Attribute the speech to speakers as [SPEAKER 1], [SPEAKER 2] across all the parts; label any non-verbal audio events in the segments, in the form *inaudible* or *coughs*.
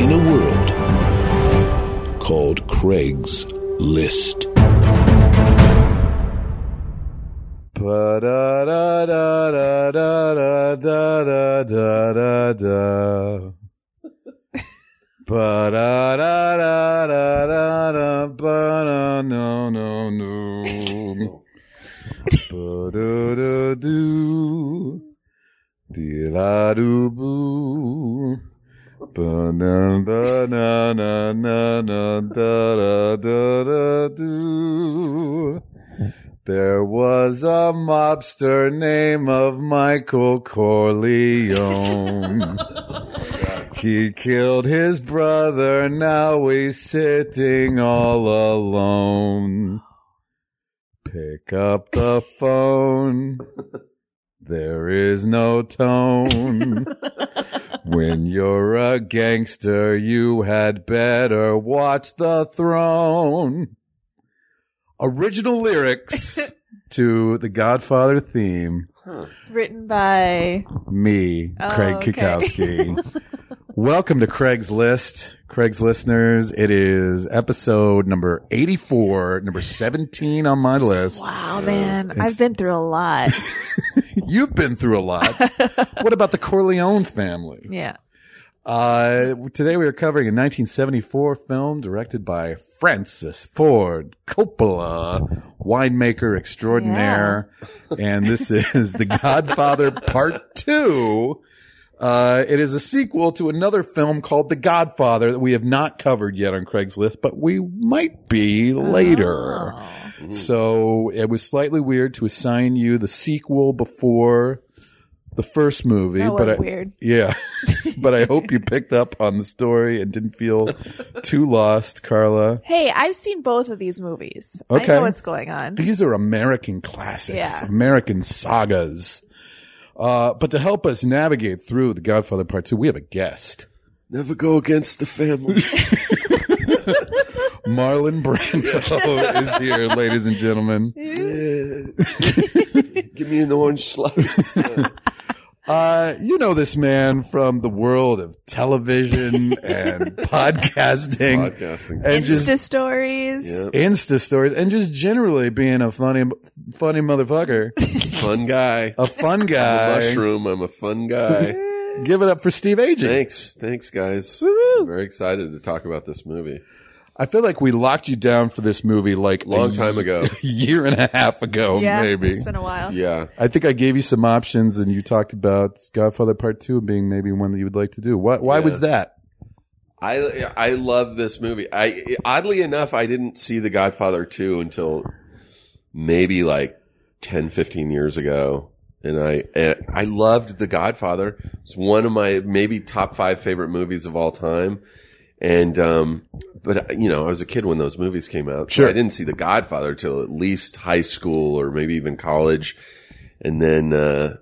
[SPEAKER 1] in a world called Craig's List.
[SPEAKER 2] Ba-da-da-da-da-da-da-da-da-da. Ba-da-da-da-da-da-da, ba-da-no-no-no. Ba-do-do-do. Dee-la-doo-boo. Ba-na-ba-na-na-na-na-da-da-da-da-doo. There was a mobster name of Michael Corleone. he killed his brother, now he's sitting all alone. Pick up the phone. There is no tone. when you're a gangster, you had better watch the throne. Original
[SPEAKER 3] *laughs*
[SPEAKER 2] lyrics to the Godfather theme.
[SPEAKER 3] Written by
[SPEAKER 2] Me,
[SPEAKER 3] Oh,
[SPEAKER 2] Craig
[SPEAKER 3] okay. *laughs*
[SPEAKER 2] Kikowski. Welcome to Craig's List. Craig's listeners, it is episode number 84, number 17 on my list.
[SPEAKER 3] Wow, man,
[SPEAKER 2] It's-
[SPEAKER 3] I've been through a
[SPEAKER 2] *laughs*
[SPEAKER 3] lot.
[SPEAKER 2] You've been through a
[SPEAKER 3] *laughs*
[SPEAKER 2] lot. what about the Corleone family?
[SPEAKER 3] yeah,
[SPEAKER 2] Uh, today we are covering a 1974 film directed by Francis Ford Coppola, winemaker extraordinaire. And this is The
[SPEAKER 3] *laughs*
[SPEAKER 2] Godfather Part 2. Uh, it is a sequel to another film called The Godfather that we have not covered yet on Craigslist, but we might be later.
[SPEAKER 3] Oh.
[SPEAKER 2] So it was slightly weird to assign you the sequel before the first movie.
[SPEAKER 3] that
[SPEAKER 2] but
[SPEAKER 3] was
[SPEAKER 2] I,
[SPEAKER 3] weird.
[SPEAKER 2] Yeah. *laughs* but I hope you picked up on the story and didn't
[SPEAKER 3] *laughs*
[SPEAKER 2] feel too lost, Carla.
[SPEAKER 3] Hey, I've seen both of these movies.
[SPEAKER 2] Okay.
[SPEAKER 3] I know what's going on. *laughs*
[SPEAKER 2] These are American classics,
[SPEAKER 3] Yeah.
[SPEAKER 2] American sagas. Uh, but to help us navigate through The Godfather Part 2, we have a guest.
[SPEAKER 4] Never go against the family.
[SPEAKER 2] Marlon
[SPEAKER 3] *laughs*
[SPEAKER 2] Brando is here, ladies and gentlemen.
[SPEAKER 4] Yeah. Give me an orange slice. Yeah.
[SPEAKER 2] Uh, you know this man from the world of television
[SPEAKER 3] *laughs*
[SPEAKER 2] and podcasting.
[SPEAKER 4] Podcasting.
[SPEAKER 2] and
[SPEAKER 3] Insta
[SPEAKER 2] just
[SPEAKER 3] stories.
[SPEAKER 4] Yeah.
[SPEAKER 2] Insta stories and just generally being a funny, funny motherfucker,
[SPEAKER 4] Fun guy.
[SPEAKER 2] a
[SPEAKER 3] *laughs*
[SPEAKER 2] fun
[SPEAKER 4] I'm a
[SPEAKER 2] guy.
[SPEAKER 4] mushroom. I'm a fun guy.
[SPEAKER 2] Give it up for Steve Agee.
[SPEAKER 4] Thanks. Thanks, guys. I'm very excited to talk about this movie.
[SPEAKER 2] I feel like we locked you down for this movie like
[SPEAKER 4] Long
[SPEAKER 2] a
[SPEAKER 4] time
[SPEAKER 2] ye-
[SPEAKER 4] ago.
[SPEAKER 2] a *laughs* year and a half ago,
[SPEAKER 3] Yeah,
[SPEAKER 2] Oh, maybe.
[SPEAKER 3] It's been a while.
[SPEAKER 4] Yeah.
[SPEAKER 2] I think I gave you some options, and you talked about Godfather Part Two being maybe one that you would like to do. Why? Why
[SPEAKER 4] Yeah.
[SPEAKER 2] was that?
[SPEAKER 4] I I love this movie. I oddly enough, I didn't see The Godfather 2 until maybe like 10 15 years ago. And I and I loved The Godfather. It's one of my maybe top 5 favorite movies of all time. And um but you know, I was a kid when those movies came out. so
[SPEAKER 2] Sure.
[SPEAKER 4] I didn't see The Godfather till at least high school or maybe even college. And then uh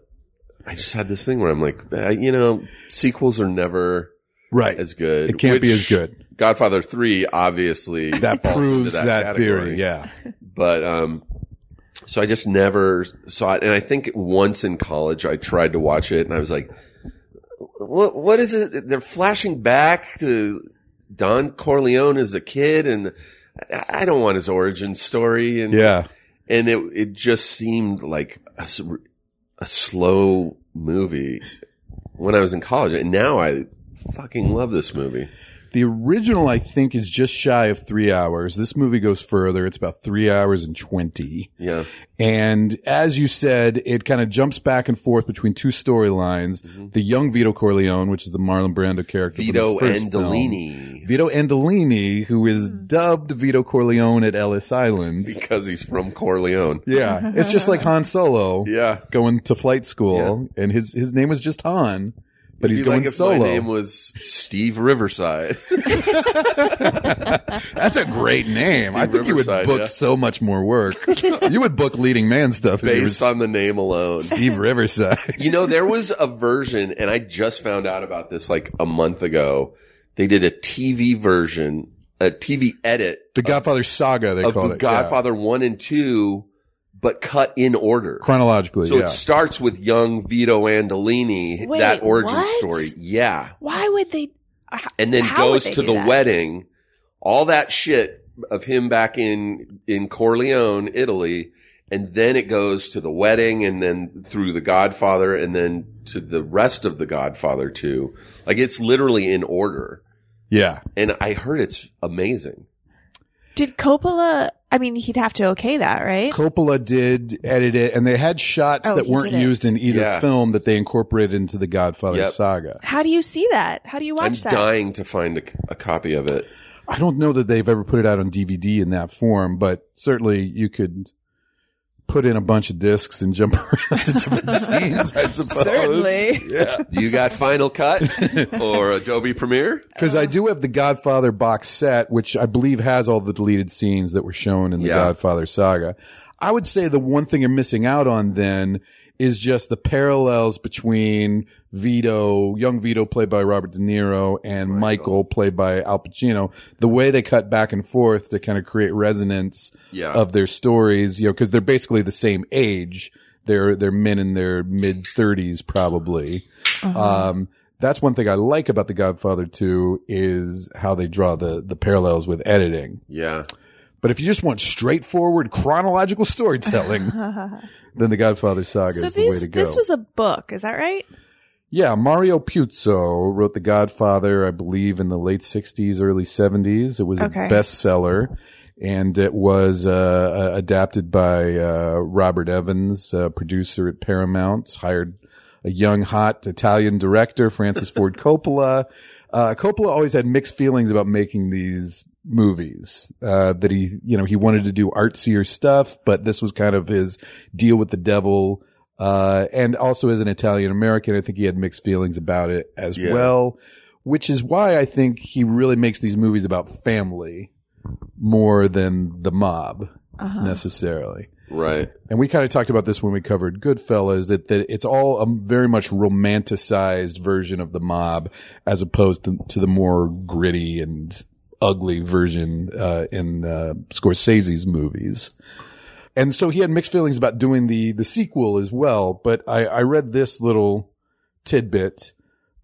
[SPEAKER 4] I just had this thing where I'm like, eh, you know, sequels are never
[SPEAKER 2] Right.
[SPEAKER 4] as good.
[SPEAKER 2] It can't be
[SPEAKER 4] which
[SPEAKER 2] as good.
[SPEAKER 4] Godfather Three, obviously,
[SPEAKER 2] that
[SPEAKER 4] falls into
[SPEAKER 2] proves that,
[SPEAKER 4] category.
[SPEAKER 2] theory. Yeah.
[SPEAKER 4] But um, so I just never saw it, and I think once in college I tried to watch it, and I was like, "What? What is it? They're flashing back to Don Corleone as a kid, and I- I don't want his origin story." And
[SPEAKER 2] Yeah.
[SPEAKER 4] and it it just seemed like a, s- a slow movie when I was in college, and now I fucking love this movie.
[SPEAKER 2] The original, I think, is just shy of three hours. This movie goes further. It's about three hours and 20.
[SPEAKER 4] Yeah.
[SPEAKER 2] And as you said, it kind of jumps back and forth between two storylines. The young Vito Corleone, which is the Marlon Brando character. from the
[SPEAKER 4] Mm-hmm. Vito
[SPEAKER 2] first film. *laughs*
[SPEAKER 4] Andolini.
[SPEAKER 2] Vito Andolini, who is dubbed Vito Corleone at Ellis
[SPEAKER 4] *laughs*
[SPEAKER 2] Island.
[SPEAKER 4] Because he's from Corleone.
[SPEAKER 2] Yeah. It's just like Han Solo
[SPEAKER 4] *laughs* Yeah.
[SPEAKER 2] going to flight school and his, his name was just Han. but he's
[SPEAKER 4] It'd be
[SPEAKER 2] going
[SPEAKER 4] like if
[SPEAKER 2] solo.
[SPEAKER 4] My name was Steve Riverside.
[SPEAKER 2] *laughs* That's a great name. I
[SPEAKER 4] Steve
[SPEAKER 2] think you would
[SPEAKER 4] Riverside,
[SPEAKER 2] book
[SPEAKER 4] yeah.
[SPEAKER 2] so much more work.
[SPEAKER 4] *laughs*
[SPEAKER 2] you would book leading man stuff if you were
[SPEAKER 4] based on the name
[SPEAKER 2] *laughs*
[SPEAKER 4] alone.
[SPEAKER 2] Steve Riverside.
[SPEAKER 4] You know, there was a version, and I just found out about this like a month ago. They did a TV version, a TV edit
[SPEAKER 2] The Godfather Saga, they
[SPEAKER 4] of
[SPEAKER 2] called
[SPEAKER 4] The
[SPEAKER 2] it.
[SPEAKER 4] Godfather 1 and 2, but cut in order.
[SPEAKER 2] Yeah. Chronologically,
[SPEAKER 4] So
[SPEAKER 2] yeah.
[SPEAKER 4] it starts with young Vito Andolini,
[SPEAKER 3] Wait,
[SPEAKER 4] that origin
[SPEAKER 3] what?
[SPEAKER 4] story. Yeah.
[SPEAKER 3] Why would they?
[SPEAKER 4] And then
[SPEAKER 3] How would
[SPEAKER 4] goes
[SPEAKER 3] they
[SPEAKER 4] to
[SPEAKER 3] do
[SPEAKER 4] the
[SPEAKER 3] that?
[SPEAKER 4] wedding, all that shit of him back in, in Corleone, Italy. And then it goes to the wedding and then through the Godfather and then to the rest of the Godfather too. Like it's literally in order.
[SPEAKER 2] Yeah.
[SPEAKER 4] And I heard it's amazing.
[SPEAKER 3] Did Coppola? I mean, he'd have to okay that, right?
[SPEAKER 2] Coppola did edit it, and they had shots
[SPEAKER 3] Oh,
[SPEAKER 2] that
[SPEAKER 3] he
[SPEAKER 2] weren't
[SPEAKER 3] did it.
[SPEAKER 2] used in either
[SPEAKER 4] Yeah.
[SPEAKER 2] film that they incorporated into the Godfather
[SPEAKER 4] Yep.
[SPEAKER 2] Saga.
[SPEAKER 3] How do you see that? How do you watch *laughs*
[SPEAKER 4] I'm
[SPEAKER 3] that?
[SPEAKER 4] dying to find a, a copy of it.
[SPEAKER 2] I don't know that they've ever put it out on DVD in that form, but certainly you could put in a bunch of discs and jump *laughs* around to different
[SPEAKER 4] *laughs*
[SPEAKER 2] scenes, *laughs* I suppose.
[SPEAKER 3] Certainly.
[SPEAKER 2] Yeah.
[SPEAKER 4] You got
[SPEAKER 2] *laughs*
[SPEAKER 4] Final Cut or Adobe Premiere?
[SPEAKER 2] Because I do have the Godfather box set, which I believe has all the deleted scenes that were shown in the
[SPEAKER 4] Yeah.
[SPEAKER 2] Godfather saga. I would say the one thing you're missing out on then is just the parallels between Vito, young Vito played by Robert De Niro and Michael played by Al Pacino, the way they cut back and forth to kind of create resonance
[SPEAKER 4] Yeah.
[SPEAKER 2] of their stories, you know, cause they're basically the same age. They're, they're men in their mid thirties probably.
[SPEAKER 3] Mm-hmm.
[SPEAKER 2] Um, that's one thing I like about The Godfather 2 is how they draw the, the parallels with editing.
[SPEAKER 4] yeah.
[SPEAKER 2] But if you just want straightforward chronological *laughs*
[SPEAKER 3] *laughs*
[SPEAKER 2] storytelling, then The Godfather Saga
[SPEAKER 3] so
[SPEAKER 2] is the way
[SPEAKER 3] these,
[SPEAKER 2] to go.
[SPEAKER 3] this was a book, is that right?
[SPEAKER 2] yeah, Mario Puzo wrote The Godfather, I believe, in the late 60s, early 70s. It was
[SPEAKER 3] Okay.
[SPEAKER 2] a bestseller. And it was uh, uh, adapted by uh, Robert Evans, uh, producer at Paramount, hired a young, hot Italian director, Francis Ford Coppola. Uh, Coppola always had mixed feelings about making these movies, uh, that he, you know, he wanted to do artsier stuff, but this was kind of his deal with the devil. Uh, and also as an Italian American, I think he had mixed feelings about it as
[SPEAKER 4] Yeah.
[SPEAKER 2] well, which is why I think he really makes these movies about family more than the mob
[SPEAKER 3] Uh-huh.
[SPEAKER 2] necessarily
[SPEAKER 4] Right.
[SPEAKER 2] and we kind of talked about this when we covered Goodfellas that, that it's all a very much romanticized version of the mob as opposed to, to the more gritty and ugly version uh, in uh, Scorsese's movies. And so he had mixed feelings about doing the the sequel as well, but I, I read this little tidbit.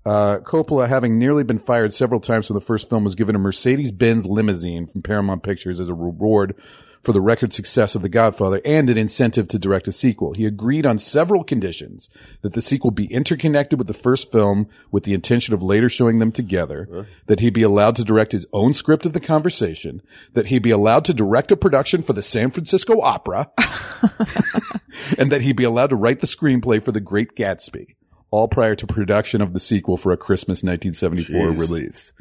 [SPEAKER 2] Uh, Coppola, having nearly been fired several times from the first film, was given a Mercedes Benz limousine from Paramount Pictures as a reward for the record success of The Godfather and an incentive to direct a sequel. He agreed on several conditions that the sequel be interconnected with the first film with the intention of later showing them together, that he be allowed to direct his own script of the conversation, that he be allowed to direct a production for the San Francisco Opera, *laughs* and that he be allowed to write the screenplay for The Great Gatsby, all prior to production of the sequel for a Christmas 1974
[SPEAKER 4] Jeez.
[SPEAKER 2] release.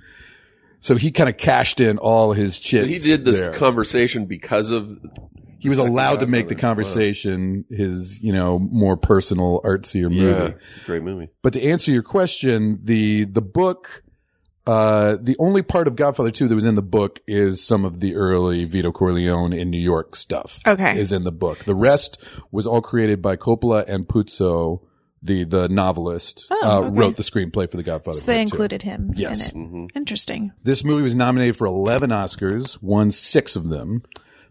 [SPEAKER 2] So he kind of cashed in all his chips.
[SPEAKER 4] So he did this
[SPEAKER 2] there
[SPEAKER 4] conversation because of
[SPEAKER 2] he was
[SPEAKER 4] Second
[SPEAKER 2] allowed to make
[SPEAKER 4] Godfather.
[SPEAKER 2] the conversation his, you know, more personal artsier movie.
[SPEAKER 4] Great movie.
[SPEAKER 2] But to answer your question, the the book, uh, the only part of Godfather Two that was in the book is some of the early Vito Corleone in New York stuff.
[SPEAKER 3] Okay.
[SPEAKER 2] is in the book. The rest was all created by Coppola and Puzo, the the novelist,
[SPEAKER 3] Oh,
[SPEAKER 2] uh,
[SPEAKER 3] okay.
[SPEAKER 2] wrote the screenplay for the Godfather.
[SPEAKER 3] So they
[SPEAKER 2] Part Two.
[SPEAKER 3] included him
[SPEAKER 2] Yes.
[SPEAKER 3] in it.
[SPEAKER 4] hmm
[SPEAKER 3] Interesting.
[SPEAKER 2] This movie was nominated for 11 Oscars, won six of them.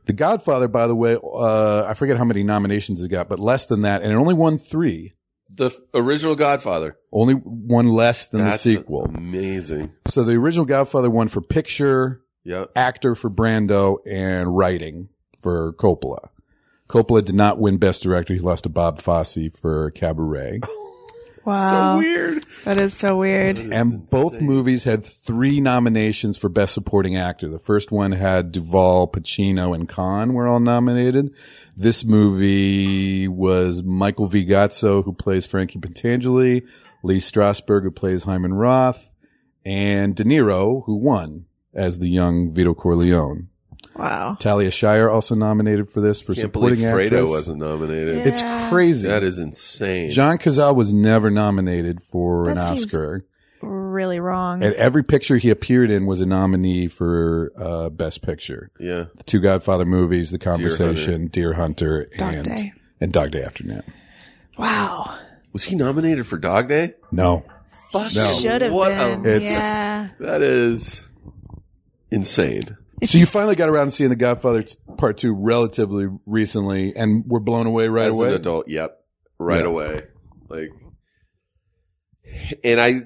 [SPEAKER 2] The Godfather, by the way, uh, I forget how many nominations it got, but less than that, and it only won three.
[SPEAKER 4] The f- original Godfather.
[SPEAKER 2] Only one less than
[SPEAKER 4] That's um,
[SPEAKER 2] the sequel.
[SPEAKER 4] Amazing.
[SPEAKER 2] So the original Godfather won for picture,
[SPEAKER 4] Yep.
[SPEAKER 2] actor for Brando, and writing for Coppola. Coppola did not win Best Director. He lost to Bob Fosse for Cabaret.
[SPEAKER 3] Wow.
[SPEAKER 4] So weird.
[SPEAKER 3] That is so weird.
[SPEAKER 2] and both movies had three nominations for Best Supporting Actor. The first one had Duvall, Pacino, and Khan were all nominated. This movie was Michael Vigazzo, who plays Frankie Pentangeli, Lee Strasberg, who plays Hyman Roth, and De Niro, who won as the young Vito Corleone.
[SPEAKER 3] Wow.
[SPEAKER 2] Talia Shire also nominated for this for
[SPEAKER 4] Can't believe
[SPEAKER 2] supporting
[SPEAKER 4] Fredo
[SPEAKER 2] actress.
[SPEAKER 4] wasn't nominated.
[SPEAKER 3] Yeah.
[SPEAKER 2] It's crazy.
[SPEAKER 4] That is insane.
[SPEAKER 2] John Cazale was never nominated for an
[SPEAKER 3] That seems-
[SPEAKER 2] Oscar,
[SPEAKER 3] Really wrong.
[SPEAKER 2] and every picture he appeared in was a nominee for uh, Best Picture.
[SPEAKER 4] yeah.
[SPEAKER 2] The two Godfather movies, The Conversation, Deer Hunter,
[SPEAKER 3] Dog
[SPEAKER 2] and
[SPEAKER 3] Day.
[SPEAKER 2] and Dog Day Afternoon.
[SPEAKER 3] Wow.
[SPEAKER 4] Was he nominated for Dog Day?
[SPEAKER 2] No,
[SPEAKER 4] Fuck
[SPEAKER 2] No.
[SPEAKER 3] Should have
[SPEAKER 4] What a-
[SPEAKER 3] been.
[SPEAKER 2] It's-
[SPEAKER 3] yeah.
[SPEAKER 4] that is insane.
[SPEAKER 2] so you finally got around to seeing The Godfather t- Part Two relatively recently, and were blown away right
[SPEAKER 4] As
[SPEAKER 2] away.
[SPEAKER 4] an adult, yep, right
[SPEAKER 2] Yeah.
[SPEAKER 4] away. Like, and I,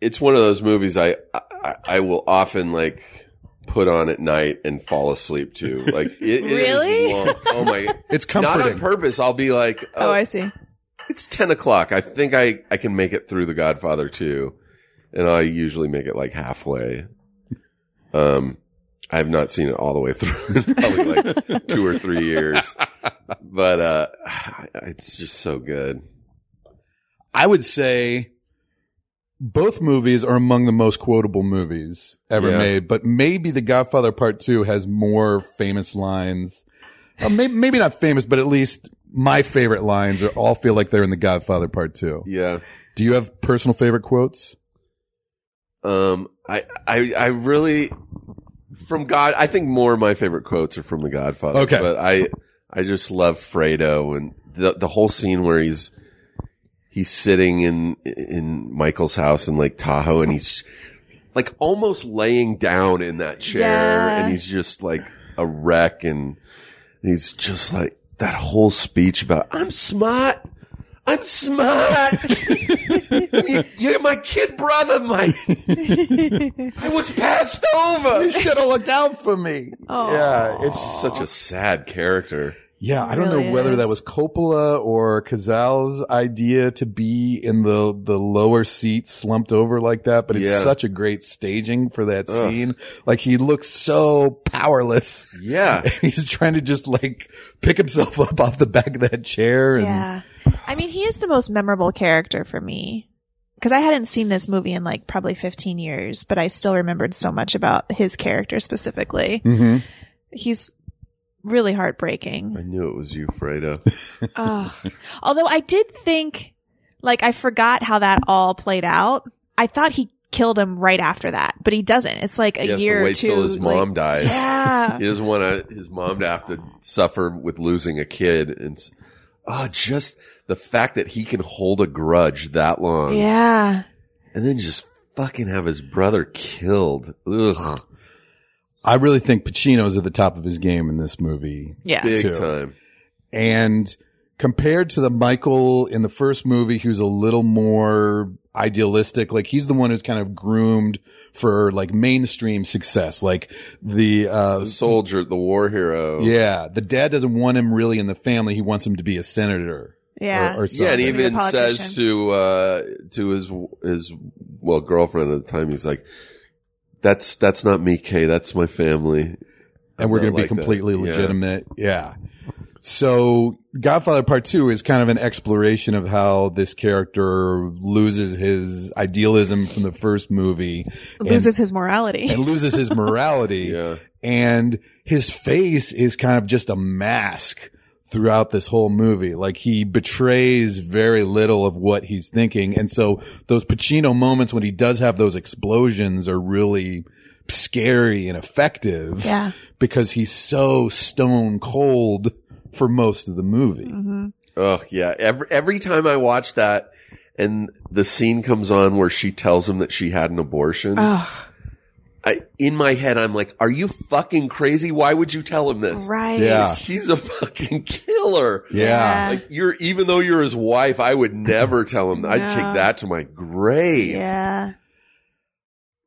[SPEAKER 4] it's one of those movies I, I I will often like put on at night and fall asleep to. Like, it, it
[SPEAKER 3] *laughs*
[SPEAKER 4] is
[SPEAKER 3] Really?
[SPEAKER 4] long. oh my,
[SPEAKER 2] It's
[SPEAKER 4] not on
[SPEAKER 2] comforting.
[SPEAKER 4] purpose. I'll be like,
[SPEAKER 3] Oh,
[SPEAKER 4] oh,
[SPEAKER 3] I
[SPEAKER 4] *laughs*
[SPEAKER 3] see. *laughs*
[SPEAKER 4] it's ten o'clock. I think I I can make it through The Godfather two, and I usually make it like halfway. Um, I have not seen it all the way through in *laughs* probably like two or three years, but uh, *sighs* it's just so good.
[SPEAKER 2] I would say both movies are among the most quotable movies ever
[SPEAKER 4] Yeah.
[SPEAKER 2] made, but maybe The Godfather Part 2 has more famous lines. Uh, may- maybe not famous, but at least my favorite lines are all feel like they're in The Godfather Part 2.
[SPEAKER 4] Yeah.
[SPEAKER 2] Do you have personal favorite quotes?
[SPEAKER 4] Um, I I I really from God. I think more of my favorite quotes are from The Godfather.
[SPEAKER 2] Okay.
[SPEAKER 4] but I I just love Fredo and the the whole scene where he's he's sitting in in Michael's house in Lake Tahoe and he's like almost laying down in that chair
[SPEAKER 3] Yeah.
[SPEAKER 4] and he's just like a wreck and he's just like that whole speech about I'm smart. I'm smart. *laughs* You- You're my kid brother, Mike. I was passed over.
[SPEAKER 2] should have looked out for me.
[SPEAKER 3] Oh.
[SPEAKER 2] Yeah,
[SPEAKER 4] It's such a sad character.
[SPEAKER 2] Yeah, I don't
[SPEAKER 3] Really
[SPEAKER 2] know whether
[SPEAKER 3] is.
[SPEAKER 2] that was Coppola or Cazale's idea to be in the the lower seat, slumped over like that. But it's
[SPEAKER 4] Yeah.
[SPEAKER 2] such a great staging for that
[SPEAKER 4] Ugh.
[SPEAKER 2] scene. Like he looks so powerless. *laughs*
[SPEAKER 4] Yeah.
[SPEAKER 2] He's trying to just like pick himself *laughs* up off the back of that chair. And
[SPEAKER 3] Yeah. I mean, he is the most memorable character for me. Because I hadn't seen this movie in like probably 15 years, but I still remembered so much about his character specifically.
[SPEAKER 2] Mhm.
[SPEAKER 3] He's really heartbreaking.
[SPEAKER 4] I knew it was you, Fredo.
[SPEAKER 3] Oh. Although I did think, like, I forgot how that all played out. I thought he killed him right after that, but he doesn't. It's like a
[SPEAKER 4] he has
[SPEAKER 3] year
[SPEAKER 4] to
[SPEAKER 3] or
[SPEAKER 4] wait
[SPEAKER 3] two.
[SPEAKER 4] till his
[SPEAKER 3] like-
[SPEAKER 4] mom
[SPEAKER 2] *laughs*
[SPEAKER 4] dies.
[SPEAKER 3] yeah.
[SPEAKER 4] He doesn't want to, his mom to have to suffer with losing a kid. And s- oh, just the fact that he can hold a grudge that long
[SPEAKER 3] yeah.
[SPEAKER 4] and then just fucking have his brother killed. Ugh.
[SPEAKER 2] I really think Pacino's at the top of his game in this movie.
[SPEAKER 3] Yeah.
[SPEAKER 4] Big
[SPEAKER 2] too.
[SPEAKER 4] time.
[SPEAKER 2] And compared to the Michael in the first movie, who's a little more idealistic, like he's the one who's kind of groomed for like mainstream success. Like the, uh,
[SPEAKER 4] The soldier, the war hero.
[SPEAKER 2] yeah, the dad doesn't want him really in the family. He wants him to be a senator.
[SPEAKER 3] Yeah.
[SPEAKER 2] Or, or
[SPEAKER 4] Yeah, and
[SPEAKER 2] something.
[SPEAKER 3] To be a
[SPEAKER 4] even says
[SPEAKER 3] politician.
[SPEAKER 4] to uh, to his his well girlfriend at the time, he's like, "That's that's not me, Kay. That's my family."
[SPEAKER 2] and we're
[SPEAKER 4] I'm
[SPEAKER 2] going to be
[SPEAKER 4] not like that.
[SPEAKER 2] completely
[SPEAKER 4] Yeah.
[SPEAKER 2] legitimate. Yeah. So Godfather Part 2 is kind of an exploration of how this character loses his idealism from the first movie and-
[SPEAKER 3] Loses his morality.
[SPEAKER 2] and loses his morality.
[SPEAKER 4] *laughs* Yeah,
[SPEAKER 2] and his face is kind of just a mask throughout this whole movie. Like he betrays very little of what he's thinking. And so those Pacino moments when he does have those explosions are really scary and effective
[SPEAKER 3] yeah.
[SPEAKER 2] because he's so stone cold for most of the movie.
[SPEAKER 3] hmm
[SPEAKER 4] ugh, yeah. Every every time I watch that, and the scene comes on where she tells him that she had an abortion,
[SPEAKER 3] Oh,
[SPEAKER 4] I, in my head, I'm like, "Are you fucking crazy? Why would you tell him this?"
[SPEAKER 3] right.
[SPEAKER 2] Yeah.
[SPEAKER 4] He's a fucking killer.
[SPEAKER 2] Yeah.
[SPEAKER 4] Like you're, even though you're his wife, I would never tell him. I'd
[SPEAKER 3] No.
[SPEAKER 4] take that to my grave.
[SPEAKER 3] Yeah.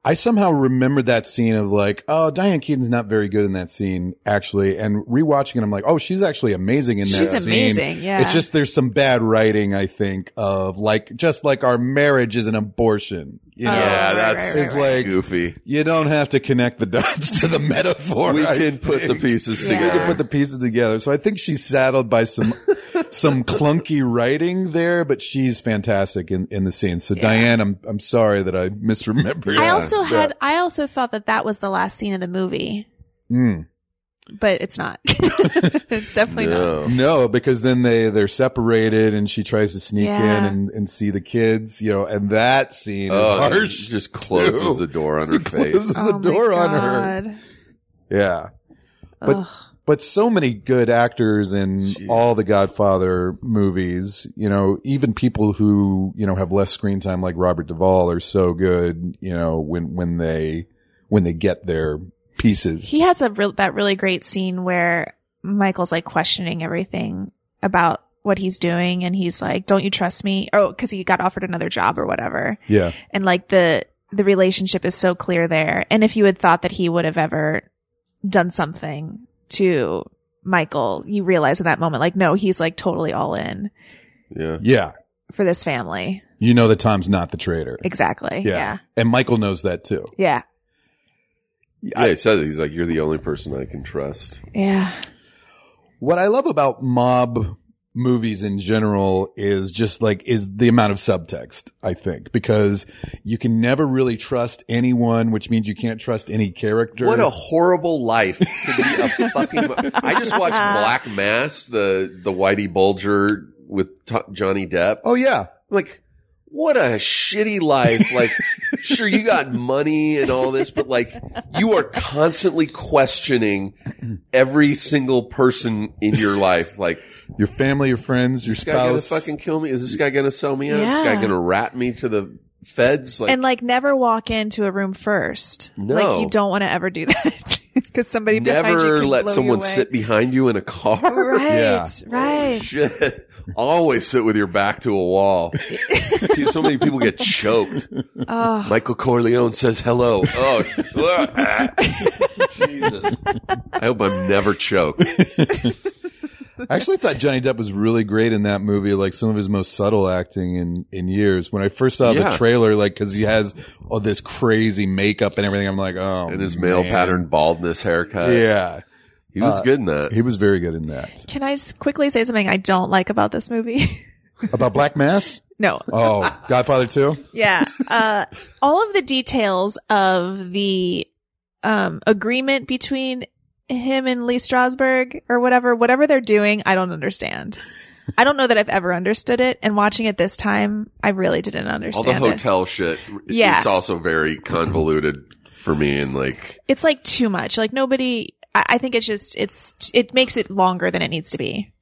[SPEAKER 2] I somehow remembered that scene of like, oh, Diane Keaton's not very good in that scene, actually. And rewatching it, I'm like, oh, she's actually amazing in that
[SPEAKER 3] She's
[SPEAKER 2] scene.
[SPEAKER 3] amazing. Yeah.
[SPEAKER 2] It's just there's some bad writing, I think, of like just like our marriage is an abortion. You know,
[SPEAKER 3] Oh,
[SPEAKER 4] Yeah,
[SPEAKER 3] right,
[SPEAKER 4] that's-
[SPEAKER 3] right,
[SPEAKER 2] it's
[SPEAKER 3] right, right.
[SPEAKER 2] like
[SPEAKER 4] Goofy.
[SPEAKER 2] you don't have to connect the dots to the *laughs* metaphor.
[SPEAKER 4] we
[SPEAKER 2] I
[SPEAKER 4] can put the
[SPEAKER 2] think.
[SPEAKER 4] pieces
[SPEAKER 3] Yeah.
[SPEAKER 2] We
[SPEAKER 4] together.
[SPEAKER 2] can put the pieces together. So I think she's saddled by *laughs* some some clunky writing there, but she's fantastic in, in the scene. So
[SPEAKER 3] Yeah.
[SPEAKER 2] Diane, I'm I'm sorry that I misremembered.
[SPEAKER 3] I
[SPEAKER 4] Yeah,
[SPEAKER 3] also
[SPEAKER 4] yeah.
[SPEAKER 3] had. I also thought that that was the last scene of the movie.
[SPEAKER 2] Mm.
[SPEAKER 3] but it's not. *laughs* it's definitely not.
[SPEAKER 4] no.
[SPEAKER 2] No, because then they they're separated, and she tries to sneak in
[SPEAKER 3] Yeah.
[SPEAKER 2] and, and see the kids, you know. And that scene is
[SPEAKER 4] Oh, he
[SPEAKER 2] *laughs* harsh.
[SPEAKER 4] just closes
[SPEAKER 2] too.
[SPEAKER 4] the door *laughs* on her
[SPEAKER 2] He *laughs*
[SPEAKER 4] face.
[SPEAKER 2] closes- The door on her.
[SPEAKER 3] Oh God.
[SPEAKER 2] Yeah, But-
[SPEAKER 3] Ugh.
[SPEAKER 2] but so many good actors in
[SPEAKER 4] Jeez.
[SPEAKER 2] all the Godfather movies. You know, even people who you know have less screen time, like Robert Duvall, are so good. You know, when when they when they get their pieces.
[SPEAKER 3] he has a real that really great scene where Michael's like questioning everything about what he's doing, and he's like, "Don't you trust me?" Oh, because he got offered another job or whatever,
[SPEAKER 2] Yeah,
[SPEAKER 3] and like the the relationship is so clear there. And if you had thought that he would have ever done something to Michael, you realize in that moment, like, no, he's like totally all in
[SPEAKER 4] Yeah.
[SPEAKER 2] yeah.
[SPEAKER 3] for this family.
[SPEAKER 2] You know that Tom's not the traitor.
[SPEAKER 3] Exactly.
[SPEAKER 2] Yeah.
[SPEAKER 3] Yeah.
[SPEAKER 2] And Michael knows that too.
[SPEAKER 3] Yeah.
[SPEAKER 4] Yeah, he says it. He's like, You're the only person I can trust.
[SPEAKER 3] Yeah.
[SPEAKER 2] What I love about mob movies in general is just like is the amount of subtext, I think, because you can never really trust anyone, which means you can't trust any character.
[SPEAKER 4] What a horrible life to
[SPEAKER 3] *laughs*
[SPEAKER 4] be a fucking. I just watched Black Mass, the the Whitey Bulger with t- Johnny Depp.
[SPEAKER 2] Oh yeah.
[SPEAKER 4] Like, what a shitty
[SPEAKER 2] *laughs*
[SPEAKER 4] life. Like, sure, you got money and all this, but like, you are constantly questioning every single person in your life. Like,
[SPEAKER 2] Your family, your friends, your
[SPEAKER 4] is this guy gonna
[SPEAKER 2] spouse.
[SPEAKER 4] fucking kill me? Is this guy gonna sell me out? Is this
[SPEAKER 3] Yeah.
[SPEAKER 4] guy gonna rat me to the feds? Like,
[SPEAKER 3] and like never walk into a room first.
[SPEAKER 4] No.
[SPEAKER 3] Like you don't want to ever do *laughs* that because somebody behind you
[SPEAKER 4] never
[SPEAKER 3] can
[SPEAKER 4] let
[SPEAKER 3] blow you
[SPEAKER 4] someone
[SPEAKER 3] away. *laughs*
[SPEAKER 4] sit *laughs* Oh, behind you in a car.
[SPEAKER 3] Right,
[SPEAKER 2] Yeah.
[SPEAKER 4] *laughs* Holy
[SPEAKER 3] right.
[SPEAKER 4] Shit. Always sit with your back to
[SPEAKER 3] *laughs*
[SPEAKER 4] a wall. Dude, so many people get choked.
[SPEAKER 3] Oh,
[SPEAKER 4] Michael Corleone says hello. Oh, *laughs* Jesus. I hope I'm never choked.
[SPEAKER 2] I actually thought Johnny Depp was really great in that movie, like some of his most subtle acting in, in years. When I first saw
[SPEAKER 4] Yeah.
[SPEAKER 2] the trailer, like, cause he has all this crazy makeup and everything, I'm like, oh.
[SPEAKER 4] And his male
[SPEAKER 2] man.
[SPEAKER 4] pattern baldness haircut.
[SPEAKER 2] Yeah.
[SPEAKER 4] He was
[SPEAKER 2] Uh,
[SPEAKER 4] good in that.
[SPEAKER 2] He was very good in that.
[SPEAKER 3] can I just quickly say something I don't like about this movie? *laughs*
[SPEAKER 2] About Black Mass?
[SPEAKER 3] no.
[SPEAKER 2] Oh, Godfather 2?
[SPEAKER 3] Yeah. Uh, all of the details of the um, agreement between him and Lee Strasberg or whatever, whatever they're doing, I don't understand. I don't know that I've ever understood it. And watching it this time, I really didn't
[SPEAKER 4] All the
[SPEAKER 3] understand it.
[SPEAKER 4] hotel shit.
[SPEAKER 3] Yeah.
[SPEAKER 4] It's also very convoluted for me and like,
[SPEAKER 3] it's like too much. Like nobody. I, I think it's just it's it makes it longer than it needs to be.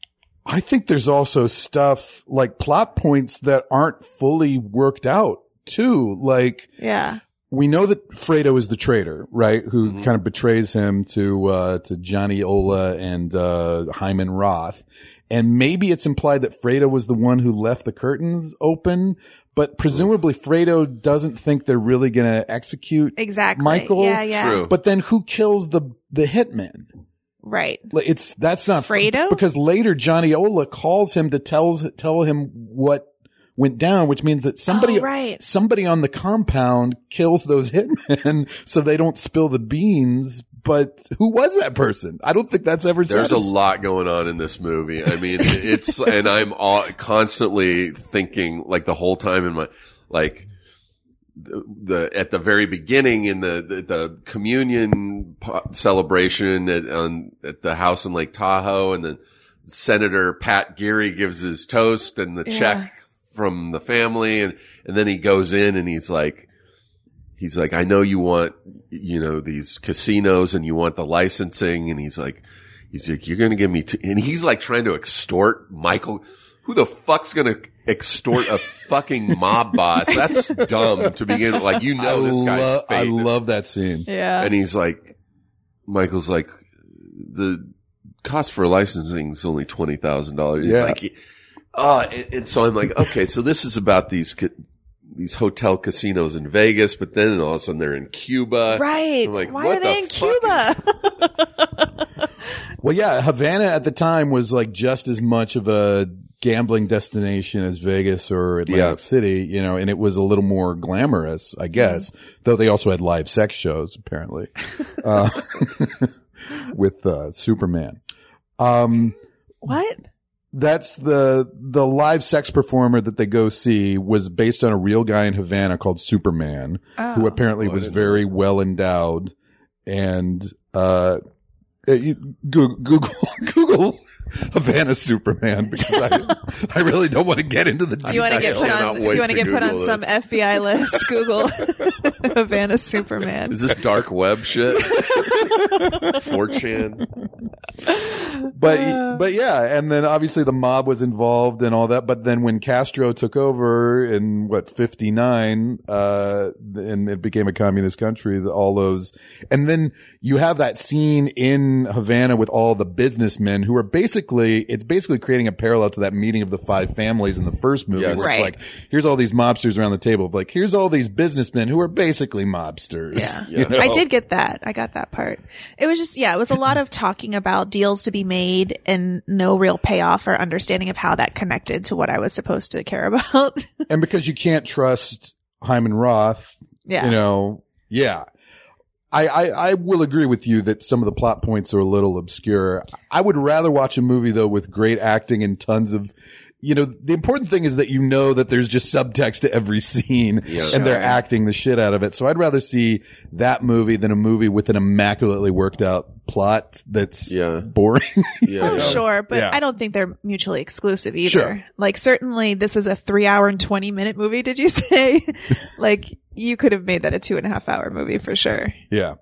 [SPEAKER 2] I think there's also stuff like plot points that aren't fully worked out too. Like
[SPEAKER 3] Yeah.
[SPEAKER 2] we know that Fredo is the traitor, right? Who
[SPEAKER 4] Mhm.
[SPEAKER 2] kind of betrays him to, uh, to Johnny Ola and, uh, Hyman Roth. And maybe it's implied that Fredo was the one who left the curtains open, but presumably Fredo doesn't think they're really going to execute.
[SPEAKER 3] Exactly.
[SPEAKER 2] Michael?
[SPEAKER 3] Yeah. Yeah.
[SPEAKER 4] true.
[SPEAKER 2] But then who kills the, the hitman?
[SPEAKER 3] Right.
[SPEAKER 2] Like, It's that's not
[SPEAKER 3] Fredo?
[SPEAKER 2] because later Johnny Ola calls him to tells tell him what went down, which means that somebody
[SPEAKER 3] Oh, right.
[SPEAKER 2] somebody on the compound kills those *laughs* hitmen so they don't spill the beans. But who was that person? I don't think that's ever.
[SPEAKER 4] There's a
[SPEAKER 2] satis-
[SPEAKER 4] lot going on in this movie. I mean, it's *laughs* and I'm all, constantly thinking like the whole time in my like the, the at the very beginning in the the, the communion po- celebration at on at the house in Lake Tahoe, and then Senator Pat Geary gives his toast and the
[SPEAKER 3] Yeah.
[SPEAKER 4] check from the family, and and then he goes in and he's like. He's like, I know you want, you know, these casinos and you want the licensing. And he's like, He's like, you're going to give me two. And he's like trying to extort Michael. Who the fuck's going to extort a fucking mob
[SPEAKER 2] *laughs*
[SPEAKER 4] boss? That's dumb to begin with. Like, you know,
[SPEAKER 2] I,
[SPEAKER 4] this guy's
[SPEAKER 2] lo- I
[SPEAKER 4] fake.
[SPEAKER 2] love that scene.
[SPEAKER 3] Yeah.
[SPEAKER 4] And he's like, Michael's like, the cost for licensing is only $20,000. He's
[SPEAKER 2] Yeah.
[SPEAKER 4] like, uh, and, and so I'm like, okay, so this is about these, ca- these hotel casinos in Vegas, but then all of a sudden they're in Cuba.
[SPEAKER 3] Right.
[SPEAKER 4] I'm uh, like,
[SPEAKER 3] Why
[SPEAKER 4] what
[SPEAKER 3] are they
[SPEAKER 4] the
[SPEAKER 3] in
[SPEAKER 4] fuck *laughs*
[SPEAKER 3] Cuba?
[SPEAKER 2] Well, yeah, Havana at the time was like just as much of a gambling destination as Vegas or Atlantic
[SPEAKER 4] Yeah.
[SPEAKER 2] City, you know, and it was a little more glamorous, I guess, though they also had live sex shows *laughs* apparently, uh, with, uh, Superman. Um,
[SPEAKER 3] what?
[SPEAKER 2] that's the, the live sex performer that they go see was based on a real guy in Havana called Superman
[SPEAKER 3] Oh.
[SPEAKER 2] who apparently
[SPEAKER 4] Oh, I
[SPEAKER 2] was
[SPEAKER 4] didn't
[SPEAKER 2] very well endowed and uh uh, you- Goo- Google *laughs* Google Havana Superman because
[SPEAKER 3] *laughs*
[SPEAKER 2] I I really don't want to get into the.
[SPEAKER 3] Do you want to
[SPEAKER 4] I
[SPEAKER 3] get put
[SPEAKER 4] cannot
[SPEAKER 3] on?
[SPEAKER 4] wait
[SPEAKER 3] You want to
[SPEAKER 4] to
[SPEAKER 3] get put on
[SPEAKER 4] Google
[SPEAKER 3] some
[SPEAKER 4] this.
[SPEAKER 3] FBI list? *laughs* Google Havana Superman.
[SPEAKER 4] Is this dark web
[SPEAKER 3] *laughs*
[SPEAKER 4] shit? 4chan.
[SPEAKER 2] but
[SPEAKER 3] Uh.
[SPEAKER 2] but yeah, and then obviously the mob was involved and all that. But then when Castro took over in what fifty nine, uh, and it became a communist country, the- all those, and then you have that scene in Havana with all the businessmen who are basically it's basically creating a parallel to that meeting of the five families in the first movie,
[SPEAKER 4] Yes.
[SPEAKER 2] where it's
[SPEAKER 3] Right.
[SPEAKER 2] like here's all these mobsters around the table, like here's all these businessmen who are basically mobsters.
[SPEAKER 3] Yeah.
[SPEAKER 2] you know?
[SPEAKER 3] I did get that. I got that part. It was just, yeah, it was a lot of talking about deals to be made and no real payoff or understanding of how that connected to what I was supposed to care *laughs* about.
[SPEAKER 2] and because you can't trust Hyman Roth,
[SPEAKER 3] yeah.
[SPEAKER 2] you know yeah I, I i will agree with you that some of the plot points are a little obscure i would rather watch a movie though with great acting and tons of you know the important thing is that you know that there's just subtext to every scene
[SPEAKER 4] Yeah.
[SPEAKER 2] and they're acting the shit out of it so i'd rather see that movie than a movie with an immaculately worked out plot that's
[SPEAKER 4] Yeah. *laughs*
[SPEAKER 2] boring
[SPEAKER 4] Yeah.
[SPEAKER 3] Oh, *laughs* sure, but
[SPEAKER 2] Yeah.
[SPEAKER 3] I don't think they're mutually exclusive either.
[SPEAKER 2] Sure.
[SPEAKER 3] Like, certainly, this is a three hour and 20 minute movie, did you *laughs* say? like, you could have made that a two and a half hour movie for sure.
[SPEAKER 2] yeah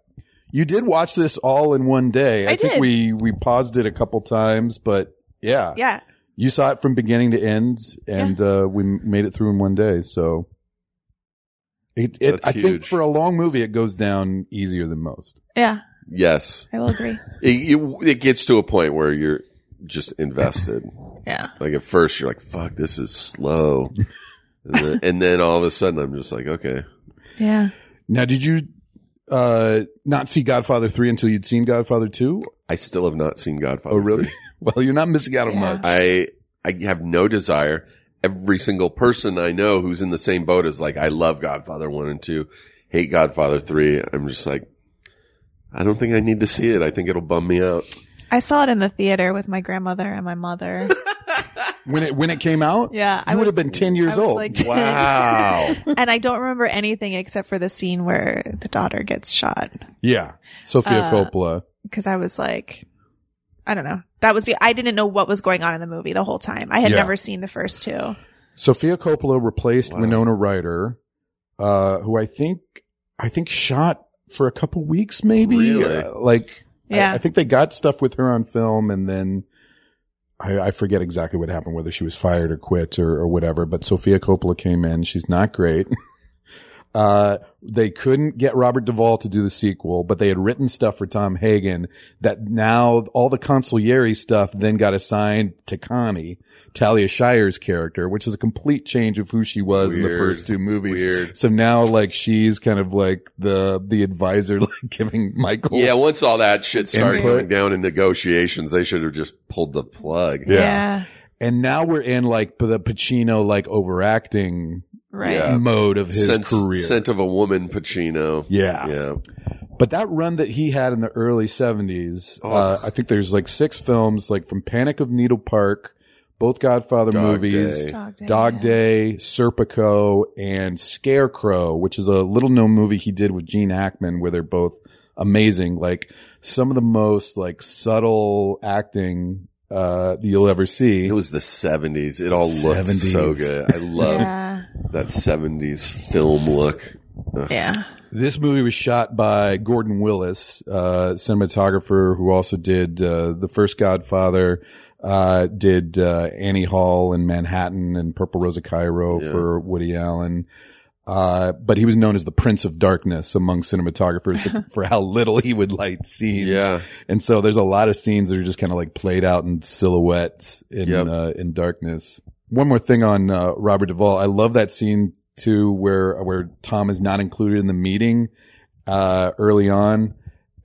[SPEAKER 2] you did watch this all in one day i,
[SPEAKER 3] I
[SPEAKER 2] think
[SPEAKER 3] did.
[SPEAKER 2] we we paused it a couple times but yeah
[SPEAKER 3] Yeah.
[SPEAKER 2] You saw it from beginning to end, and uh, we m- made it through in one day. So, it, it
[SPEAKER 4] That's
[SPEAKER 2] I think
[SPEAKER 4] huge.
[SPEAKER 2] for a long movie, it goes down easier than most.
[SPEAKER 3] Yeah.
[SPEAKER 4] Yes.
[SPEAKER 3] I will
[SPEAKER 2] *laughs*
[SPEAKER 3] agree.
[SPEAKER 4] It, it, it gets to a point where you're just invested.
[SPEAKER 3] Yeah.
[SPEAKER 4] Like at first, you're like, fuck, this is slow. And then, and then all of a sudden, I'm just like, okay.
[SPEAKER 3] Yeah.
[SPEAKER 2] Now, did you uh, not see Godfather three until you'd seen Godfather two?
[SPEAKER 4] I still have not seen Godfather.
[SPEAKER 2] Oh, really?
[SPEAKER 4] three.
[SPEAKER 2] *laughs* well, you're not missing out on
[SPEAKER 3] Yeah.
[SPEAKER 2] much.
[SPEAKER 4] I I have no desire. Every single person I know who's in the same boat is like, I love Godfather one and two, hate Godfather three. I'm just like, I don't think I need to see it. I think it'll bum me out.
[SPEAKER 3] I saw it in the theater with my grandmother and
[SPEAKER 2] *laughs*
[SPEAKER 3] my mother.
[SPEAKER 2] When it when it came out,
[SPEAKER 3] Yeah.
[SPEAKER 2] you would have been ten years
[SPEAKER 3] I was
[SPEAKER 2] old. *laughs*
[SPEAKER 3] like *laughs* 10. and I don't remember anything except for the scene where the daughter gets shot.
[SPEAKER 2] yeah, Sophia
[SPEAKER 3] Uh,
[SPEAKER 2] Coppola.
[SPEAKER 3] Cause I was like, I don't know. That was the, I didn't know what was going on in the movie the whole time. I had
[SPEAKER 2] Yeah.
[SPEAKER 3] never seen the first two.
[SPEAKER 2] Sophia Coppola replaced
[SPEAKER 4] Wow.
[SPEAKER 2] Winona Ryder, uh, who I think I think shot for a couple weeks, maybe
[SPEAKER 4] Really?
[SPEAKER 2] Uh, like I-
[SPEAKER 3] Yeah.
[SPEAKER 2] I, think they got stuff with her on film and then I, I forget exactly what happened, whether she was fired or quit or, or whatever, but Sophia Coppola came in. She's not great. *laughs* Uh, they couldn't get Robert Duvall to do the sequel, but they had written stuff for Tom Hagen that now all the consigliere stuff then got assigned to Connie, Talia Shire's character, which is a complete change of who she was in the
[SPEAKER 4] Weird.
[SPEAKER 2] first two movies.
[SPEAKER 4] Weird.
[SPEAKER 2] So now like she's kind of like the, the advisor, *laughs* like giving Michael.
[SPEAKER 4] Yeah, once all that shit started
[SPEAKER 2] Input.
[SPEAKER 4] going down in negotiations, they should have just pulled the plug.
[SPEAKER 2] Yeah. And now we're in like the Pacino like overacting
[SPEAKER 3] Right.
[SPEAKER 4] Yeah.
[SPEAKER 2] mode of his
[SPEAKER 4] Sense-
[SPEAKER 2] career.
[SPEAKER 4] Scent of a woman, Pacino.
[SPEAKER 2] yeah.
[SPEAKER 4] Yeah.
[SPEAKER 2] But that run that he had in the early 70s,
[SPEAKER 4] Oh.
[SPEAKER 2] uh, I think there's like six films like from Panic of Needle Park, both Godfather
[SPEAKER 4] Dog
[SPEAKER 2] movies,
[SPEAKER 4] Day.
[SPEAKER 3] Dog Day.
[SPEAKER 2] Dog Day, Serpico, and Scarecrow, which is a little known movie he did with Gene Hackman where they're both amazing. Like some of the most like subtle acting uh, that you'll ever see.
[SPEAKER 4] It was the 70s. It all looked
[SPEAKER 2] 70s.
[SPEAKER 4] so good. I love
[SPEAKER 3] Yeah.
[SPEAKER 4] that 70s film look.
[SPEAKER 3] Yeah.
[SPEAKER 2] This movie was shot by Gordon Willis, uh, cinematographer who also did uh, the first Godfather, uh, did uh, Annie Hall in Manhattan and Purple Rose of Cairo
[SPEAKER 4] Yeah.
[SPEAKER 2] for Woody Allen. Uh, but he was known as the Prince of Darkness among
[SPEAKER 4] *laughs*
[SPEAKER 2] cinematographers for how little he would light scenes.
[SPEAKER 4] Yeah.
[SPEAKER 2] And so there's a lot of scenes that are just kind of like played out in silhouette in
[SPEAKER 4] Yep.
[SPEAKER 2] uh, in darkness. One more thing on uh, Robert Duvall. I love that scene too, where where Tom is not included in the meeting uh, early on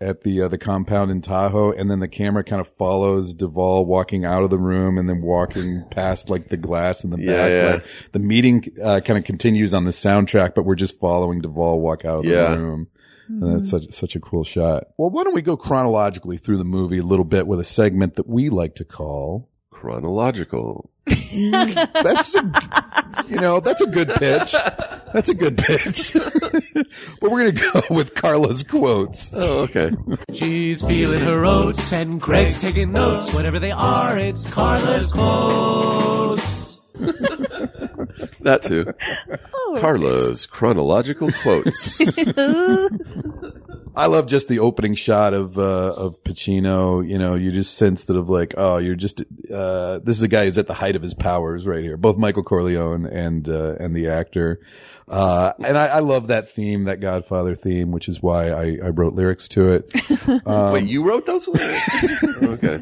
[SPEAKER 2] at the uh, the compound in Tahoe, and then the camera kind of follows Duvall walking out of the room and then walking past like the glass in the
[SPEAKER 4] Yeah,
[SPEAKER 2] back.
[SPEAKER 4] yeah.
[SPEAKER 2] Like, the meeting uh, kind of continues on the soundtrack, but we're just following Duvall walk out of
[SPEAKER 4] Yeah.
[SPEAKER 2] the room. And that's such such a cool shot. Well, why don't we go chronologically through the movie a little bit with a segment that we like to call
[SPEAKER 4] Chronological.
[SPEAKER 2] that's a, *laughs* you know, that's a good pitch. That's a good pitch. *laughs* but we're going to go with Carla's quotes.
[SPEAKER 4] Oh, okay. *laughs*
[SPEAKER 5] She's feeling her oats, and Craig's taking notes. Whatever they are, it's Carla's quotes.
[SPEAKER 4] That too.
[SPEAKER 3] Oh. *laughs*
[SPEAKER 4] Carla's chronological quotes.
[SPEAKER 2] I love just the opening shot of uh, of Pacino. You know, you just sense that of like, oh, you're just uh, this is a guy who's at the height of his powers right here. Both Michael Corleone and uh, and the actor, uh, and I, I love that theme, that Godfather theme, which is why I, I wrote lyrics to it. Um,
[SPEAKER 4] Wait, you wrote those lyrics? okay.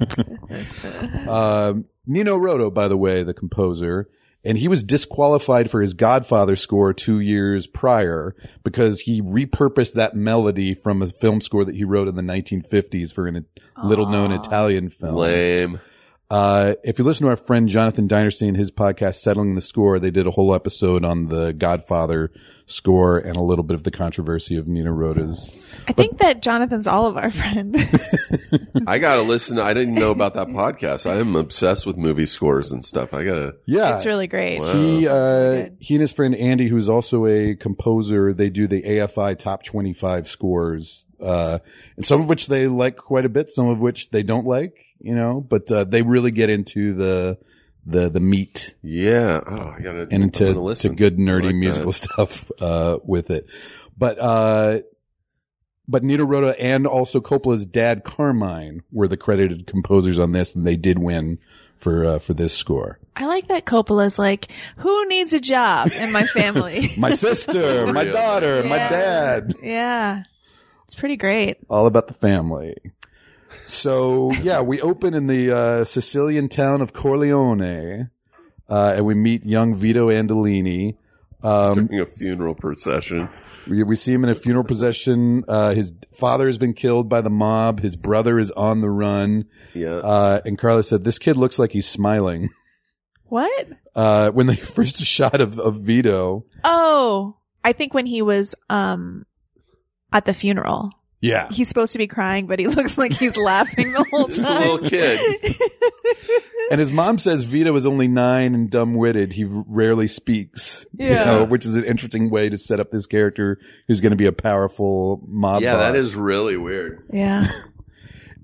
[SPEAKER 2] Um, Nino Roto, by the way, the composer, and he was disqualified for his Godfather score two years prior because he repurposed that melody from a film score that he wrote in the 1950s for a little known Italian film.
[SPEAKER 4] Lame.
[SPEAKER 2] Uh, if you listen to our friend Jonathan Dinerstein, his podcast, Settling the Score, they did a whole episode on the Godfather score and a little bit of the controversy of Nino Rota's.
[SPEAKER 3] I think that Jonathan's all of our *laughs* friend.
[SPEAKER 4] I gotta listen. I didn't know about that podcast. I am obsessed with movie scores and stuff. I gotta.
[SPEAKER 2] Yeah.
[SPEAKER 3] it's really great.
[SPEAKER 4] Wow.
[SPEAKER 2] He,
[SPEAKER 3] really
[SPEAKER 2] uh,
[SPEAKER 3] good.
[SPEAKER 2] he and his friend Andy, who's also a composer, they do the AFI top 25 scores, uh, and some of which they like quite a bit, some of which they don't like, you know, but, uh, they really get into the, the, the meat
[SPEAKER 4] Yeah. Oh, I gotta.
[SPEAKER 2] and
[SPEAKER 4] I'm gonna
[SPEAKER 2] into to
[SPEAKER 4] listen.
[SPEAKER 2] good nerdy
[SPEAKER 4] I like
[SPEAKER 2] musical *laughs* stuff, uh, with it. But, uh, but Nita Rota and also Coppola's dad Carmine were the credited composers on this, and they did win for, uh, for this score.
[SPEAKER 3] I like that Coppola's like, who needs a job in my family? *laughs*
[SPEAKER 4] *laughs*
[SPEAKER 2] My sister, my
[SPEAKER 4] Really?
[SPEAKER 2] daughter, my
[SPEAKER 3] Yeah.
[SPEAKER 2] dad.
[SPEAKER 3] yeah. It's pretty great.
[SPEAKER 2] all about the family. So yeah, we open in the uh, Sicilian town of Corleone, uh, and we meet young Vito Andolini. Um,
[SPEAKER 4] During a funeral procession.
[SPEAKER 2] we, we see him in a funeral procession. Uh, his father has been killed by the mob. His brother is on the run.
[SPEAKER 4] Yeah.
[SPEAKER 2] Uh, and Carla said, "This kid looks like he's smiling."
[SPEAKER 3] What?
[SPEAKER 2] Uh, when they *laughs* first shot of, of Vito,
[SPEAKER 3] Oh, I think when he was, um, at the funeral,
[SPEAKER 2] yeah,
[SPEAKER 3] he's supposed to be crying, but he *laughs* looks like he's laughing the whole
[SPEAKER 4] It's a
[SPEAKER 3] time.
[SPEAKER 4] little kid.
[SPEAKER 2] and his mom says Vito is only nine and dumb-witted. He rarely speaks. you
[SPEAKER 3] Yeah.
[SPEAKER 2] know, which is an interesting way to set up this character who's going to be a powerful mob.
[SPEAKER 4] yeah, that
[SPEAKER 2] boss.
[SPEAKER 4] is really weird.
[SPEAKER 3] yeah.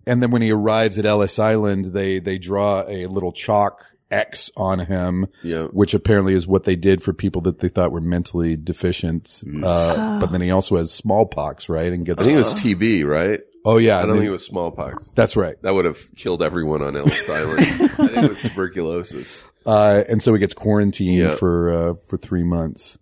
[SPEAKER 2] And then when he arrives at Ellis Island, they they draw a little chalk X on him,
[SPEAKER 4] Yeah.
[SPEAKER 2] which apparently is what they did for people that they thought were mentally deficient. Uh, but then he also has smallpox, right? And
[SPEAKER 4] Mm. I
[SPEAKER 2] gets uh,
[SPEAKER 4] think it was TB, right?
[SPEAKER 2] oh yeah,
[SPEAKER 4] I
[SPEAKER 2] and
[SPEAKER 4] don't
[SPEAKER 2] then-
[SPEAKER 4] think it was smallpox.
[SPEAKER 2] that's right.
[SPEAKER 4] That would have killed everyone on
[SPEAKER 2] *laughs*
[SPEAKER 4] Ellis Island. I think it was tuberculosis.
[SPEAKER 2] uh, and so he gets quarantined
[SPEAKER 4] Yeah.
[SPEAKER 2] for uh, for three months.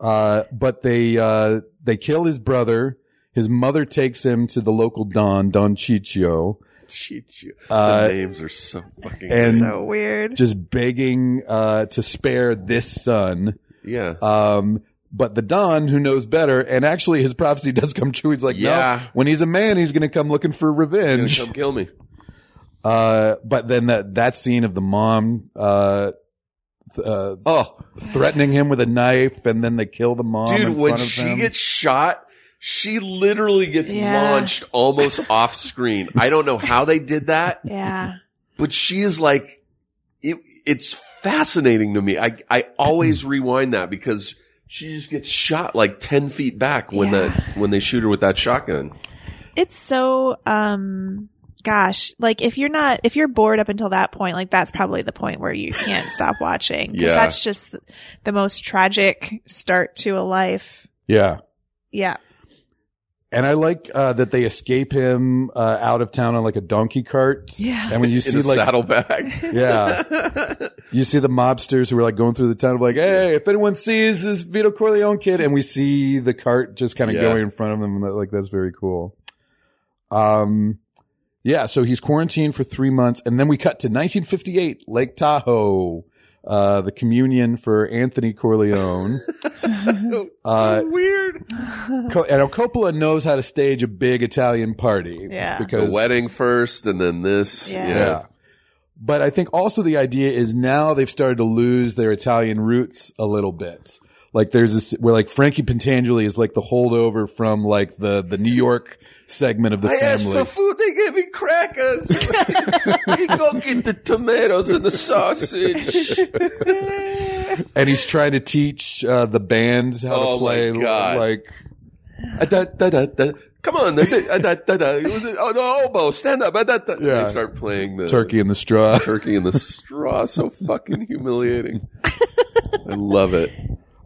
[SPEAKER 2] Uh, but they uh, they kill his brother. His mother takes him to the local don, Don Ciccio,
[SPEAKER 4] Shit, you.
[SPEAKER 2] Uh,
[SPEAKER 4] the names are so fucking.
[SPEAKER 2] and
[SPEAKER 3] so weird.
[SPEAKER 2] just begging uh, to spare this son.
[SPEAKER 4] yeah.
[SPEAKER 2] Um, but the don, who knows better, and actually his prophecy *laughs* does come true. He's like,
[SPEAKER 4] Yeah.
[SPEAKER 2] no, when he's a man, he's going to come looking for
[SPEAKER 4] Gonna
[SPEAKER 2] revenge.
[SPEAKER 4] come kill me.
[SPEAKER 2] Uh, but then that that scene of the mom. Uh, th- uh,
[SPEAKER 4] Oh,
[SPEAKER 2] threatening him with a knife, and then they kill the mom.
[SPEAKER 4] dude,
[SPEAKER 2] in
[SPEAKER 4] when
[SPEAKER 2] front of
[SPEAKER 4] she
[SPEAKER 2] them.
[SPEAKER 4] gets shot, she literally gets
[SPEAKER 3] Yeah.
[SPEAKER 4] launched
[SPEAKER 3] *laughs*
[SPEAKER 4] almost off screen. I don't know how they did that,
[SPEAKER 3] yeah.
[SPEAKER 4] but she is like, it, it's fascinating to me. I, I
[SPEAKER 2] *clears throat*
[SPEAKER 4] always rewind that because she just gets shot like 10 feet back when
[SPEAKER 3] Yeah.
[SPEAKER 4] that, when they shoot her with that shotgun.
[SPEAKER 3] It's so, um, gosh, like if you're not, if you're bored up until that point, like that's probably the point where you can't stop watching. Cause
[SPEAKER 4] Yeah.
[SPEAKER 3] that's just the most tragic start to a life.
[SPEAKER 2] yeah,
[SPEAKER 3] Yeah.
[SPEAKER 2] and I like uh, that they escape him uh, out of town on like a donkey cart.
[SPEAKER 3] Yeah.
[SPEAKER 2] And when you
[SPEAKER 4] In
[SPEAKER 2] see
[SPEAKER 4] a
[SPEAKER 2] like
[SPEAKER 4] saddlebag.
[SPEAKER 2] *laughs*
[SPEAKER 4] *laughs*
[SPEAKER 2] yeah, you see the mobsters who are like going through the town of like, hey, if anyone sees this Vito Corleone kid, and we see the cart just kind of
[SPEAKER 4] Yeah.
[SPEAKER 2] going in front of them, and that- like that's very cool. Um. Yeah, so he's quarantined for three months, and then we cut to 1958, Lake Tahoe, uh, the communion for Anthony Corleone.
[SPEAKER 4] *laughs*
[SPEAKER 2] Uh,
[SPEAKER 4] so weird.
[SPEAKER 2] Co- and Coppola knows how to stage a big Italian party.
[SPEAKER 3] Yeah.
[SPEAKER 4] The
[SPEAKER 2] Because,
[SPEAKER 4] wedding first and then this.
[SPEAKER 3] Yeah.
[SPEAKER 2] yeah. But I think also the idea is now they've started to lose their Italian roots a little bit. Like there's this, where like Frankie Pentangeli is like the holdover from like the, the New York segment of the
[SPEAKER 4] I asked
[SPEAKER 2] family.
[SPEAKER 4] for food, they gave me
[SPEAKER 2] *laughs* *laughs*
[SPEAKER 4] crackers. you go get the tomatoes and the sausage.
[SPEAKER 2] and he's trying to teach uh, the bands how
[SPEAKER 4] Oh,
[SPEAKER 2] to
[SPEAKER 4] my
[SPEAKER 2] play
[SPEAKER 4] God.
[SPEAKER 2] like
[SPEAKER 4] Ah, da, da, da, da. Come on, da, da, da, da, da. oh no, elbow, stand up. ah, Da, da.
[SPEAKER 2] Yeah.
[SPEAKER 4] They start playing the
[SPEAKER 2] turkey in the straw.
[SPEAKER 4] turkey in the straw. So fucking humiliating. I love it.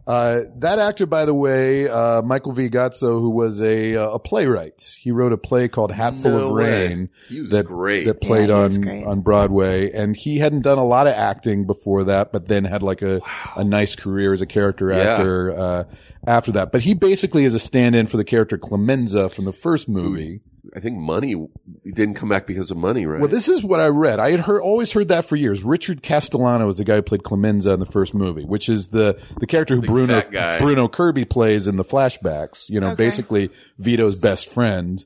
[SPEAKER 2] Uh, that actor, by the way, uh, Michael Vigazzo, who was a uh, a playwright, he wrote a play called Hatful
[SPEAKER 4] No
[SPEAKER 2] of
[SPEAKER 4] way.
[SPEAKER 2] Rain
[SPEAKER 4] He was
[SPEAKER 2] that
[SPEAKER 4] great.
[SPEAKER 2] that played
[SPEAKER 3] he was
[SPEAKER 2] on
[SPEAKER 3] great.
[SPEAKER 2] on Broadway, and he hadn't done a lot of acting before that, but then had like a a nice career as a character
[SPEAKER 4] Yeah.
[SPEAKER 2] actor uh, after that. But he basically is a stand-in for the character Clemenza from the first movie.
[SPEAKER 4] I think money he didn't come back because of money, right?
[SPEAKER 2] Well, this is what I read. I had heard, always heard that for years. Richard Castellano is the guy who played Clemenza in the first movie, which is the, the character who
[SPEAKER 4] Big
[SPEAKER 2] Bruno,
[SPEAKER 4] fat guy.
[SPEAKER 2] Bruno Kirby plays in the flashbacks, you know,
[SPEAKER 3] Okay.
[SPEAKER 2] basically Vito's best friend,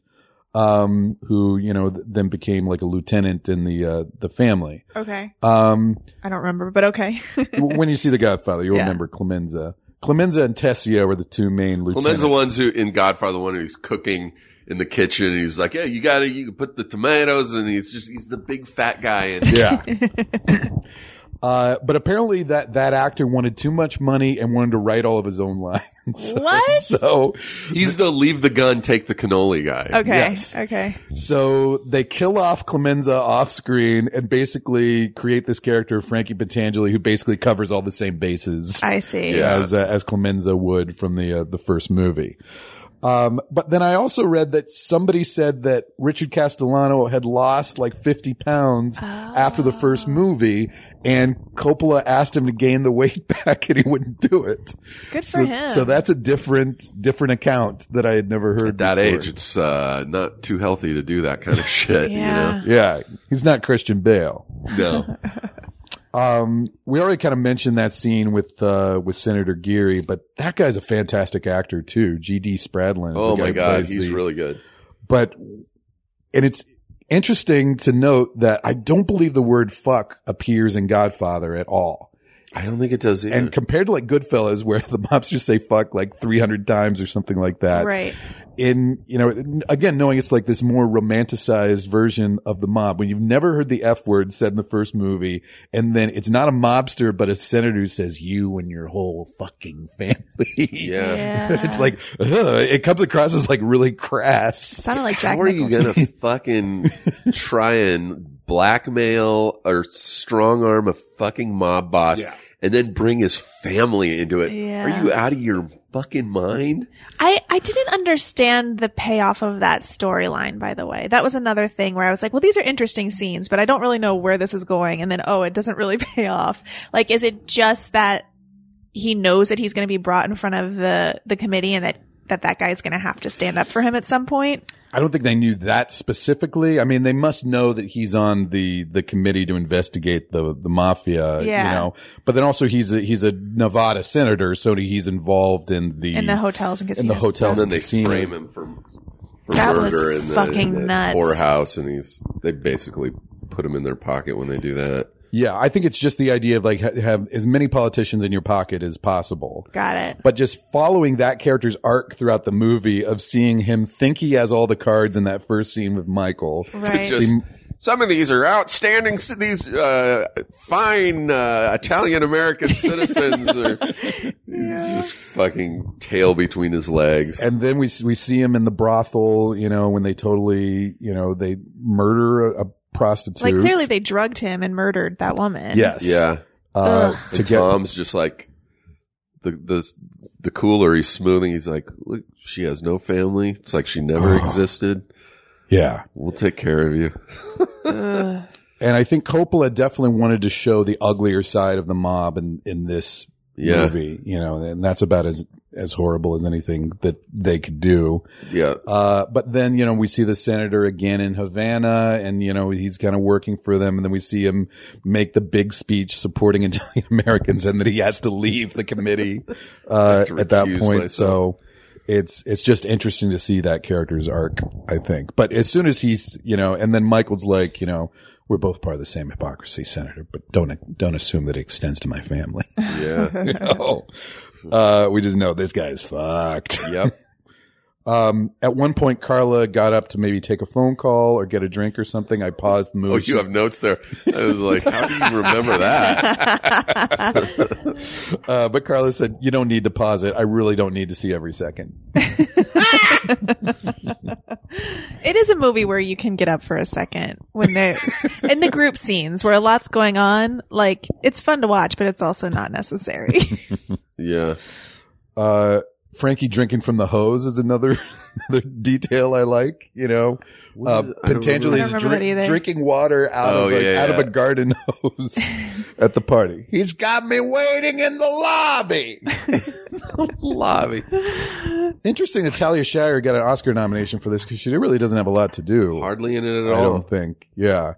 [SPEAKER 2] um, who, you know, th- then became like a lieutenant in the, uh, the family.
[SPEAKER 3] Okay. *laughs*
[SPEAKER 2] Um,
[SPEAKER 3] I don't remember, but okay. *laughs*
[SPEAKER 2] w- when you see The Godfather, you'll
[SPEAKER 3] Yeah.
[SPEAKER 2] remember Clemenza. Clemenza and Tessio were the two main lieutenants.
[SPEAKER 4] Clement's the ones who in Godfather one who's cooking in the kitchen and he's like, Yeah, you gotta you can put the tomatoes and he's just he's the big fat guy and
[SPEAKER 2] Yeah.
[SPEAKER 3] *laughs*
[SPEAKER 2] Uh, but apparently that, that actor wanted too much money and wanted to write all of his own lines. *laughs*
[SPEAKER 3] What?
[SPEAKER 2] So
[SPEAKER 4] *laughs* he's the leave the gun, take the cannoli guy.
[SPEAKER 3] Okay.
[SPEAKER 2] Yes.
[SPEAKER 3] Okay.
[SPEAKER 2] So they kill off Clemenza off screen and basically create this character, Frankie Patangeli, who basically covers all the same bases
[SPEAKER 3] I see.
[SPEAKER 4] Yeah.
[SPEAKER 2] as uh, as Clemenza would from the uh, the first movie. Um, but then I also read that somebody said that Richard Castellano had lost like 50 pounds
[SPEAKER 3] Oh.
[SPEAKER 2] after the first
[SPEAKER 4] Ah.
[SPEAKER 2] movie and Coppola asked him to gain the weight *laughs* back and he wouldn't do it.
[SPEAKER 3] Good for
[SPEAKER 2] So,
[SPEAKER 3] him.
[SPEAKER 2] so that's a different, different account that I had never heard
[SPEAKER 4] At that
[SPEAKER 2] before.
[SPEAKER 4] age, it's uh, not too healthy to do that kind
[SPEAKER 2] *laughs*
[SPEAKER 4] of shit.
[SPEAKER 3] yeah.
[SPEAKER 2] Yeah. He's not Christian Bale. *laughs*
[SPEAKER 4] You know? No.
[SPEAKER 2] Um, we already kind of mentioned that scene with uh with Senator Geary, but that guy's a fantastic actor too. G.D. Spradlin. is the
[SPEAKER 4] oh
[SPEAKER 2] guy
[SPEAKER 4] my
[SPEAKER 2] who
[SPEAKER 4] god,
[SPEAKER 2] plays
[SPEAKER 4] he's
[SPEAKER 2] the-
[SPEAKER 4] really good.
[SPEAKER 2] But and it's interesting to note that I don't believe the word "fuck" appears in Godfather at all.
[SPEAKER 4] I don't think it does either.
[SPEAKER 2] And compared to like Goodfellas, *laughs* where the mobsters say "fuck" like three hundred times or something like that,
[SPEAKER 3] Right.
[SPEAKER 2] in you know n- again knowing it's like this more romanticized version of the mob when you've never heard the f word said in the first movie and then it's not a mobster but a senator who says you and your whole fucking family *laughs*
[SPEAKER 4] yeah.
[SPEAKER 2] it's like ugh, it comes across as like really crass
[SPEAKER 3] sounded like Jack
[SPEAKER 4] How are you
[SPEAKER 2] *laughs*
[SPEAKER 3] Nicholson.
[SPEAKER 4] gonna fucking try and blackmail or strong arm a fucking mob boss
[SPEAKER 2] Yeah.
[SPEAKER 4] and then bring his family into it?
[SPEAKER 3] Yeah.
[SPEAKER 4] Are you out of your fucking mind?
[SPEAKER 3] I, I didn't understand the payoff of that storyline, by the way. That was another thing where I was like, well, these are interesting scenes, but I don't really know where this is going. And then, oh, it doesn't really *laughs* pay off. Like, is it just that he knows that he's going to be brought in front of the, the committee and that, that that guy's going to have to stand up for him at some point?
[SPEAKER 2] i don't think they knew that specifically i mean they must know that he's on the the committee to investigate the the mafia
[SPEAKER 3] Yeah.
[SPEAKER 2] you know but then also he's a he's a nevada senator so he's involved in the
[SPEAKER 3] In the hotels and
[SPEAKER 2] In
[SPEAKER 3] casinos.
[SPEAKER 2] the
[SPEAKER 3] and
[SPEAKER 2] hotels
[SPEAKER 3] stuff?
[SPEAKER 4] And then they
[SPEAKER 2] Casino.
[SPEAKER 4] frame him for, for
[SPEAKER 3] That was
[SPEAKER 4] murder in the,
[SPEAKER 3] fucking
[SPEAKER 4] in the
[SPEAKER 3] nuts.
[SPEAKER 4] poorhouse, and he's they basically put him in their pocket when they do that.
[SPEAKER 2] Yeah, I think it's just the idea of like ha- have as many politicians in your pocket as possible.
[SPEAKER 3] Got it.
[SPEAKER 2] But just following that character's arc throughout the movie of seeing him think he has all the cards in that first scene with Michael.
[SPEAKER 3] Right.
[SPEAKER 4] Just- Some of these are outstanding. c- These uh, fine uh,
[SPEAKER 3] *laughs*
[SPEAKER 4] Italian American citizens are he's just fucking tail between his legs.
[SPEAKER 2] And then we s- we see him in the brothel, you know, when they totally, you know, they murder a, a prostitute.
[SPEAKER 3] like, clearly they drugged him and murdered that woman.
[SPEAKER 2] Yes.
[SPEAKER 4] yeah,
[SPEAKER 2] Uh,
[SPEAKER 3] Ugh.
[SPEAKER 2] to
[SPEAKER 4] and
[SPEAKER 2] get
[SPEAKER 4] Tom's just like the the the cooler. He's smoothing. He's like, look, she has no family. It's like she *sighs* never existed.
[SPEAKER 2] Yeah.
[SPEAKER 4] We'll take care of you.
[SPEAKER 3] *laughs* Ugh.
[SPEAKER 2] And I think Coppola definitely wanted to show the uglier side of the mob in in this
[SPEAKER 4] Yeah,
[SPEAKER 2] movie, you know, and that's about as as horrible as anything that they could do.
[SPEAKER 4] yeah.
[SPEAKER 2] Uh, but then, you know, we see the senator again in Havana and, you know, he's kind of working for them. And then we see him make the big speech supporting *laughs* Italian Americans and that he has to leave the
[SPEAKER 4] *laughs*
[SPEAKER 2] committee, uh,
[SPEAKER 4] to
[SPEAKER 2] at that
[SPEAKER 4] recuse
[SPEAKER 2] point.
[SPEAKER 4] myself.
[SPEAKER 2] So it's, it's just interesting to see that character's arc, I think. But as soon as he's, you know, and then Michael's like, you know, we're both part of the same hypocrisy, Senator, but don't, don't assume that it extends to my family.
[SPEAKER 4] Yeah.
[SPEAKER 2] *laughs* You know? Uh, we just know this guy's fucked.
[SPEAKER 4] yep.
[SPEAKER 2] Um, at one point, Carla got up to maybe take a phone call or get a drink or something. I paused the movie.
[SPEAKER 4] Oh, you have notes there. I was like, how do you remember
[SPEAKER 3] *laughs*
[SPEAKER 4] that?
[SPEAKER 2] *laughs* uh, but Carla said, "You don't need to pause it. I really don't need to see every second.
[SPEAKER 3] it is a movie where you can get up for a second when
[SPEAKER 4] *laughs*
[SPEAKER 3] they in the group scenes where a lot's going on. Like it's fun to watch, but it's also not
[SPEAKER 4] *laughs*
[SPEAKER 3] necessary. *laughs*
[SPEAKER 4] yeah.
[SPEAKER 2] Uh, Frankie drinking from the hose is another, *laughs* another detail I like. You know, uh,
[SPEAKER 4] What is- I don't
[SPEAKER 2] Patanjali
[SPEAKER 3] I
[SPEAKER 2] is
[SPEAKER 3] don't remember
[SPEAKER 2] drink-
[SPEAKER 3] that either.
[SPEAKER 2] drinking water out
[SPEAKER 4] Oh,
[SPEAKER 2] of a,
[SPEAKER 4] yeah,
[SPEAKER 2] out
[SPEAKER 4] yeah.
[SPEAKER 2] of a garden *laughs* hose
[SPEAKER 3] *laughs*
[SPEAKER 2] at the party. He's got me waiting in the lobby.
[SPEAKER 4] Lobby.
[SPEAKER 2] Interesting that Talia Shire got an Oscar nomination for this because she really doesn't have a lot to do.
[SPEAKER 4] Hardly in it at
[SPEAKER 2] I don't
[SPEAKER 4] all.
[SPEAKER 2] think. Yeah.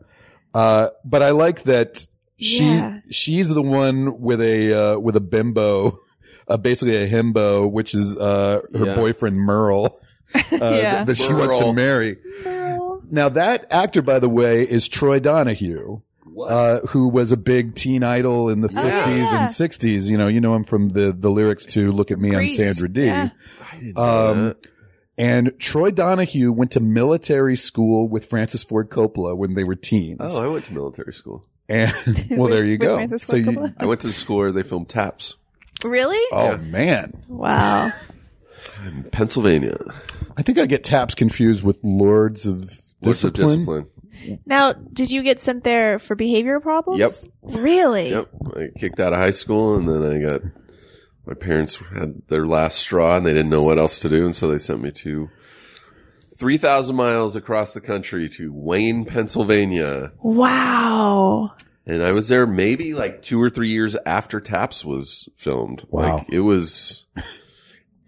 [SPEAKER 2] Uh, but I like that she
[SPEAKER 3] Yeah.
[SPEAKER 2] she's the one with a uh, with a bimbo, uh, basically a himbo, which is uh, her
[SPEAKER 4] Yeah.
[SPEAKER 2] boyfriend Merle. Uh,
[SPEAKER 3] *laughs* Yeah.
[SPEAKER 2] that, that she wants to
[SPEAKER 4] Merle.
[SPEAKER 2] marry.
[SPEAKER 3] No.
[SPEAKER 2] Now that actor, by the way, is Troy Donahue,
[SPEAKER 4] What?
[SPEAKER 2] uh, who was a big teen idol in the
[SPEAKER 4] Yeah.
[SPEAKER 2] fifties
[SPEAKER 3] Oh, Yeah.
[SPEAKER 2] and sixties. You know, you know him from the the lyrics to "Look at Me,
[SPEAKER 3] Grease.
[SPEAKER 2] I'm Sandra D."
[SPEAKER 3] Yeah.
[SPEAKER 4] I didn't know
[SPEAKER 2] Um,
[SPEAKER 4] that.
[SPEAKER 2] and Troy Donahue went to military school with Francis Ford Coppola when they were teens.
[SPEAKER 4] oh, I went to military school.
[SPEAKER 2] *laughs* And well,
[SPEAKER 3] With-
[SPEAKER 2] there you
[SPEAKER 3] with
[SPEAKER 2] go.
[SPEAKER 3] Francis
[SPEAKER 2] So
[SPEAKER 3] Ford
[SPEAKER 2] you-
[SPEAKER 3] Coppola?
[SPEAKER 4] I went to the school where they filmed Taps
[SPEAKER 3] Really?
[SPEAKER 2] oh
[SPEAKER 4] Yeah.
[SPEAKER 2] man,
[SPEAKER 3] Wow.
[SPEAKER 4] in Pennsylvania.
[SPEAKER 2] I think I get taps confused with Lords of
[SPEAKER 4] What's the
[SPEAKER 2] Discipline.
[SPEAKER 4] discipline?
[SPEAKER 3] Now, did you get sent there for behavioral problems? Yep. Really?
[SPEAKER 4] Yep. I kicked out of high school and then I got my parents had their last straw and they didn't know what else to do and so they sent me to 3000 miles across the country to Wayne, Pennsylvania.
[SPEAKER 3] Wow.
[SPEAKER 4] And I was there maybe like 2 or 3 years after Taps was filmed.
[SPEAKER 2] Wow.
[SPEAKER 4] Like it was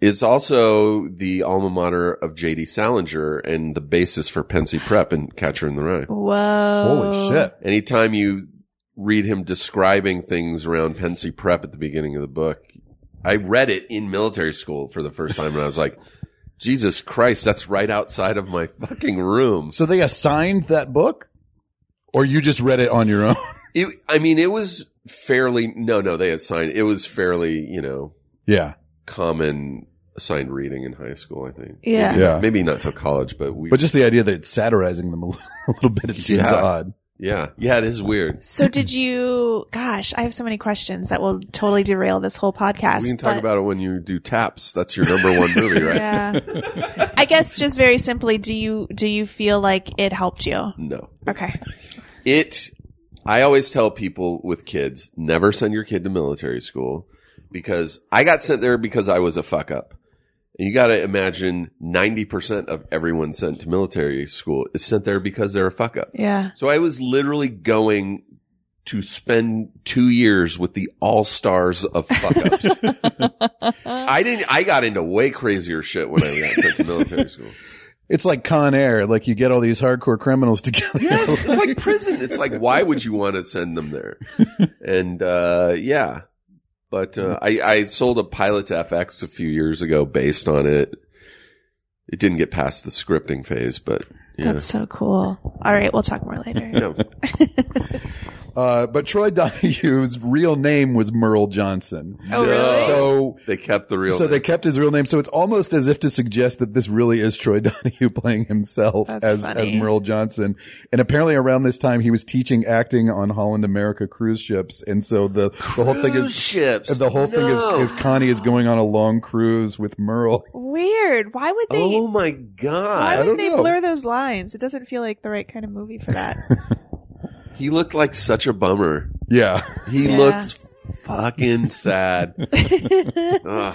[SPEAKER 4] it's also the alma mater of JD Salinger and the basis for Pensy Prep and Catcher in the Rye.
[SPEAKER 3] Whoa.
[SPEAKER 2] Holy shit!
[SPEAKER 4] anytime you read him describing things around Pensy Prep at the beginning of the book, I read it in military school for the first time, and I was like, Jesus Christ, that's right outside of my fucking room.
[SPEAKER 2] So they assigned that book, or you just read it on your own? *laughs*
[SPEAKER 4] It, I mean, it was fairly no, no, they assigned it was fairly you know
[SPEAKER 2] yeah,
[SPEAKER 4] common assigned reading in high school. I think
[SPEAKER 3] Yeah.
[SPEAKER 4] maybe,
[SPEAKER 2] Yeah.
[SPEAKER 4] maybe not till college, but we
[SPEAKER 2] but just the idea that it's satirizing them a *laughs* little, a little bit it seems
[SPEAKER 4] Yeah.
[SPEAKER 2] odd.
[SPEAKER 4] yeah, yeah, it is weird.
[SPEAKER 3] So did you? Gosh, I have so many questions that will totally derail this whole podcast.
[SPEAKER 4] We can talk
[SPEAKER 3] but-
[SPEAKER 4] about it when you do taps. That's your number one movie, right?
[SPEAKER 3] Yeah.
[SPEAKER 2] *laughs*
[SPEAKER 3] I guess just very simply, do you do you feel like it helped you?
[SPEAKER 4] No.
[SPEAKER 3] Okay.
[SPEAKER 4] it i always tell people with kids never send your kid to military school because i got sent there because i was a fuck up and you got to imagine 90% of everyone sent to military school is sent there because they're a fuck up
[SPEAKER 3] Yeah.
[SPEAKER 4] so i was literally going to spend two years with the all stars of fuck ups i didn't i got into way crazier shit when i got sent to military school
[SPEAKER 2] It's like Con Air, like you get all these hardcore criminals *laughs* together.
[SPEAKER 4] Yes, it's like prison. It's like why would you want to send them there? And uh, yeah, but uh, I I sold a pilot to FX a few years ago based on it. It didn't get past the scripting phase, but yeah.
[SPEAKER 3] That's so cool. All right, we'll talk more later.
[SPEAKER 2] *laughs*
[SPEAKER 4] yeah.
[SPEAKER 2] Uh, but Troy Donahue's real name was Merle Johnson.
[SPEAKER 3] Oh, really?
[SPEAKER 2] So
[SPEAKER 4] They kept the real.
[SPEAKER 2] so they
[SPEAKER 4] name.
[SPEAKER 2] kept his real name. So it's almost as if to suggest that this really is Troy *laughs* Donahue playing himself
[SPEAKER 3] That's
[SPEAKER 2] as
[SPEAKER 3] funny.
[SPEAKER 2] as Merle Johnson. And apparently around this time he was teaching acting on Holland America cruise ships. And so the, the whole thing
[SPEAKER 4] Cruise
[SPEAKER 2] is
[SPEAKER 4] ships.
[SPEAKER 2] the whole thing
[SPEAKER 4] No.
[SPEAKER 2] is, is Connie is going on a long cruise with Merle. *laughs*
[SPEAKER 3] Weird. Why would they?
[SPEAKER 4] oh my
[SPEAKER 3] why
[SPEAKER 4] god!
[SPEAKER 2] don't
[SPEAKER 3] would they
[SPEAKER 2] know.
[SPEAKER 3] blur those lines? It doesn't feel like the right kind of movie
[SPEAKER 2] *laughs*
[SPEAKER 3] for that. *laughs*
[SPEAKER 4] He looked like such a bummer.
[SPEAKER 2] Yeah.
[SPEAKER 4] He
[SPEAKER 3] Yeah.
[SPEAKER 4] looked fucking sad. *laughs* Ugh.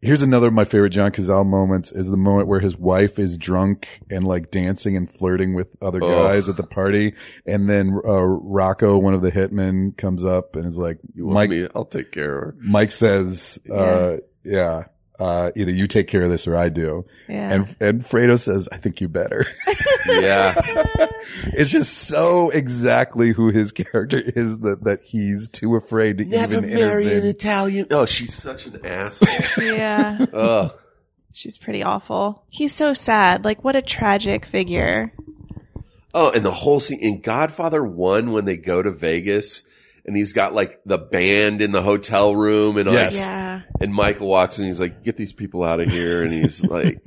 [SPEAKER 2] Here's another of my favorite John Cazale moments is the moment where his wife is drunk and like dancing and flirting with other
[SPEAKER 4] Ugh.
[SPEAKER 2] guys at the party. And then uh, Rocco, one of the hitmen, comes up and is like,
[SPEAKER 4] You want
[SPEAKER 2] Mike,
[SPEAKER 4] me? I'll take care of her.
[SPEAKER 2] Mike says, uh, yeah, uh, either you take care of this or I do.
[SPEAKER 3] yeah.
[SPEAKER 2] And, and Fredo says, I think you better. *laughs*
[SPEAKER 4] *laughs* Yeah.
[SPEAKER 2] it's just so exactly who his character is that, that he's too afraid to even intervene.
[SPEAKER 4] Italian. Oh, she's such an asshole. *laughs*
[SPEAKER 2] *laughs*
[SPEAKER 3] yeah.
[SPEAKER 4] Ugh.
[SPEAKER 3] She's pretty awful. He's so sad. Like, what a tragic figure.
[SPEAKER 4] Oh, and the whole scene in Godfather One when they go to Vegas and he's got like the band in the hotel room and
[SPEAKER 2] Yes.
[SPEAKER 4] like,
[SPEAKER 3] Yeah.
[SPEAKER 4] and Michael walks in he's like get these people out of here and
[SPEAKER 2] *laughs*
[SPEAKER 4] he's like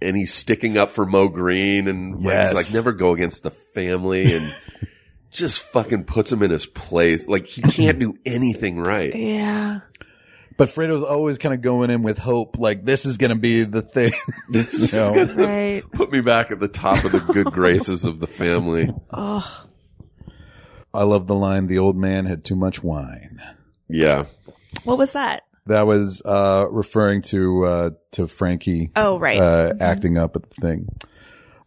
[SPEAKER 4] and he's sticking up for Mo Green and
[SPEAKER 2] Yes.
[SPEAKER 4] he's like never go against the
[SPEAKER 2] *laughs*
[SPEAKER 4] family and just fucking puts him in his place like he can't do anything right
[SPEAKER 3] *laughs*
[SPEAKER 4] *laughs*
[SPEAKER 3] Yeah.
[SPEAKER 2] But Fredo's always kind of going in with hope, like this is going to be the thing. *laughs*
[SPEAKER 4] This
[SPEAKER 2] No.
[SPEAKER 4] is
[SPEAKER 2] *laughs*
[SPEAKER 4] gonna
[SPEAKER 3] Right.
[SPEAKER 4] put me back at the top of the good graces of the family
[SPEAKER 3] Oh.
[SPEAKER 2] I love the line, the old man had too much wine.
[SPEAKER 4] yeah
[SPEAKER 3] What was that?
[SPEAKER 2] That was uh, referring to uh, to Frankie
[SPEAKER 3] Oh, right.
[SPEAKER 2] uh, acting up at the thing.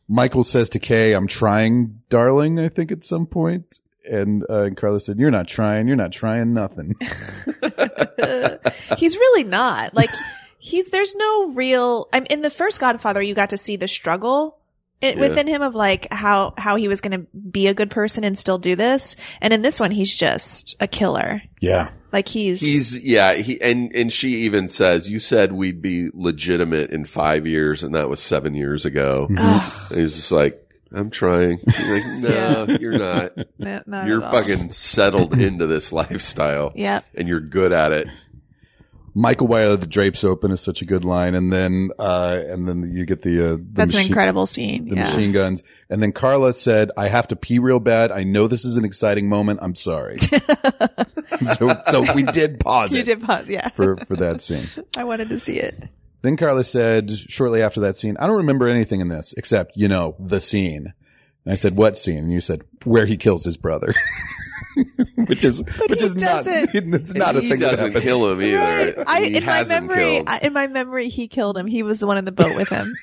[SPEAKER 2] Michael says to Kay, "I'm trying, darling." I think at some point, and uh, and Carla said, "You're not trying. You're not trying
[SPEAKER 3] *laughs*
[SPEAKER 2] nothing."
[SPEAKER 3] he's really not. Like he's there's no real I'm in the first Godfather you got to see the struggle it,
[SPEAKER 4] Yeah.
[SPEAKER 3] within him of like how how he was going to be a good person and still do this. And in this one he's just a killer.
[SPEAKER 2] yeah,
[SPEAKER 3] Like he's
[SPEAKER 4] He's yeah, he and and she even says, "You said we'd be legitimate in 5 years and that was 7 years ago."
[SPEAKER 3] Ugh,
[SPEAKER 4] And he's just like, "I'm trying."
[SPEAKER 2] *laughs*
[SPEAKER 4] You're like, "No, you're not.
[SPEAKER 3] no- not
[SPEAKER 4] you're
[SPEAKER 3] at all.
[SPEAKER 2] *laughs*
[SPEAKER 4] fucking settled into this lifestyle
[SPEAKER 3] Yep.
[SPEAKER 4] and you're good at it."
[SPEAKER 2] Michael While the drapes open is such a good line, and then uh, and then you get the uh, the
[SPEAKER 3] That's an
[SPEAKER 2] machine-
[SPEAKER 3] incredible scene.
[SPEAKER 2] the
[SPEAKER 3] yeah.
[SPEAKER 2] machine guns, and then Carla said, "I have to pee real bad. I know this is an exciting moment. I'm
[SPEAKER 3] *laughs*
[SPEAKER 2] sorry." *laughs* so so we did pause
[SPEAKER 3] You
[SPEAKER 2] it
[SPEAKER 3] did pause, yeah.
[SPEAKER 2] for for that scene.
[SPEAKER 3] I wanted to see it.
[SPEAKER 2] Then Carla said shortly after that scene, I don't remember anything in this except, you know, the scene. And I said, what scene? And you said, where he kills his brother. *laughs* which is, which
[SPEAKER 3] he
[SPEAKER 2] is not,
[SPEAKER 3] doesn't.
[SPEAKER 2] *laughs* it's not
[SPEAKER 4] And
[SPEAKER 2] a
[SPEAKER 4] he
[SPEAKER 2] thing that
[SPEAKER 4] doesn't
[SPEAKER 2] happens.
[SPEAKER 4] kill him either.
[SPEAKER 3] Right. I,
[SPEAKER 4] He
[SPEAKER 3] in my
[SPEAKER 4] has him
[SPEAKER 3] memory,
[SPEAKER 4] killed.
[SPEAKER 3] I, in my memory, he killed him. He was the one in the boat with him.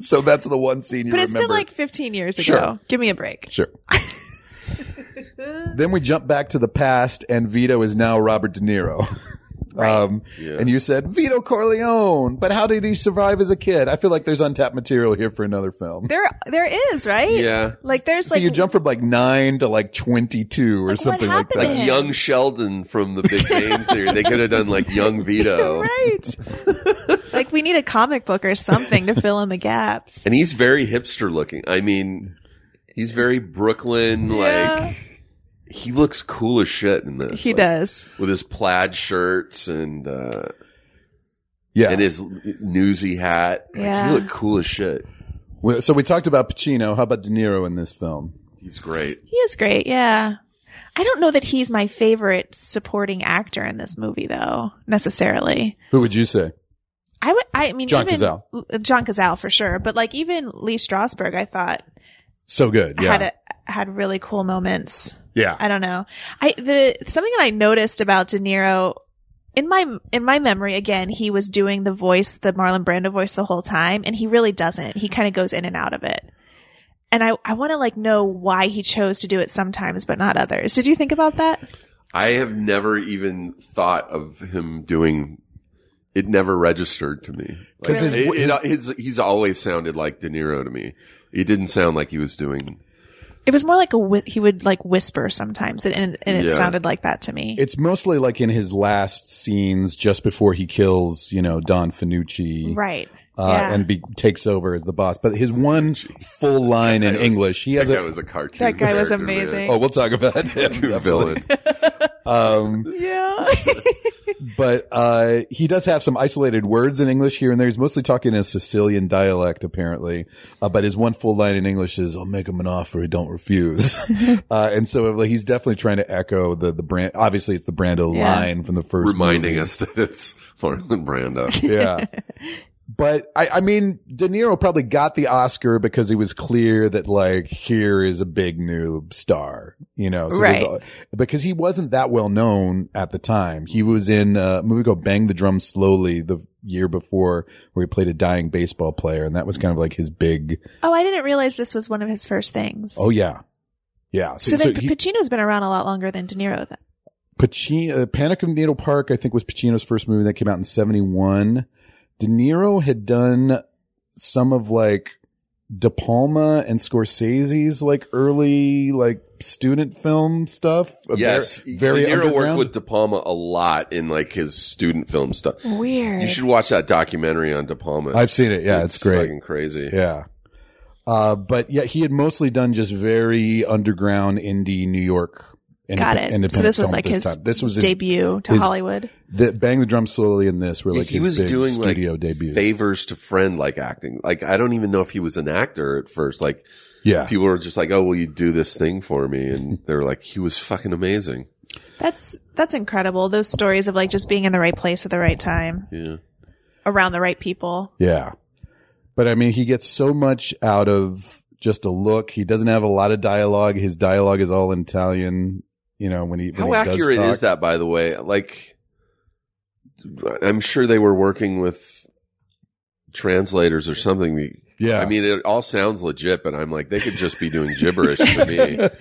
[SPEAKER 2] So that's the one scene you
[SPEAKER 3] but it's
[SPEAKER 2] remember.
[SPEAKER 3] been like 15 years ago.
[SPEAKER 2] Sure.
[SPEAKER 3] Give me a break. *laughs*
[SPEAKER 2] sure. then we jump back to the past and Vito is now Robert De Niro. *laughs* Um,
[SPEAKER 4] Yeah.
[SPEAKER 2] and you said Vito Corleone, but how did he survive as a kid? I feel like there's untapped material here for another film.
[SPEAKER 3] There, there is right.
[SPEAKER 4] Yeah.
[SPEAKER 3] Like there's
[SPEAKER 2] so
[SPEAKER 3] like
[SPEAKER 2] you jump from like nine to like 22 or
[SPEAKER 3] Like, what
[SPEAKER 2] something like
[SPEAKER 3] happened
[SPEAKER 2] that.
[SPEAKER 3] to him?
[SPEAKER 4] like young Sheldon from the Big Bang Theory. They could have done like young
[SPEAKER 3] *laughs*
[SPEAKER 4] Vito.
[SPEAKER 3] right. like we need a comic book or something to fill in the gaps.
[SPEAKER 4] *laughs* And he's very hipster looking. I mean, he's very Brooklyn.
[SPEAKER 3] Yeah.
[SPEAKER 4] Like, he looks cool as shit in this.
[SPEAKER 3] He
[SPEAKER 4] like,
[SPEAKER 3] does.
[SPEAKER 4] With his plaid shirts and, uh,
[SPEAKER 2] Yeah.
[SPEAKER 4] and his newsy hat. Like,
[SPEAKER 3] Yeah.
[SPEAKER 4] He looked cool as shit.
[SPEAKER 2] Well, So we talked about Pacino. How about De Niro in this film?
[SPEAKER 4] He's great.
[SPEAKER 3] He is great. Yeah. I don't know that he's my favorite supporting actor in this movie though necessarily.
[SPEAKER 2] Who would you say?
[SPEAKER 3] I would. I mean,
[SPEAKER 2] John
[SPEAKER 3] even
[SPEAKER 2] Cazale.
[SPEAKER 3] John Cazale for sure. But like even Lee Strasberg, I thought
[SPEAKER 2] So good. Yeah.
[SPEAKER 3] had a, had really cool moments.
[SPEAKER 2] yeah.
[SPEAKER 3] I don't know. I the something that I noticed about De Niro in my in my memory again, he was doing the voice, the Marlon Brando voice the whole time and he really doesn't. He kind of goes in and out of it. And I I want to like know why he chose to do it sometimes but not others. Did you think about that?
[SPEAKER 4] I have never even thought of him doing. It never registered to me.
[SPEAKER 2] 'Cause
[SPEAKER 4] Like,
[SPEAKER 2] his-
[SPEAKER 4] it- it- his- he's always sounded like De Niro to me. He didn't sound like he was doing.
[SPEAKER 3] It was more like a whi- he would like whisper sometimes and and, and it
[SPEAKER 4] Yeah.
[SPEAKER 3] sounded like that to me.
[SPEAKER 2] It's mostly like in his last scenes, just before he kills, you know, Don Finucci,
[SPEAKER 3] right.
[SPEAKER 2] uh,
[SPEAKER 3] yeah.
[SPEAKER 2] and be, takes over as the boss. But his one full line in
[SPEAKER 4] That guy was-
[SPEAKER 2] English, he has
[SPEAKER 4] that guy
[SPEAKER 2] a.
[SPEAKER 4] was a cartoon.
[SPEAKER 3] That guy was
[SPEAKER 4] character, man. *laughs*
[SPEAKER 3] amazing.
[SPEAKER 2] Oh, we'll talk about him.
[SPEAKER 4] Cartoon villain.
[SPEAKER 2] Um,
[SPEAKER 3] yeah.
[SPEAKER 2] but uh, he does have some isolated words in English here and there. He's mostly talking in a Sicilian dialect, apparently. Uh, but his one full line in English is, "I'll make him an offer he don't refuse." uh, and so like, he's definitely trying to echo the the brand. Obviously, it's the Brando
[SPEAKER 3] Yeah.
[SPEAKER 2] line from the first,
[SPEAKER 4] reminding
[SPEAKER 2] movie.
[SPEAKER 4] us that it's
[SPEAKER 2] *laughs*
[SPEAKER 4] Marlon Brando.
[SPEAKER 3] *laughs*
[SPEAKER 2] Yeah. But I, I mean, De Niro probably got the Oscar because he was clear that like here is a big new star, you know, so there's
[SPEAKER 3] Right.
[SPEAKER 2] a- because he wasn't that well known at the time. He was in a movie called Bang the Drum Slowly the year before where he played a dying baseball player. And that was kind of like his big,
[SPEAKER 3] *laughs* oh, I didn't realize this was one of his first things.
[SPEAKER 2] oh yeah. Yeah.
[SPEAKER 3] so, then
[SPEAKER 2] he-
[SPEAKER 3] Pacino's been around a lot longer than De Niro then.
[SPEAKER 2] Pacino, uh, Panic of Needle Park, I think was Pacino's first movie that came out in 71. De Niro had done some of like De Palma and Scorsese's like early like student film stuff. Uh,
[SPEAKER 4] yes,
[SPEAKER 2] ver- Very,
[SPEAKER 4] De Niro worked
[SPEAKER 2] underground.
[SPEAKER 4] with De Palma a lot in like his student film stuff.
[SPEAKER 3] Weird.
[SPEAKER 4] You should watch that documentary on De Palma.
[SPEAKER 2] I've seen it. Yeah. It's, great.
[SPEAKER 4] Fucking crazy.
[SPEAKER 2] Yeah. Uh, but yeah, he had mostly done just very underground indie New York
[SPEAKER 3] Got
[SPEAKER 2] indep-
[SPEAKER 3] it.
[SPEAKER 2] Independent
[SPEAKER 3] so this was
[SPEAKER 2] film
[SPEAKER 3] like
[SPEAKER 2] this
[SPEAKER 3] his
[SPEAKER 2] time. this was his,
[SPEAKER 3] debut to
[SPEAKER 2] his-
[SPEAKER 3] Hollywood.
[SPEAKER 2] the, bang the drum slowly in this. Where like
[SPEAKER 4] he
[SPEAKER 2] his
[SPEAKER 4] was
[SPEAKER 2] big
[SPEAKER 4] doing
[SPEAKER 2] studio
[SPEAKER 4] like
[SPEAKER 2] debut.
[SPEAKER 4] favors to friend like acting. Like I don't even know if he was an actor at first. Like
[SPEAKER 2] yeah,
[SPEAKER 4] people were just like, "Oh, will you do this thing for me?"
[SPEAKER 2] *laughs*
[SPEAKER 4] And they were like, "He was fucking amazing."
[SPEAKER 3] That's that's incredible. Those stories of like just being in the right place at the right time,
[SPEAKER 4] Yeah,
[SPEAKER 3] around the right people.
[SPEAKER 2] Yeah. But I mean, he gets so much out of just a look. He doesn't have a lot of dialogue. His dialogue is all in Italian. You know, when he, when
[SPEAKER 4] how
[SPEAKER 2] he does
[SPEAKER 4] accurate
[SPEAKER 2] talk.
[SPEAKER 4] is that? By the way, like I'm sure they were working with translators or something.
[SPEAKER 2] Yeah. *laughs*
[SPEAKER 4] I mean, it all sounds legit, but I'm like, they could just be doing gibberish to
[SPEAKER 2] *laughs*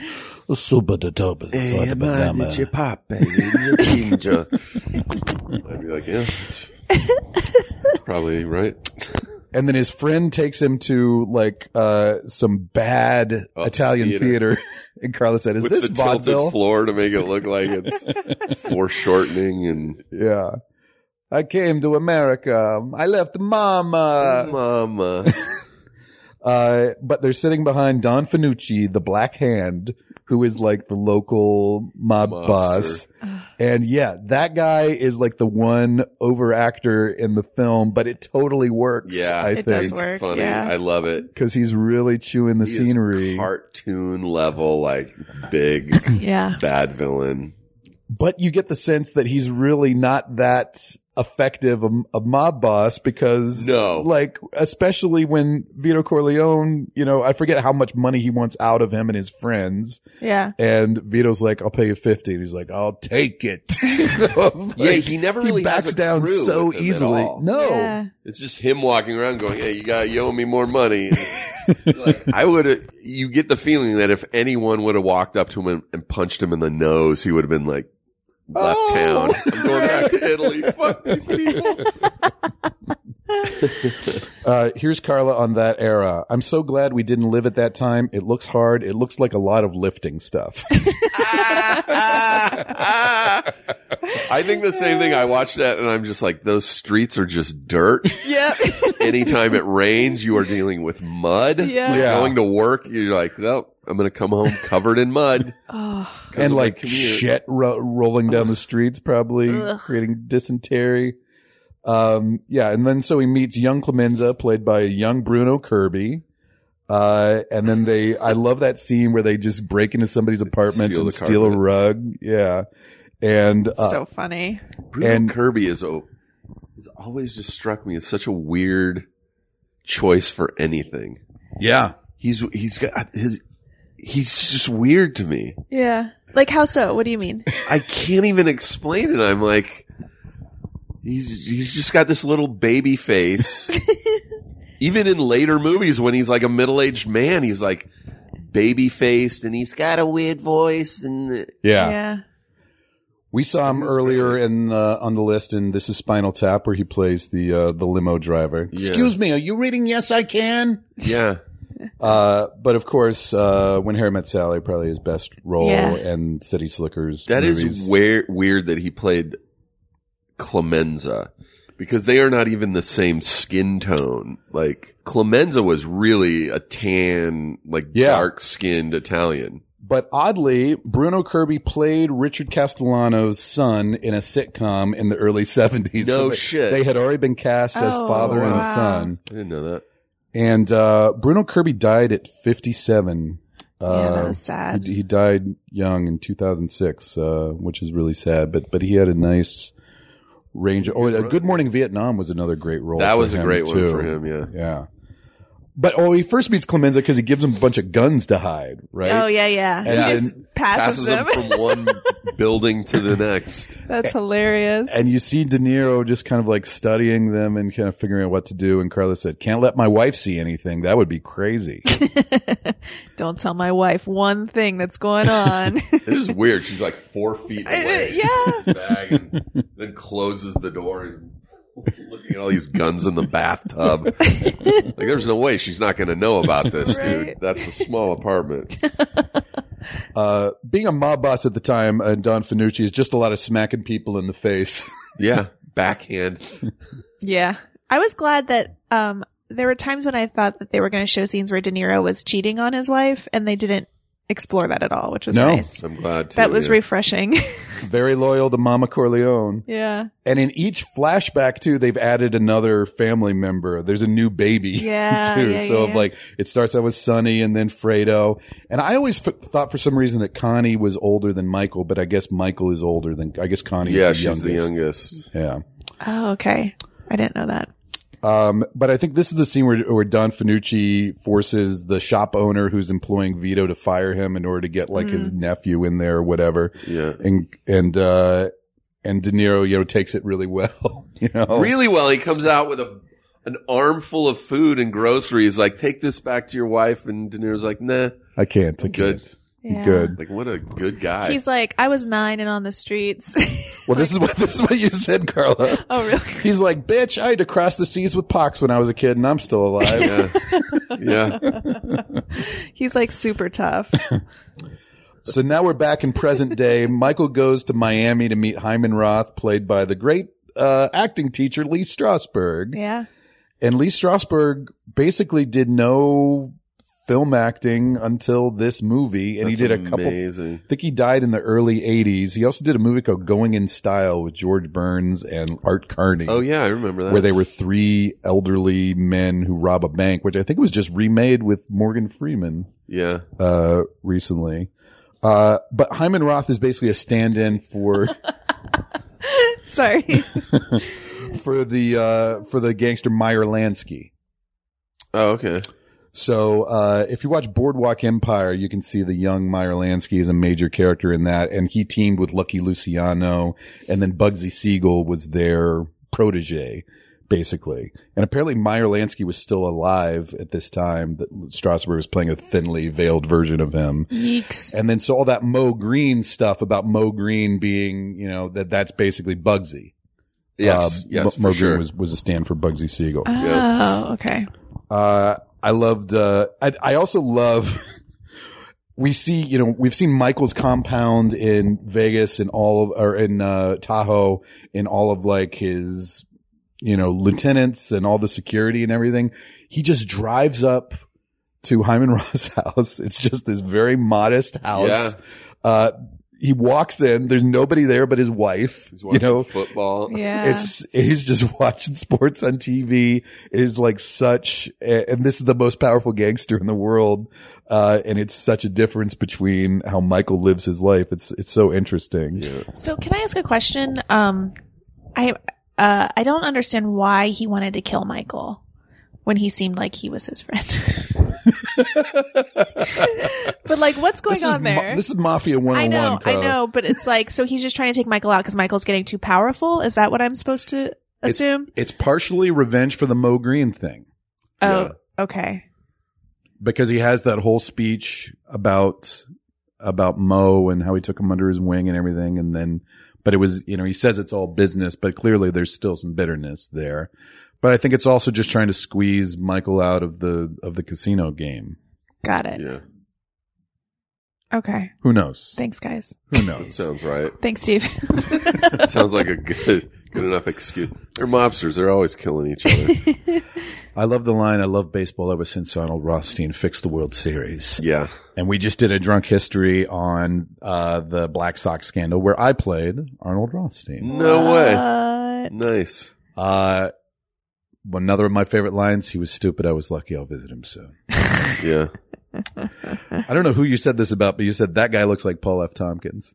[SPEAKER 4] me.
[SPEAKER 1] Super duper.
[SPEAKER 2] Eh,
[SPEAKER 4] pop, baby. *laughs* Ginger. I'd be like, yeah, that's, that's probably right.
[SPEAKER 2] and then his friend takes him to like, uh, some bad
[SPEAKER 4] Oh,
[SPEAKER 2] Italian theater. *laughs*
[SPEAKER 4] theater.
[SPEAKER 2] and Carlos said, is
[SPEAKER 4] With
[SPEAKER 2] this
[SPEAKER 4] the tilted
[SPEAKER 2] vaudeville?
[SPEAKER 4] floor to make it look like *laughs* it's foreshortening and
[SPEAKER 2] yeah. I came to America. I left
[SPEAKER 4] Mm-hmm.
[SPEAKER 2] mama.
[SPEAKER 4] mama.
[SPEAKER 2] Uh, but they're sitting behind Don Finucci, the black hand, who is like the local mob boss.
[SPEAKER 4] Mobster.
[SPEAKER 2] And yeah, that guy is like the one over actor in the film, but it totally works.
[SPEAKER 4] Yeah,
[SPEAKER 2] I
[SPEAKER 3] It
[SPEAKER 2] think.
[SPEAKER 3] does
[SPEAKER 4] It's
[SPEAKER 3] work.
[SPEAKER 4] funny.
[SPEAKER 3] yeah.
[SPEAKER 4] I love it.
[SPEAKER 2] Cause he's really chewing the
[SPEAKER 4] He is
[SPEAKER 2] scenery.
[SPEAKER 4] cartoon level, like
[SPEAKER 2] Hmm.
[SPEAKER 4] big
[SPEAKER 3] Yeah.
[SPEAKER 4] bad villain.
[SPEAKER 2] but you get the sense that he's really not that effective a, a mob boss because
[SPEAKER 4] No.
[SPEAKER 2] like, especially when Vito Corleone, you know, I forget how much money he wants out of him and his friends.
[SPEAKER 3] Yeah.
[SPEAKER 2] And Vito's like, I'll pay you 50. And he's like, I'll take it. *laughs* You know,
[SPEAKER 4] yeah,
[SPEAKER 2] like,
[SPEAKER 4] he never
[SPEAKER 2] he
[SPEAKER 4] really has
[SPEAKER 2] backs
[SPEAKER 4] a
[SPEAKER 2] down
[SPEAKER 4] crew
[SPEAKER 2] so
[SPEAKER 4] with him at
[SPEAKER 2] easily.
[SPEAKER 4] all.
[SPEAKER 2] No.
[SPEAKER 3] Yeah.
[SPEAKER 4] It's just him walking around going, "Hey, you got you owe me more money." like, I would. You get the feeling that if anyone would have walked up to him and, and punched him in the nose, he would have been like, "Left
[SPEAKER 2] Oh.
[SPEAKER 4] town. I'm going back to Italy. Fuck these people."
[SPEAKER 2] Uh, here's Carla on that era. I'm so glad we didn't live at that time. It looks hard. It looks like a lot of lifting stuff. *laughs*
[SPEAKER 4] I think the same thing. I watched that and I'm just like, those streets are just dirt.
[SPEAKER 3] Yep.
[SPEAKER 4] Anytime it rains, you are dealing with mud.
[SPEAKER 3] Yeah.
[SPEAKER 4] Like,
[SPEAKER 2] Yeah.
[SPEAKER 4] Going to work, you're like, nope, I'm going to come home covered in mud.
[SPEAKER 3] oh.
[SPEAKER 4] 'cause
[SPEAKER 2] and
[SPEAKER 4] of my
[SPEAKER 2] like
[SPEAKER 4] commute.
[SPEAKER 2] shit ro- rolling down the streets, probably
[SPEAKER 3] Ugh.
[SPEAKER 2] creating dysentery. Um, yeah. And then so he meets young Clemenza, played by young Bruno Kirby. Uh, and then they, I love that scene where they just break into somebody's apartment
[SPEAKER 4] Steal
[SPEAKER 2] and
[SPEAKER 4] the
[SPEAKER 2] steal a
[SPEAKER 4] carpet.
[SPEAKER 2] rug. Yeah. And, uh,
[SPEAKER 3] so funny.
[SPEAKER 4] Bruno
[SPEAKER 2] And-
[SPEAKER 4] Kirby is a, has always just struck me as such a weird choice for anything.
[SPEAKER 2] yeah.
[SPEAKER 4] He's he's got his he's just weird to me.
[SPEAKER 3] Yeah. Like how so? What do you mean?
[SPEAKER 4] I can't even explain it. I'm like he's he's just got this little baby face. even in later movies when he's like a middle-aged man, he's like baby faced and he's got a weird voice and
[SPEAKER 3] yeah.
[SPEAKER 2] We saw him earlier in uh, on the list in This Is Spinal Tap, where he plays the uh, the limo driver.
[SPEAKER 4] Yeah.
[SPEAKER 2] Excuse me, are you reading? Yes, I can.
[SPEAKER 4] yeah.
[SPEAKER 2] Uh, but of course, uh, When Harry Met Sally, probably his best role,
[SPEAKER 3] Yeah.
[SPEAKER 2] and City Slickers.
[SPEAKER 4] That is
[SPEAKER 2] movies.
[SPEAKER 4] weir- weird that he played Clemenza because they are not even the same skin tone. Like Clemenza was really a tan, like
[SPEAKER 2] Yeah.
[SPEAKER 4] dark skinned Italian.
[SPEAKER 2] but oddly, Bruno Kirby played Richard Castellano's son in a sitcom in the early *laughs* seventies.
[SPEAKER 4] No
[SPEAKER 2] they,
[SPEAKER 4] shit.
[SPEAKER 2] They had already been cast as
[SPEAKER 3] Oh,
[SPEAKER 2] father and
[SPEAKER 3] wow.
[SPEAKER 2] son.
[SPEAKER 4] I didn't know that.
[SPEAKER 2] And uh, Bruno Kirby died at fifty-seven.
[SPEAKER 3] yeah,
[SPEAKER 2] Uh,
[SPEAKER 3] that was sad.
[SPEAKER 2] He, he died young in 2006, uh, which is really sad. But but he had a nice range. Oh, uh, Good Morning Vietnam was another great role.
[SPEAKER 4] That
[SPEAKER 2] for
[SPEAKER 4] was a
[SPEAKER 2] him,
[SPEAKER 4] great
[SPEAKER 2] too.
[SPEAKER 4] one for him. Yeah.
[SPEAKER 2] Yeah. But oh, he first meets Clemenza because he gives him a bunch of guns to hide, right?
[SPEAKER 3] Oh yeah, yeah.
[SPEAKER 2] And
[SPEAKER 3] he just
[SPEAKER 2] then
[SPEAKER 4] Passes
[SPEAKER 3] passes,
[SPEAKER 4] him
[SPEAKER 3] them. *laughs*
[SPEAKER 4] from one building to the next.
[SPEAKER 3] That's hilarious.
[SPEAKER 2] And you see De Niro just kind of like studying them and kind of figuring out what to do. And Carla said, "Can't let my wife see anything. That would be
[SPEAKER 3] *laughs*
[SPEAKER 2] crazy."
[SPEAKER 3] Don't tell my wife one thing that's
[SPEAKER 2] *laughs*
[SPEAKER 3] going on.
[SPEAKER 4] It is weird. She's like four feet away.
[SPEAKER 3] uh, *laughs* yeah.
[SPEAKER 4] Bag and then closes the door. He's looking at all these guns in the bathtub. like, there's no way she's not going to know about this, dude.
[SPEAKER 3] Right.
[SPEAKER 4] That's a small apartment.
[SPEAKER 2] uh, being a mob boss at the time, uh, Don Finucci is just a lot of smacking people in the face. *laughs*
[SPEAKER 4] Yeah, backhand.
[SPEAKER 3] Yeah. I was glad that um there were times when I thought that they were going to show scenes where De Niro was cheating on his wife and they didn't explore that at all, which was
[SPEAKER 2] No.
[SPEAKER 3] nice.
[SPEAKER 4] I'm glad. To,
[SPEAKER 3] That was
[SPEAKER 4] yeah.
[SPEAKER 3] refreshing. *laughs*
[SPEAKER 2] Very loyal to Mama Corleone.
[SPEAKER 3] yeah.
[SPEAKER 2] And in each flashback, too, they've added another family member. There's a new baby,
[SPEAKER 3] Yeah,
[SPEAKER 2] too.
[SPEAKER 3] Oh, yeah,
[SPEAKER 2] so
[SPEAKER 3] yeah, yeah.
[SPEAKER 2] like, it starts out with Sonny and then Fredo. And I always f- thought for some reason that Connie was older than Michael, but I guess Michael is older than. I guess Connie.
[SPEAKER 4] Yeah,
[SPEAKER 2] is the
[SPEAKER 4] she's
[SPEAKER 2] youngest.
[SPEAKER 4] the youngest.
[SPEAKER 2] Yeah.
[SPEAKER 3] Oh, okay. I didn't know that.
[SPEAKER 2] Um, but I think this is the scene where, where Don Finucci forces the shop owner who's employing Vito to fire him in order to get like
[SPEAKER 3] Mm-hmm.
[SPEAKER 2] his nephew in there or whatever.
[SPEAKER 4] Yeah.
[SPEAKER 2] And, and, uh, and De Niro, you know, takes it really well, *laughs* you know?
[SPEAKER 4] Really well. He comes out with a an armful of food and groceries. Like, take this back to your wife. And De Niro's like, nah,
[SPEAKER 2] I can't. I
[SPEAKER 4] Good.
[SPEAKER 2] can't.
[SPEAKER 3] Yeah.
[SPEAKER 2] Good.
[SPEAKER 4] Like, what a good guy.
[SPEAKER 3] He's like, I was nine and on the streets. *laughs*
[SPEAKER 2] Well, this is what, *laughs* this is what you said, Carla.
[SPEAKER 3] oh, really? *laughs*
[SPEAKER 2] He's like, bitch, I had to cross the seas with pox when I was a kid and I'm still alive.
[SPEAKER 3] *laughs*
[SPEAKER 4] *laughs* yeah. yeah.
[SPEAKER 3] He's like
[SPEAKER 2] *laughs*
[SPEAKER 3] super tough.
[SPEAKER 2] So now we're back in present day. Michael goes to Miami to meet Hyman Roth, played by the great, uh, acting teacher Lee Strasberg.
[SPEAKER 3] Yeah. *laughs*
[SPEAKER 2] And Lee Strasberg basically did no film acting until this movie, and he did a couple. I
[SPEAKER 4] amazing.
[SPEAKER 2] think he died in the early '80s. He also did a movie called Going in Style with George Burns and Art Carney.
[SPEAKER 4] Oh yeah, I remember that.
[SPEAKER 2] Where they were three elderly men who rob a bank, which I think was just remade with Morgan Freeman
[SPEAKER 4] yeah.
[SPEAKER 2] uh, recently. Uh, but Hyman Roth is basically a stand-in for *laughs*
[SPEAKER 3] Sorry.
[SPEAKER 2] for the uh, for the gangster Meyer Lansky.
[SPEAKER 4] Oh okay.
[SPEAKER 2] So uh, if you watch Boardwalk Empire, you can see the young Meyer Lansky is a major character in that, and he teamed with Lucky Luciano, and then Bugsy Siegel was their protege, basically. And apparently Meyer Lansky was still alive at this time. That Strasberg was playing a thinly veiled version of him.
[SPEAKER 3] Yeeks.
[SPEAKER 2] And then so all that Mo Green stuff about Mo Green being, you know, that that's basically Bugsy.
[SPEAKER 4] Yes.
[SPEAKER 2] Uh,
[SPEAKER 4] yes.
[SPEAKER 2] Mo,
[SPEAKER 4] for
[SPEAKER 2] Mo
[SPEAKER 4] sure.
[SPEAKER 2] Green was, was a stand for Bugsy Siegel.
[SPEAKER 3] Oh, okay.
[SPEAKER 2] Uh, I loved. Uh, I, I also love. *laughs* We see, you know, we've seen Michael's compound in Vegas and all of, or in uh, Tahoe, in all of like his, you know, lieutenants and all the security and everything. He just drives up to Hyman *laughs* Roth's house. It's just this very modest house.
[SPEAKER 4] Yeah.
[SPEAKER 2] Uh, he walks in. There's nobody there but his wife.
[SPEAKER 4] He's
[SPEAKER 2] you
[SPEAKER 4] watching
[SPEAKER 2] know,
[SPEAKER 4] football.
[SPEAKER 3] *laughs* Yeah.
[SPEAKER 2] it's he's just *laughs* watching sports on TV. It is like such, and this is the most powerful gangster in the world. Uh, and it's such a difference between how Michael lives his life. It's it's so interesting.
[SPEAKER 4] Yeah.
[SPEAKER 3] So can I ask a question? Um, I uh, I don't understand why he wanted to kill Michael when he seemed like he was his friend. *laughs* but like, what's going
[SPEAKER 2] this is
[SPEAKER 3] on
[SPEAKER 2] ma-
[SPEAKER 3] there?
[SPEAKER 2] this is Mafia One
[SPEAKER 3] I
[SPEAKER 2] Hundred
[SPEAKER 3] know,
[SPEAKER 2] One.
[SPEAKER 3] I know, but it's like so he's just trying to take Michael out because Michael's getting too powerful. Is that what I'm supposed to assume?
[SPEAKER 2] It's partially revenge for the Mo Green thing
[SPEAKER 3] oh, okay.
[SPEAKER 2] because he has that whole speech about about Mo and how he took him under his wing and everything, and then. But it was, you know, he says it's all business, but clearly there's still some bitterness there. But I think it's also just trying to squeeze Michael out of the of the casino game.
[SPEAKER 3] Got it.
[SPEAKER 4] Yeah.
[SPEAKER 3] Okay.
[SPEAKER 2] Who knows?
[SPEAKER 3] Thanks, guys.
[SPEAKER 2] Who knows?
[SPEAKER 4] Sounds *laughs* right.
[SPEAKER 2] *laughs*
[SPEAKER 3] Thanks, Steve. *laughs*
[SPEAKER 4] Sounds like a good good enough excuse. They're mobsters. They're always killing each other.
[SPEAKER 3] *laughs*
[SPEAKER 2] I love the line. I love baseball ever since Arnold Rothstein fixed the World Series.
[SPEAKER 4] yeah.
[SPEAKER 2] And we just did a drunk history on uh, the Black Sox scandal where I played Arnold Rothstein.
[SPEAKER 4] No way.
[SPEAKER 3] What?
[SPEAKER 4] Nice.
[SPEAKER 2] Uh, another of my favorite lines. He was stupid. I was lucky. I'll visit him soon.
[SPEAKER 4] Yeah.
[SPEAKER 2] I don't know who you said this about, but you said that guy looks like Paul F. Tompkins.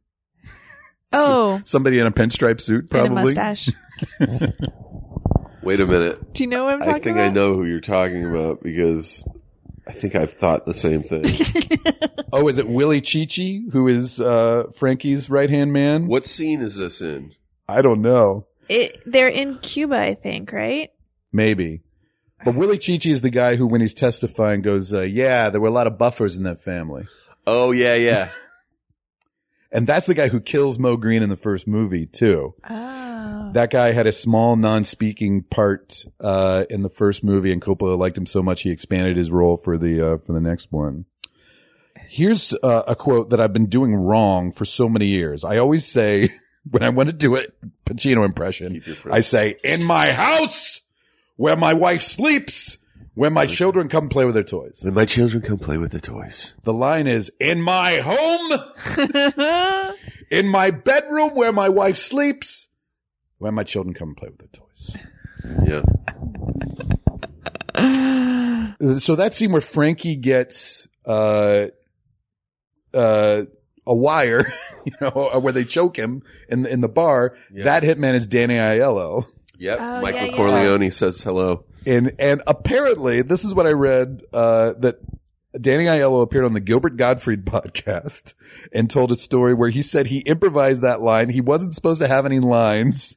[SPEAKER 3] Oh,
[SPEAKER 2] Somebody in a pinstripe suit,
[SPEAKER 3] and a
[SPEAKER 2] probably.
[SPEAKER 3] mustache.
[SPEAKER 4] Wait a minute.
[SPEAKER 3] Do you know what I'm talking
[SPEAKER 4] I think
[SPEAKER 3] about?
[SPEAKER 4] I know who you're talking about because I think I've thought the same thing.
[SPEAKER 2] Oh, is it Willie Chichi, who is uh, Frankie's right hand man?
[SPEAKER 4] what scene is this in?
[SPEAKER 2] I don't know.
[SPEAKER 3] It, they're in Cuba, I think, right?
[SPEAKER 2] Maybe. But Willie Chichi is the guy who, when he's testifying, goes, uh, "Yeah, there were a lot of buffers in that family,"
[SPEAKER 4] Oh yeah, yeah.
[SPEAKER 2] and that's the guy who kills Mo Green in the first movie too.
[SPEAKER 3] Oh.
[SPEAKER 2] That guy had a small non-speaking part uh, in the first movie, and Coppola liked him so much he expanded his role for the uh, for the next one. Here's uh, a quote that I've been doing wrong for so many years. I always say *laughs* when I want to do it, Pacino impression,
[SPEAKER 4] Keep your
[SPEAKER 2] I say, "In my house, where my wife sleeps, When my children come play with their toys.
[SPEAKER 4] Then my children come play with the toys.
[SPEAKER 2] The line is in my home,
[SPEAKER 3] *laughs*
[SPEAKER 2] in my bedroom where my wife sleeps, where my children come and play with their toys.
[SPEAKER 4] Yeah.
[SPEAKER 2] Uh, So that scene where Frankie gets uh, uh, a wire, *laughs* you know, uh, where they choke him in the, in the bar.
[SPEAKER 4] Yeah.
[SPEAKER 2] That hitman is Danny Aiello,
[SPEAKER 4] Yep.
[SPEAKER 3] Oh,
[SPEAKER 4] Michael
[SPEAKER 3] yeah, yeah.
[SPEAKER 4] Corleone says hello.
[SPEAKER 2] and and apparently this is what I read uh, that. Danny Aiello appeared on the Gilbert Gottfried *laughs* podcast and told a story where he said he improvised that line. He wasn't supposed to have any lines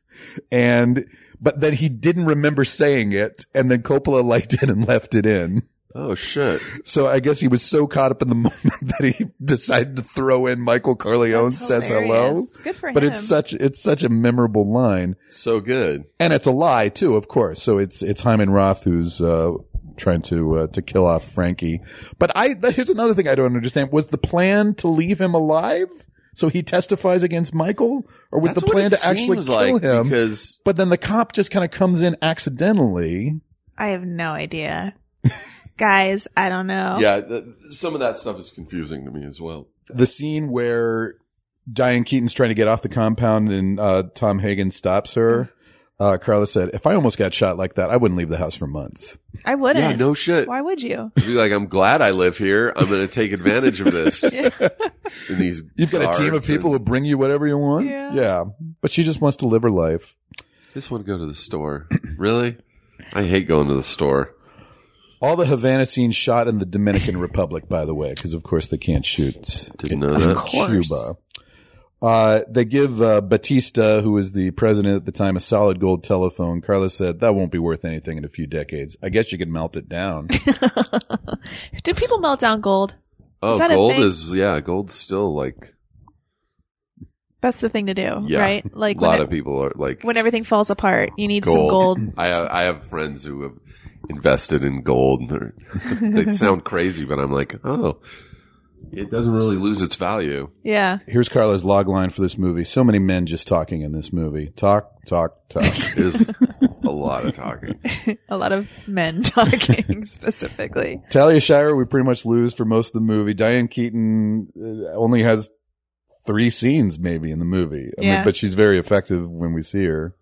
[SPEAKER 2] and, but then he didn't remember saying it. And then Coppola *laughs* liked it and left it in.
[SPEAKER 4] Oh shit.
[SPEAKER 2] So I guess he was so caught up in the *laughs* moment that he decided to throw in Michael Corleone
[SPEAKER 3] That's
[SPEAKER 2] says hello.
[SPEAKER 3] hilarious. Good for
[SPEAKER 2] But
[SPEAKER 3] him.
[SPEAKER 2] it's such it's such a memorable line,
[SPEAKER 4] So good.
[SPEAKER 2] and it's a lie too, of course. So it's it's Hyman Roth who's uh, trying to uh, to kill off Frankie. But I that, here's another thing I don't understand: was the plan to leave him alive so he testifies against Michael, or was
[SPEAKER 4] That's
[SPEAKER 2] the
[SPEAKER 4] what
[SPEAKER 2] plan
[SPEAKER 4] it
[SPEAKER 2] to actually
[SPEAKER 4] seems
[SPEAKER 2] kill
[SPEAKER 4] like
[SPEAKER 2] him?
[SPEAKER 4] because
[SPEAKER 2] but then the cop just kind of comes in accidentally.
[SPEAKER 3] I have no
[SPEAKER 4] *laughs*
[SPEAKER 3] idea. Guys, I don't know.
[SPEAKER 4] yeah, th- some of that stuff is confusing to me as well.
[SPEAKER 2] the scene where Diane Keaton's trying to get off the compound and uh, Tom Hagen stops
[SPEAKER 4] Mm-hmm.
[SPEAKER 2] her. Uh, Carla said, "If I almost got shot like that, I wouldn't leave the house for months."
[SPEAKER 3] I wouldn't.
[SPEAKER 4] Yeah, no shit.
[SPEAKER 3] Why would
[SPEAKER 4] *laughs*
[SPEAKER 3] you?
[SPEAKER 4] Be like, I'm glad I live here. I'm going to take advantage
[SPEAKER 3] *laughs*
[SPEAKER 4] of this. In these,
[SPEAKER 2] You've got a team of
[SPEAKER 4] guards
[SPEAKER 2] people who
[SPEAKER 4] and-
[SPEAKER 2] bring you whatever you want.
[SPEAKER 3] Yeah.
[SPEAKER 2] but she just wants to live her life.
[SPEAKER 4] just want to go to the store. Really? I hate going to the store.
[SPEAKER 2] All the Havana scenes shot in the
[SPEAKER 4] *laughs*
[SPEAKER 2] Dominican Republic, by the way, because of course they can't shoot
[SPEAKER 4] Didn't know that.
[SPEAKER 3] course.
[SPEAKER 2] Cuba. Uh, they give uh, Batista, who was the president at the time, a solid gold telephone. Carla said, "That won't be worth anything in a few decades. I guess you could melt it down."
[SPEAKER 3] Do people melt down gold?
[SPEAKER 4] Oh,
[SPEAKER 3] Is that a
[SPEAKER 4] gold
[SPEAKER 3] thing?
[SPEAKER 4] is yeah, gold's still like
[SPEAKER 3] That's the thing to do,
[SPEAKER 4] Yeah.
[SPEAKER 3] right? Like
[SPEAKER 4] a
[SPEAKER 3] when,
[SPEAKER 4] lot
[SPEAKER 3] it-
[SPEAKER 4] of people are like.
[SPEAKER 3] when everything falls apart, you need some
[SPEAKER 4] *laughs*
[SPEAKER 3] gold.
[SPEAKER 4] I have, I have friends who have invested in gold. and they're-
[SPEAKER 3] *laughs*
[SPEAKER 4] they sound crazy, but I'm like, oh, it doesn't really lose its value.
[SPEAKER 3] Yeah.
[SPEAKER 2] Here's Carla's log line for this movie. So many men just talking in this movie. Talk, talk,
[SPEAKER 4] *laughs*
[SPEAKER 2] talk.
[SPEAKER 4] It is a lot of talking.
[SPEAKER 3] A lot of men *laughs*
[SPEAKER 4] *laughs*
[SPEAKER 3] talking specifically.
[SPEAKER 2] Talia Shire, we pretty much lose for most of the movie. Diane Keaton uh, only has three scenes maybe in the movie. I mean,
[SPEAKER 3] Yeah.
[SPEAKER 2] but she's very effective when we see her.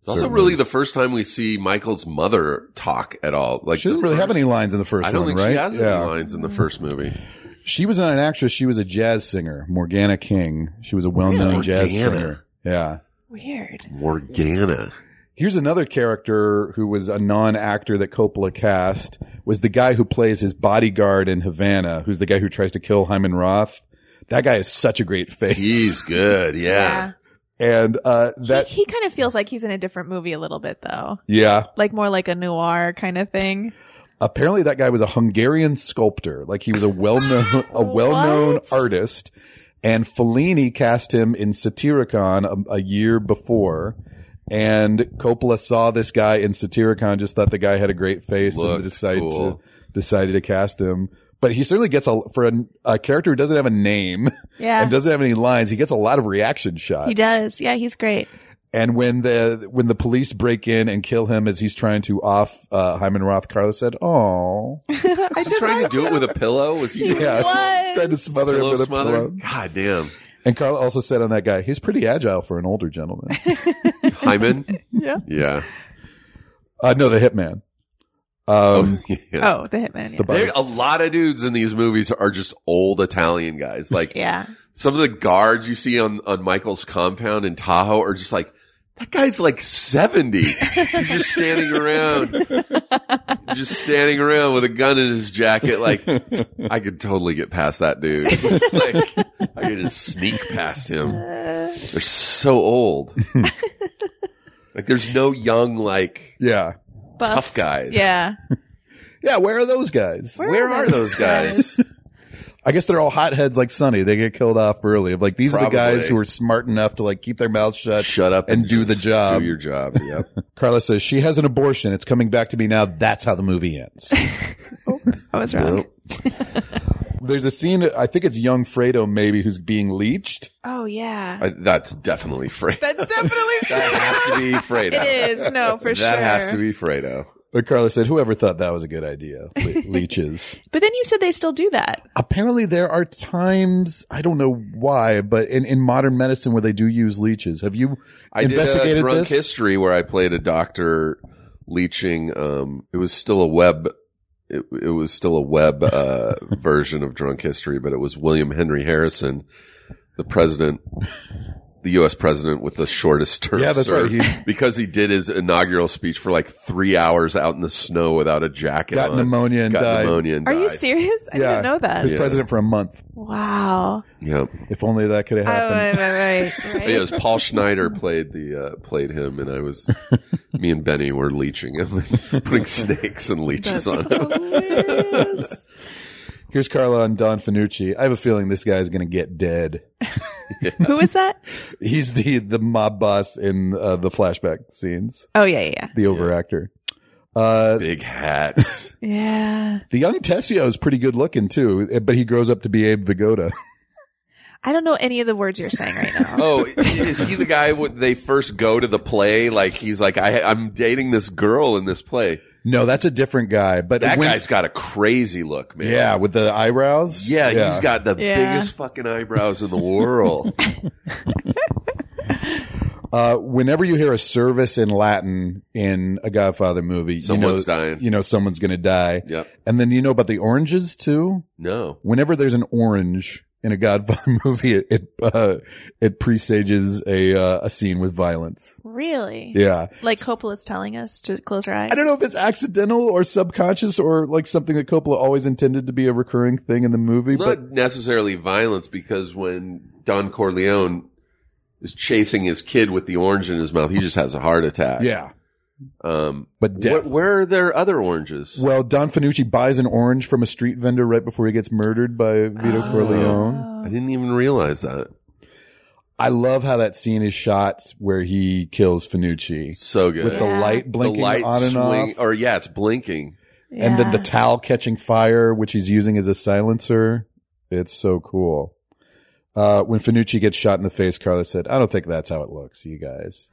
[SPEAKER 4] It's also
[SPEAKER 2] Certainly.
[SPEAKER 4] really the first time we see Michael's mother talk at all. Like
[SPEAKER 2] she doesn't
[SPEAKER 4] the
[SPEAKER 2] really have
[SPEAKER 4] first-
[SPEAKER 2] any lines in the first
[SPEAKER 4] I don't
[SPEAKER 2] one,
[SPEAKER 4] think
[SPEAKER 2] right?
[SPEAKER 4] she has
[SPEAKER 2] yeah.
[SPEAKER 4] any lines in the first movie.
[SPEAKER 2] She was not an actress. She was a jazz singer, Morgana King. She was a well-known
[SPEAKER 4] Really?
[SPEAKER 2] jazz
[SPEAKER 4] Morgana.
[SPEAKER 2] singer. Yeah.
[SPEAKER 3] Weird.
[SPEAKER 4] Morgana.
[SPEAKER 2] Here's another character who was a non-actor that Coppola cast was the guy who plays his bodyguard in Havana, who's the guy who tries to kill Hyman Roth. That guy is such a great face.
[SPEAKER 4] *laughs* He's good. Yeah.
[SPEAKER 2] and uh
[SPEAKER 3] *laughs*
[SPEAKER 2] that
[SPEAKER 3] he, he kind of feels like he's in a different movie a little bit though.
[SPEAKER 2] yeah.
[SPEAKER 3] Like more like a noir kind of thing.
[SPEAKER 2] Apparently that guy was a Hungarian sculptor. Like he was a well-known a well-known
[SPEAKER 3] Ah, What?
[SPEAKER 2] artist. And Fellini cast him in Satyricon a, a year before. And Coppola saw this guy in Satyricon, just thought the guy had a great face
[SPEAKER 4] Looked
[SPEAKER 2] and decided to
[SPEAKER 4] cool.
[SPEAKER 2] decided to cast him. But he certainly gets a for a, a character who doesn't have a name *laughs*
[SPEAKER 3] Yeah.
[SPEAKER 2] and doesn't have any lines. He gets a lot of reaction shots.
[SPEAKER 3] He does. Yeah, he's great.
[SPEAKER 2] And when the when the police break in and kill him as he's trying to off uh, Hyman Roth, Carlos said, "Oh,
[SPEAKER 3] *laughs* I
[SPEAKER 4] Was he trying to do it with a pillow? Was he
[SPEAKER 2] *laughs*
[SPEAKER 4] doing
[SPEAKER 2] yeah,
[SPEAKER 3] was.
[SPEAKER 2] he's trying to smother him
[SPEAKER 4] pillow
[SPEAKER 2] with a
[SPEAKER 4] smother?
[SPEAKER 2] pillow."
[SPEAKER 4] God damn.
[SPEAKER 2] And Carla also said on that guy, "He's pretty agile for an older
[SPEAKER 3] *laughs*
[SPEAKER 2] gentleman."
[SPEAKER 4] Hyman?
[SPEAKER 3] Yeah.
[SPEAKER 4] Yeah.
[SPEAKER 2] uh, no, the hitman. Um,
[SPEAKER 4] *laughs* yeah.
[SPEAKER 3] Oh, the hitman. Yeah.
[SPEAKER 2] The
[SPEAKER 4] There, a lot of dudes in these movies are just old Italian guys. Like
[SPEAKER 3] yeah.
[SPEAKER 4] some of the guards you see on, on Michael's compound in Tahoe are just like, that guy's like 70. He's just standing around, just standing around with a gun in his jacket. Like, I could totally get past that dude. *laughs* like, I could just sneak past him.
[SPEAKER 3] Uh,
[SPEAKER 4] They're
[SPEAKER 2] *laughs*
[SPEAKER 4] so old. like, there's no young, like,
[SPEAKER 2] yeah,
[SPEAKER 3] buff.
[SPEAKER 4] tough guys.
[SPEAKER 3] Yeah.
[SPEAKER 2] yeah. Where are those guys?
[SPEAKER 3] Where-
[SPEAKER 4] Where are those guys?
[SPEAKER 2] I guess they're all hotheads like Sonny. They get killed off early. Like these are the
[SPEAKER 4] Probably.
[SPEAKER 2] guys who are smart enough to like keep their mouths shut.
[SPEAKER 4] Shut up
[SPEAKER 2] And do the
[SPEAKER 4] just
[SPEAKER 2] job.
[SPEAKER 4] Do your job. Yep.
[SPEAKER 2] Carla says she has an abortion. It's coming back to me now. That's how the movie
[SPEAKER 3] *laughs*
[SPEAKER 2] ends.
[SPEAKER 3] I was wrong.
[SPEAKER 4] Nope.
[SPEAKER 2] There's a scene. I think it's young Fredo maybe who's being leached.
[SPEAKER 3] Oh
[SPEAKER 4] *laughs*
[SPEAKER 3] yeah.
[SPEAKER 4] I- that's *laughs* definitely Fredo.
[SPEAKER 3] That's definitely
[SPEAKER 4] *laughs*
[SPEAKER 3] *laughs*
[SPEAKER 4] That has to be Fredo. *laughs*
[SPEAKER 3] It is. No, for
[SPEAKER 4] that
[SPEAKER 3] sure.
[SPEAKER 4] has to be Fredo.
[SPEAKER 2] But Carla said, whoever thought that was a good idea? Le-
[SPEAKER 3] *laughs*
[SPEAKER 2] leeches.
[SPEAKER 3] But then you said they still do that.
[SPEAKER 6] Apparently, there are times I don't know why, but in, in modern medicine where they do use leeches. Have you
[SPEAKER 4] I did uh,
[SPEAKER 6] investigated
[SPEAKER 4] a drunk
[SPEAKER 6] this?
[SPEAKER 4] history where I played a doctor leeching. Um, it was still a web. It, it was still a
[SPEAKER 6] *laughs*
[SPEAKER 4] web uh, version of drunk history, but it was William Henry Harrison, the president, the U.S. president with the shortest term.
[SPEAKER 2] Yeah, that's right.
[SPEAKER 4] served, because he did his inaugural speech for like three hours out in the snow without a jacket
[SPEAKER 6] Got
[SPEAKER 4] on.
[SPEAKER 6] pneumonia and
[SPEAKER 4] got
[SPEAKER 6] died.
[SPEAKER 4] pneumonia and
[SPEAKER 3] Are you
[SPEAKER 4] died.
[SPEAKER 3] serious? I
[SPEAKER 2] Yeah.
[SPEAKER 3] didn't know that.
[SPEAKER 2] was
[SPEAKER 4] Yeah.
[SPEAKER 2] president for a month.
[SPEAKER 3] Wow.
[SPEAKER 4] Yeah.
[SPEAKER 2] If only that could have
[SPEAKER 3] Oh,
[SPEAKER 2] happened.
[SPEAKER 3] right, right, right,
[SPEAKER 4] *laughs*
[SPEAKER 3] right.
[SPEAKER 4] But yeah, it was Paul Schneider played the uh, played him, and I was me and Benny were leeching him, *laughs*
[SPEAKER 2] *laughs*
[SPEAKER 4] putting snakes and leeches
[SPEAKER 3] That's
[SPEAKER 4] on him. *laughs*
[SPEAKER 3] hilarious.
[SPEAKER 2] Here's Carla on Don Finucci. I have a feeling this guy's going to get dead.
[SPEAKER 3] Who was that?
[SPEAKER 2] He's the, the mob boss in uh, the flashback scenes,
[SPEAKER 3] Oh yeah, yeah, yeah.
[SPEAKER 2] the overactor. Uh,
[SPEAKER 4] Big hats.
[SPEAKER 3] Yeah.
[SPEAKER 2] the young Tessio is pretty good looking too, eh, but he grows up to be Abe Vigoda. *laughs*
[SPEAKER 3] I don't know any of the words you're saying right now.
[SPEAKER 4] Oh, is he the guy when they first go to the play? Like he's like, I, I'm dating this girl in this play.
[SPEAKER 2] No, that's a different guy, but
[SPEAKER 4] That
[SPEAKER 2] when-
[SPEAKER 4] guy's got a crazy look, man.
[SPEAKER 2] yeah, with the eyebrows.
[SPEAKER 4] Yeah, he's got the
[SPEAKER 3] Yeah.
[SPEAKER 4] biggest fucking eyebrows in the world.
[SPEAKER 2] Uh, whenever you hear a service in Latin in a Godfather movie,
[SPEAKER 4] Someone's
[SPEAKER 2] *laughs* you know,
[SPEAKER 4] dying.
[SPEAKER 2] You know someone's going to die,
[SPEAKER 4] yep.
[SPEAKER 2] and then you know about the oranges too.
[SPEAKER 4] No.
[SPEAKER 2] Whenever there's an orange in a Godfather *laughs* movie, it it, uh, it presages a uh, a scene with violence.
[SPEAKER 3] Really?
[SPEAKER 2] Yeah,
[SPEAKER 3] Like Coppola's telling us to close our eyes.
[SPEAKER 2] I don't know if it's accidental or subconscious or like something that Coppola always intended to be a recurring thing in the movie, but
[SPEAKER 4] Not necessarily violence because when Don Corleone is chasing his kid with the orange in his mouth, he just has a heart attack.
[SPEAKER 2] yeah,
[SPEAKER 4] Um,
[SPEAKER 2] but death.
[SPEAKER 4] wh- where are there other oranges?
[SPEAKER 2] Well, Don Finucci buys an orange from a street vendor right before he gets murdered by Vito
[SPEAKER 3] Oh.
[SPEAKER 2] Corleone.
[SPEAKER 4] I didn't even realize that.
[SPEAKER 2] I love how that scene is shot where he kills Finucci
[SPEAKER 4] So good.
[SPEAKER 2] with the
[SPEAKER 3] Yeah.
[SPEAKER 2] light blinking on and
[SPEAKER 4] swing-
[SPEAKER 2] off,
[SPEAKER 4] or yeah, it's blinking. *laughs*
[SPEAKER 2] and then the
[SPEAKER 3] Yeah.
[SPEAKER 2] towel catching fire, which he's using as a silencer. It's so cool. Uh, when Finucci gets shot in the face, Carla said, "I don't think that's how it looks, you guys."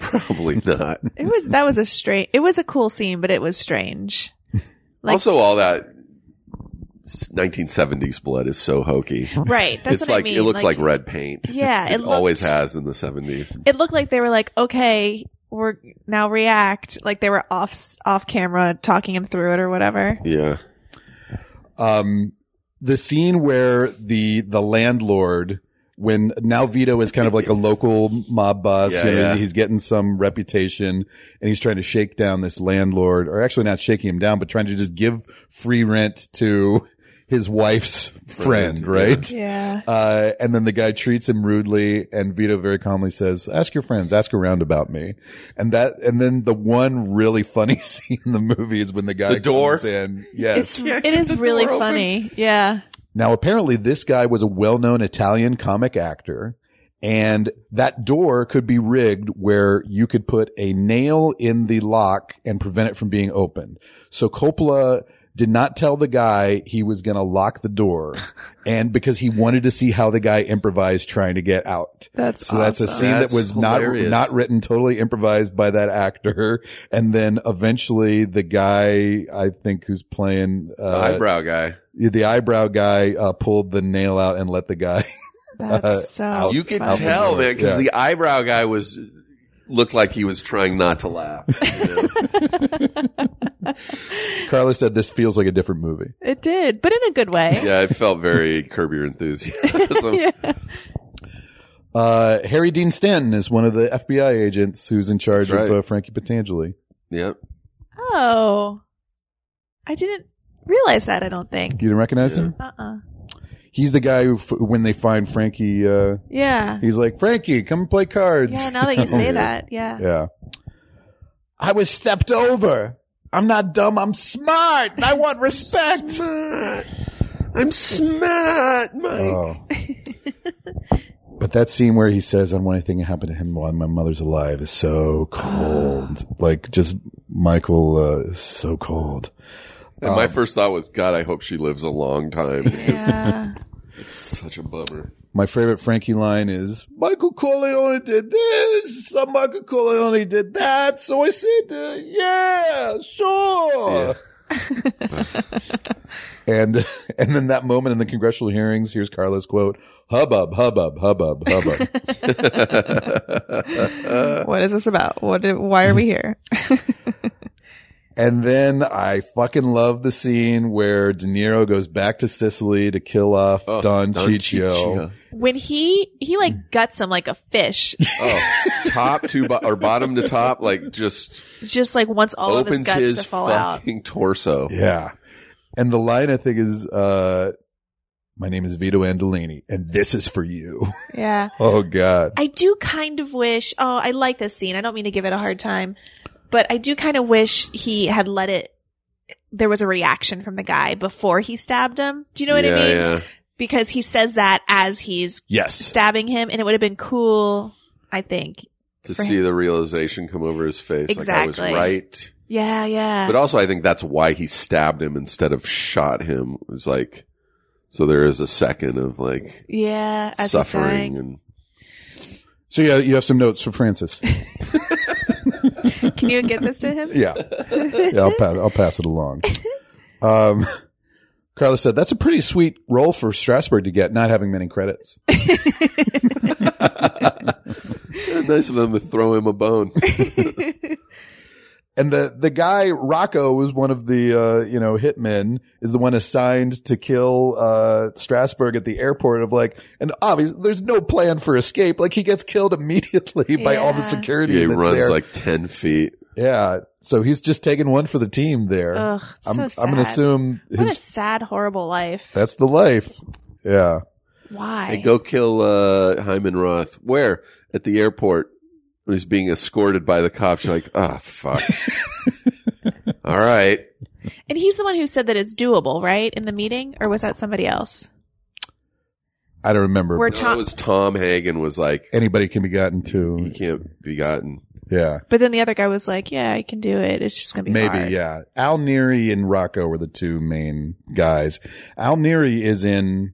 [SPEAKER 4] Probably not.
[SPEAKER 3] it was that was a strange. It was a cool scene, but it was strange. *laughs* Like-
[SPEAKER 4] also, all that s- 1970s blood is so hokey.
[SPEAKER 3] Right. That's
[SPEAKER 4] it's
[SPEAKER 3] what I
[SPEAKER 4] like
[SPEAKER 3] mean.
[SPEAKER 4] it looks like, red paint.
[SPEAKER 3] Yeah.
[SPEAKER 4] It, always
[SPEAKER 3] looked-
[SPEAKER 4] has in the 70s.
[SPEAKER 3] It looked like they were like, okay, we're now react. Like they were off off camera talking him through it or whatever.
[SPEAKER 4] Yeah.
[SPEAKER 2] um, the scene where the the landlord when now Vito is kind of like a local mob boss,
[SPEAKER 4] Yeah,
[SPEAKER 2] you know,
[SPEAKER 4] yeah.
[SPEAKER 2] he's getting some reputation and he's trying to shake down this landlord or actually not shaking him down, but trying to just give free rent to his wife's friend,
[SPEAKER 4] Friend,
[SPEAKER 2] right?
[SPEAKER 3] Yeah.
[SPEAKER 2] Uh, and then the guy treats him rudely and Vito very calmly says, ask your friends, ask around about me. And that, and then the one really funny *laughs* scene in the movie is when the guy
[SPEAKER 4] The door?
[SPEAKER 2] comes in. Yes.
[SPEAKER 3] *laughs* It's it is really funny. Yeah.
[SPEAKER 2] Now, apparently, this guy was a well known Italian comic actor, and that door could be rigged where you could put a nail in the lock and prevent it from being opened. So Coppola did not tell the guy he was going to lock the
[SPEAKER 4] *laughs*
[SPEAKER 2] door, and because he wanted to see how the guy improvised trying to get out.
[SPEAKER 3] That's
[SPEAKER 2] So that's a
[SPEAKER 3] awesome.
[SPEAKER 2] scene
[SPEAKER 4] That's
[SPEAKER 2] that was
[SPEAKER 4] hilarious.
[SPEAKER 2] not not written, totally improvised by that actor, and then eventually the guy I think who's playing
[SPEAKER 4] The
[SPEAKER 2] uh,
[SPEAKER 4] eyebrow guy.
[SPEAKER 2] the eyebrow guy uh, pulled the nail out and let the guy. *laughs*
[SPEAKER 3] That's so.
[SPEAKER 4] you can
[SPEAKER 3] funny.
[SPEAKER 4] tell, man, because
[SPEAKER 2] Yeah.
[SPEAKER 4] the eyebrow guy was looked like he was trying not
[SPEAKER 3] *laughs*
[SPEAKER 4] to laugh. you know?
[SPEAKER 2] Carla said, "This feels like a different movie."
[SPEAKER 3] It did, but in a good way.
[SPEAKER 4] yeah, I felt very curb your enthusiasm.
[SPEAKER 3] *laughs* Yeah.
[SPEAKER 2] Uh, Harry Dean Stanton is one of the FBI agents who's in charge
[SPEAKER 4] That's
[SPEAKER 2] of
[SPEAKER 4] right.
[SPEAKER 2] uh, Frankie Patangeli.
[SPEAKER 4] Yep.
[SPEAKER 3] Oh. I didn't realize that, I don't
[SPEAKER 2] You
[SPEAKER 3] think.
[SPEAKER 2] didn't recognize him?
[SPEAKER 3] Uh uh
[SPEAKER 2] He's the guy who, f- when they find Frankie, uh,
[SPEAKER 3] Yeah.
[SPEAKER 2] he's like, "Frankie, come play cards."
[SPEAKER 3] Yeah, now
[SPEAKER 2] *laughs*
[SPEAKER 3] that
[SPEAKER 4] *laughs*
[SPEAKER 3] you say
[SPEAKER 4] Yeah.
[SPEAKER 3] that, yeah.
[SPEAKER 2] Yeah. I was stepped over. I'm not dumb. I'm smart. I want respect.
[SPEAKER 4] I'm smart, Mike.
[SPEAKER 2] Oh. but that scene where he says, I don't want anything to happen to him while my mother's alive is so cold. like, just Michael uh, is so cold.
[SPEAKER 3] *laughs*
[SPEAKER 4] and my first thought was, God, I hope she lives a long time.
[SPEAKER 3] Yeah.
[SPEAKER 4] Such a bummer.
[SPEAKER 2] My favorite Frankie line is Michael Corleone did this, uh, Michael Corleone did that, so I said, uh, yeah, sure. *laughs* and *laughs* and then that moment in the congressional hearings, here's Carla's quote: "Hubbub, hubbub, hubbub, hubbub."
[SPEAKER 3] *laughs*
[SPEAKER 4] Uh,
[SPEAKER 3] what is this about? What? Did, why are we here?
[SPEAKER 2] And then I fucking love the scene where De Niro goes back to Sicily to kill off
[SPEAKER 4] Oh,
[SPEAKER 2] Don,
[SPEAKER 4] Don
[SPEAKER 2] Ciccio.
[SPEAKER 4] Ciccio.
[SPEAKER 3] when he he like guts him like a fish,
[SPEAKER 4] Oh, top to bo- or bottom to top, like just
[SPEAKER 3] just like wants all of his
[SPEAKER 4] opens
[SPEAKER 3] guts
[SPEAKER 4] his,
[SPEAKER 3] to fall out.
[SPEAKER 4] fucking torso.
[SPEAKER 2] Yeah. And the line I think is, uh, my name is Vito Andolini and this is for you. *laughs*
[SPEAKER 3] Yeah.
[SPEAKER 2] Oh God.
[SPEAKER 3] I do kind of wish. Oh, I like this scene. I don't mean to give it a hard time, but I do kind of wish he had let it. There was a reaction from the guy before he stabbed him. Do you know what
[SPEAKER 4] yeah,
[SPEAKER 3] I mean?
[SPEAKER 4] yeah.
[SPEAKER 3] Because he says that as he's
[SPEAKER 2] Yes.
[SPEAKER 3] stabbing him, and it would have been cool. I think.
[SPEAKER 4] To
[SPEAKER 3] For
[SPEAKER 4] see the realization come over his face, like I
[SPEAKER 3] Exactly.
[SPEAKER 4] was right.
[SPEAKER 3] Yeah, yeah.
[SPEAKER 4] But also, I think that's why he stabbed him instead of shot him. It was like, so there is a second of like
[SPEAKER 3] yeah, as he's dying.
[SPEAKER 4] suffering and
[SPEAKER 2] So yeah, you have some notes for Francis.
[SPEAKER 3] Can you get this to
[SPEAKER 4] *laughs*
[SPEAKER 3] him?
[SPEAKER 2] *laughs* Yeah. Yeah. I'll pass, I'll pass it *laughs* along. Um, Carla said, that's a pretty sweet role for Strasbourg to get, not having many credits.
[SPEAKER 4] Eh, nice of them to throw him a bone.
[SPEAKER 2] And the, the guy, Rocco, was one of the, uh, you know, hitmen, is the one assigned to kill, uh, Strasbourg at the airport of like, and obviously there's no plan for escape. Like he gets killed immediately *laughs* by all the
[SPEAKER 3] Yeah.
[SPEAKER 2] security.
[SPEAKER 4] Yeah, *laughs* he
[SPEAKER 2] that's
[SPEAKER 4] runs
[SPEAKER 2] there.
[SPEAKER 4] like ten feet.
[SPEAKER 2] yeah. So he's just taking one for the team there.
[SPEAKER 3] Ugh, Oh, it's
[SPEAKER 2] I'm,
[SPEAKER 3] so sad.
[SPEAKER 2] I'm going to assume
[SPEAKER 3] What a
[SPEAKER 2] his,
[SPEAKER 3] sad, horrible life.
[SPEAKER 2] that's the life. Yeah.
[SPEAKER 3] Why?
[SPEAKER 4] Hey, go kill uh, Hyman Roth. Where? At the airport. When he's being escorted by the cops, you're like, ah,
[SPEAKER 3] *laughs*
[SPEAKER 4] fuck. All right.
[SPEAKER 3] And he's the one who said that it's doable, right? In the meeting, or was that somebody else?
[SPEAKER 2] I don't remember.
[SPEAKER 3] Where
[SPEAKER 4] No,
[SPEAKER 3] Tom,
[SPEAKER 4] it was Tom Hagen was like,
[SPEAKER 2] Anybody can be gotten
[SPEAKER 4] he
[SPEAKER 2] to.
[SPEAKER 4] can't be gotten.
[SPEAKER 2] Yeah.
[SPEAKER 3] but then the other guy was like, "Yeah, I can do it. It's just gonna be
[SPEAKER 2] Maybe,
[SPEAKER 3] hard."
[SPEAKER 2] yeah. Al Neary and Rocco were the two main guys. Al Neary is in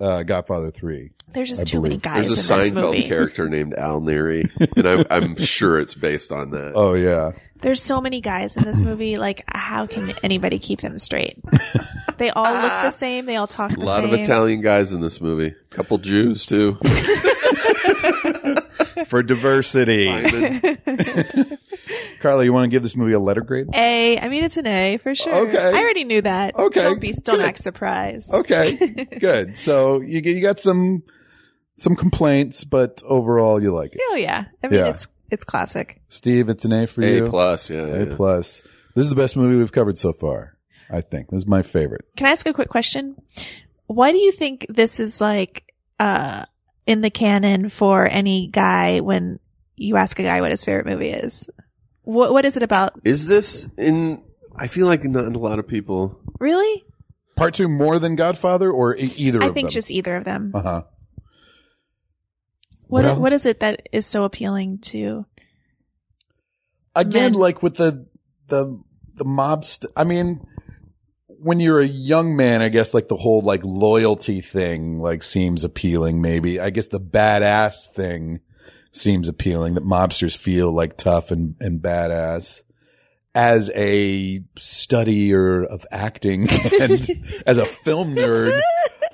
[SPEAKER 2] uh, Godfather 3.
[SPEAKER 3] There's just
[SPEAKER 2] I
[SPEAKER 3] too many
[SPEAKER 2] believe.
[SPEAKER 3] guys
[SPEAKER 4] There's a
[SPEAKER 3] in this
[SPEAKER 4] Seinfeld
[SPEAKER 3] movie.
[SPEAKER 4] character named
[SPEAKER 3] *laughs*
[SPEAKER 4] Al Neary, and I'm, I'm sure it's based on that.
[SPEAKER 2] Oh, yeah.
[SPEAKER 3] There's so many guys in this
[SPEAKER 4] *laughs*
[SPEAKER 3] movie. Like, how can anybody keep them straight? they all look the same. They all talk
[SPEAKER 4] a
[SPEAKER 3] the
[SPEAKER 4] lot
[SPEAKER 3] same.
[SPEAKER 4] of Italian guys in this movie. couple
[SPEAKER 2] *laughs*
[SPEAKER 4] Jews, too.
[SPEAKER 2] For diversity.
[SPEAKER 4] Hyman.
[SPEAKER 3] *laughs*
[SPEAKER 2] Carla, you want to give this movie a letter grade?
[SPEAKER 3] A. I mean, it's an A for sure.
[SPEAKER 2] Okay.
[SPEAKER 3] I already knew that.
[SPEAKER 2] Okay,
[SPEAKER 3] Don't be, don't
[SPEAKER 2] good.
[SPEAKER 3] act surprised. *laughs*
[SPEAKER 2] Okay. Good. So you, you got some some complaints, but overall you like it.
[SPEAKER 3] Oh yeah. I mean,
[SPEAKER 2] Yeah.
[SPEAKER 3] it's it's classic.
[SPEAKER 2] Steve, it's an A *laughs* for you.
[SPEAKER 4] A plus, yeah.
[SPEAKER 2] A
[SPEAKER 4] yeah.
[SPEAKER 2] plus. This is the best movie we've covered so far, I think. This is my favorite.
[SPEAKER 3] Can I ask a quick question? Why do you think this is like uh in the canon for any guy when you ask a guy what his favorite movie is? What what is it about?
[SPEAKER 4] Is this in? I feel like not in a lot of people.
[SPEAKER 3] Really?
[SPEAKER 2] Part two more than Godfather or e- either
[SPEAKER 3] I
[SPEAKER 2] of
[SPEAKER 3] think
[SPEAKER 2] them?
[SPEAKER 3] just either of them.
[SPEAKER 2] uh huh.
[SPEAKER 3] What
[SPEAKER 2] well-
[SPEAKER 3] what is it that is so appealing to?
[SPEAKER 2] again
[SPEAKER 3] Men.
[SPEAKER 2] like with the the the mob st- i mean when you're a young man i guess like the whole like loyalty thing like seems appealing maybe i guess the badass thing seems appealing that mobsters feel like tough and and badass as a studier of acting *laughs* *laughs* and as a film nerd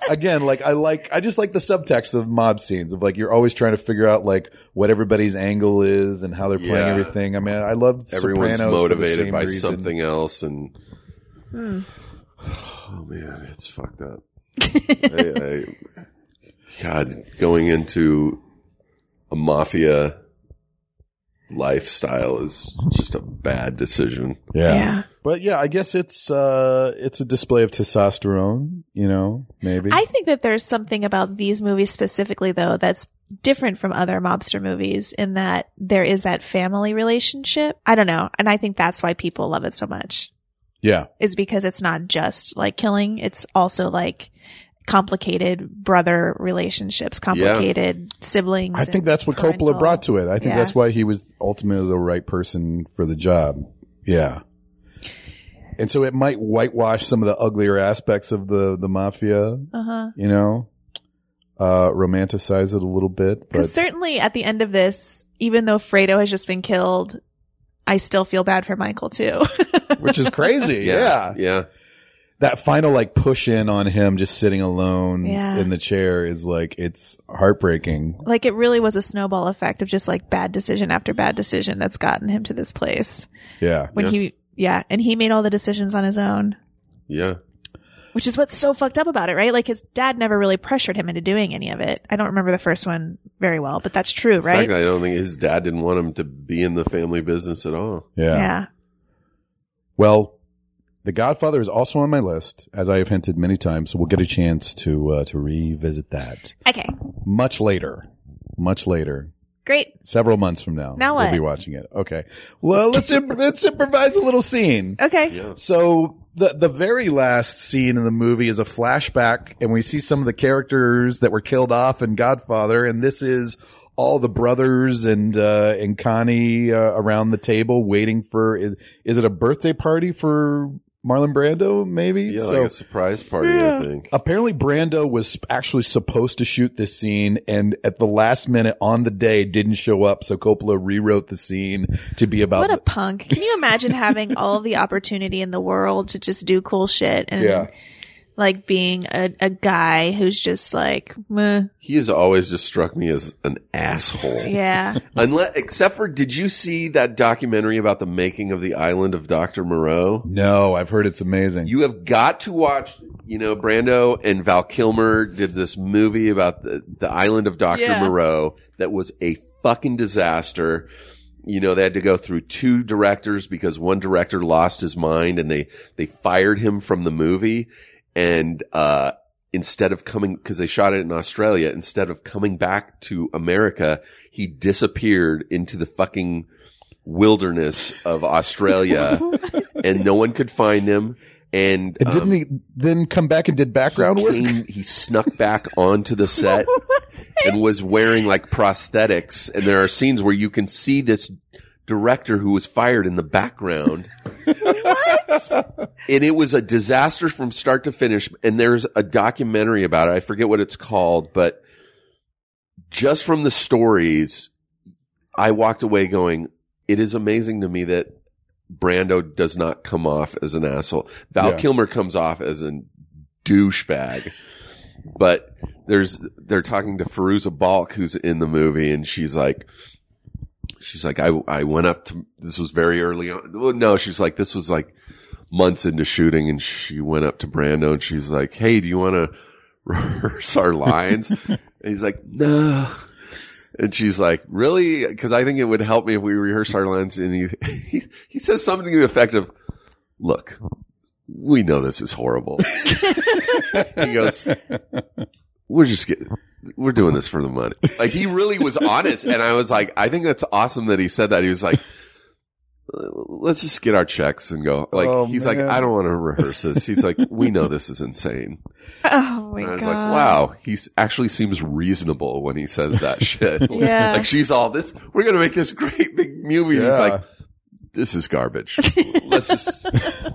[SPEAKER 2] again, like I like, I just like the subtext of mob scenes of like you're always trying to figure out like what everybody's angle is and how they're playing
[SPEAKER 4] Yeah.
[SPEAKER 2] everything. I mean, I love Sopranos
[SPEAKER 4] Everyone's
[SPEAKER 2] for the
[SPEAKER 4] motivated
[SPEAKER 2] same
[SPEAKER 4] by
[SPEAKER 2] reason.
[SPEAKER 4] something else, and
[SPEAKER 3] *laughs* Hmm.
[SPEAKER 4] oh man, it's
[SPEAKER 3] *laughs*
[SPEAKER 4] fucked up. I, I, God, going into a mafia lifestyle is just a bad decision.
[SPEAKER 2] Yeah.
[SPEAKER 3] yeah.
[SPEAKER 2] but yeah, I guess it's uh it's a display of testosterone, you know, maybe.
[SPEAKER 3] I think that there's something about these movies specifically, though, that's different from other mobster movies in that there is that family relationship. I don't know. And I think that's why people love it so much,
[SPEAKER 2] yeah,
[SPEAKER 3] is because it's not just like killing, it's also like complicated brother relationships, complicated siblings.
[SPEAKER 2] I think
[SPEAKER 3] and
[SPEAKER 2] that's what
[SPEAKER 3] parental-
[SPEAKER 2] Coppola brought to it. I think
[SPEAKER 3] Yeah.
[SPEAKER 2] that's why he was ultimately the right person for the job. Yeah. And so it might whitewash some of the uglier aspects of the the mafia,
[SPEAKER 3] Uh-huh.
[SPEAKER 2] you know, uh, romanticize it a little bit. But
[SPEAKER 3] Because certainly at the end of this, even though Fredo has just been killed, I still feel bad for Michael too.
[SPEAKER 2] which is crazy.
[SPEAKER 4] *laughs* yeah,
[SPEAKER 2] yeah.
[SPEAKER 4] yeah.
[SPEAKER 2] That final like push in on him just sitting alone
[SPEAKER 3] Yeah.
[SPEAKER 2] in the chair is like it's heartbreaking.
[SPEAKER 3] like it really was a snowball effect of just like bad decision after bad decision that's gotten him to this place.
[SPEAKER 2] Yeah.
[SPEAKER 3] When
[SPEAKER 4] Yeah.
[SPEAKER 3] he, yeah, and he made all the decisions on his own,
[SPEAKER 4] yeah.
[SPEAKER 3] which is what's so fucked up about it, right? Like his dad never really pressured him into doing any of it. I don't remember the first one very well, but that's true,
[SPEAKER 4] In fact,
[SPEAKER 3] right?
[SPEAKER 4] I don't think his dad didn't want him to be in the family business at all.
[SPEAKER 2] Yeah.
[SPEAKER 3] yeah.
[SPEAKER 2] Well, The Godfather is also on my list, as I have hinted many times. So we'll get a chance to uh, to revisit that
[SPEAKER 3] Okay.
[SPEAKER 2] much later, much later,
[SPEAKER 3] Great.
[SPEAKER 2] several months from now.
[SPEAKER 3] Now
[SPEAKER 2] we'll
[SPEAKER 3] what?
[SPEAKER 2] be watching it. Okay. Well, let's imp- let's improvise a little scene.
[SPEAKER 3] Okay.
[SPEAKER 4] Yeah.
[SPEAKER 2] So the the very last scene in the movie is a flashback, and we see some of the characters that were killed off in Godfather, and this is all the brothers and uh, and Connie uh, around the table waiting for is, is it a birthday party for Marlon Brando? Maybe
[SPEAKER 4] Yeah,
[SPEAKER 2] So-
[SPEAKER 4] like a surprise party, I think.
[SPEAKER 2] Apparently, Brando was actually supposed to shoot this scene, and at the last minute on the day, didn't show up. So Coppola rewrote the scene to be about
[SPEAKER 3] What a punk. Can you imagine having all the opportunity in the world to just do cool shit and
[SPEAKER 2] Yeah.
[SPEAKER 3] like being a, a guy who's just like, meh,
[SPEAKER 4] He has always just struck me as an asshole. *laughs*
[SPEAKER 3] yeah.
[SPEAKER 4] Unless, except for, did you see that documentary about the making of the island of Dr. Moreau?
[SPEAKER 2] no. I've heard it's amazing.
[SPEAKER 4] You have got to watch, you know, Brando and Val Kilmer did this movie about the, the island of Dr.
[SPEAKER 3] Yeah.
[SPEAKER 4] Moreau that was a fucking disaster. You know, they had to go through two directors because one director lost his mind and they, they fired him from the movie. And, uh, instead of coming, cause they shot it in Australia, instead of coming back to America, he disappeared into the fucking wilderness of Australia and no one could find him. And,
[SPEAKER 2] and didn't
[SPEAKER 4] um,
[SPEAKER 2] he then come back and did background work?
[SPEAKER 4] came- he
[SPEAKER 2] *laughs*
[SPEAKER 4] snuck back onto the set and was wearing like prosthetics. And there are scenes where you can see this director who was fired in the background. And it was a disaster from start to finish. And there's a documentary about it. I forget what it's called, but just from the stories, I walked away going, it is amazing to me that Brando does not come off as an asshole. Val
[SPEAKER 2] Yeah.
[SPEAKER 4] Kilmer comes off as a douchebag. But there's they're talking to Feruza Balk who's in the movie and she's like she's like I I went up to this was very early on. Well, no, she's like this was like months into shooting and she went up to Brando and she's like, "Hey, do you want to *laughs* rehearse our lines?" and he's like, "No." And she's like, "Really? Because I think it would help me if we rehearse our lines." And he *laughs* he, he says something to the effect of, "Look, we know this is horrible." *laughs* he goes, "We're just getting." We're doing this for the money. Like he really was honest, and I was like, I think that's awesome that he said that. He was like, "Let's just get our checks and go." Like
[SPEAKER 2] Oh,
[SPEAKER 4] he's like,
[SPEAKER 2] man.
[SPEAKER 4] "I don't want to rehearse this." He's like, "We know this is insane."
[SPEAKER 3] Oh my
[SPEAKER 4] And I was
[SPEAKER 3] god.
[SPEAKER 4] like, wow, he s- actually seems reasonable when he says
[SPEAKER 3] *laughs*
[SPEAKER 4] that shit. *laughs*
[SPEAKER 3] Yeah.
[SPEAKER 4] Like she's all this, we're going to make this great big movie. And
[SPEAKER 2] Yeah.
[SPEAKER 4] He's like, this is
[SPEAKER 3] *laughs*
[SPEAKER 4] garbage. let's just,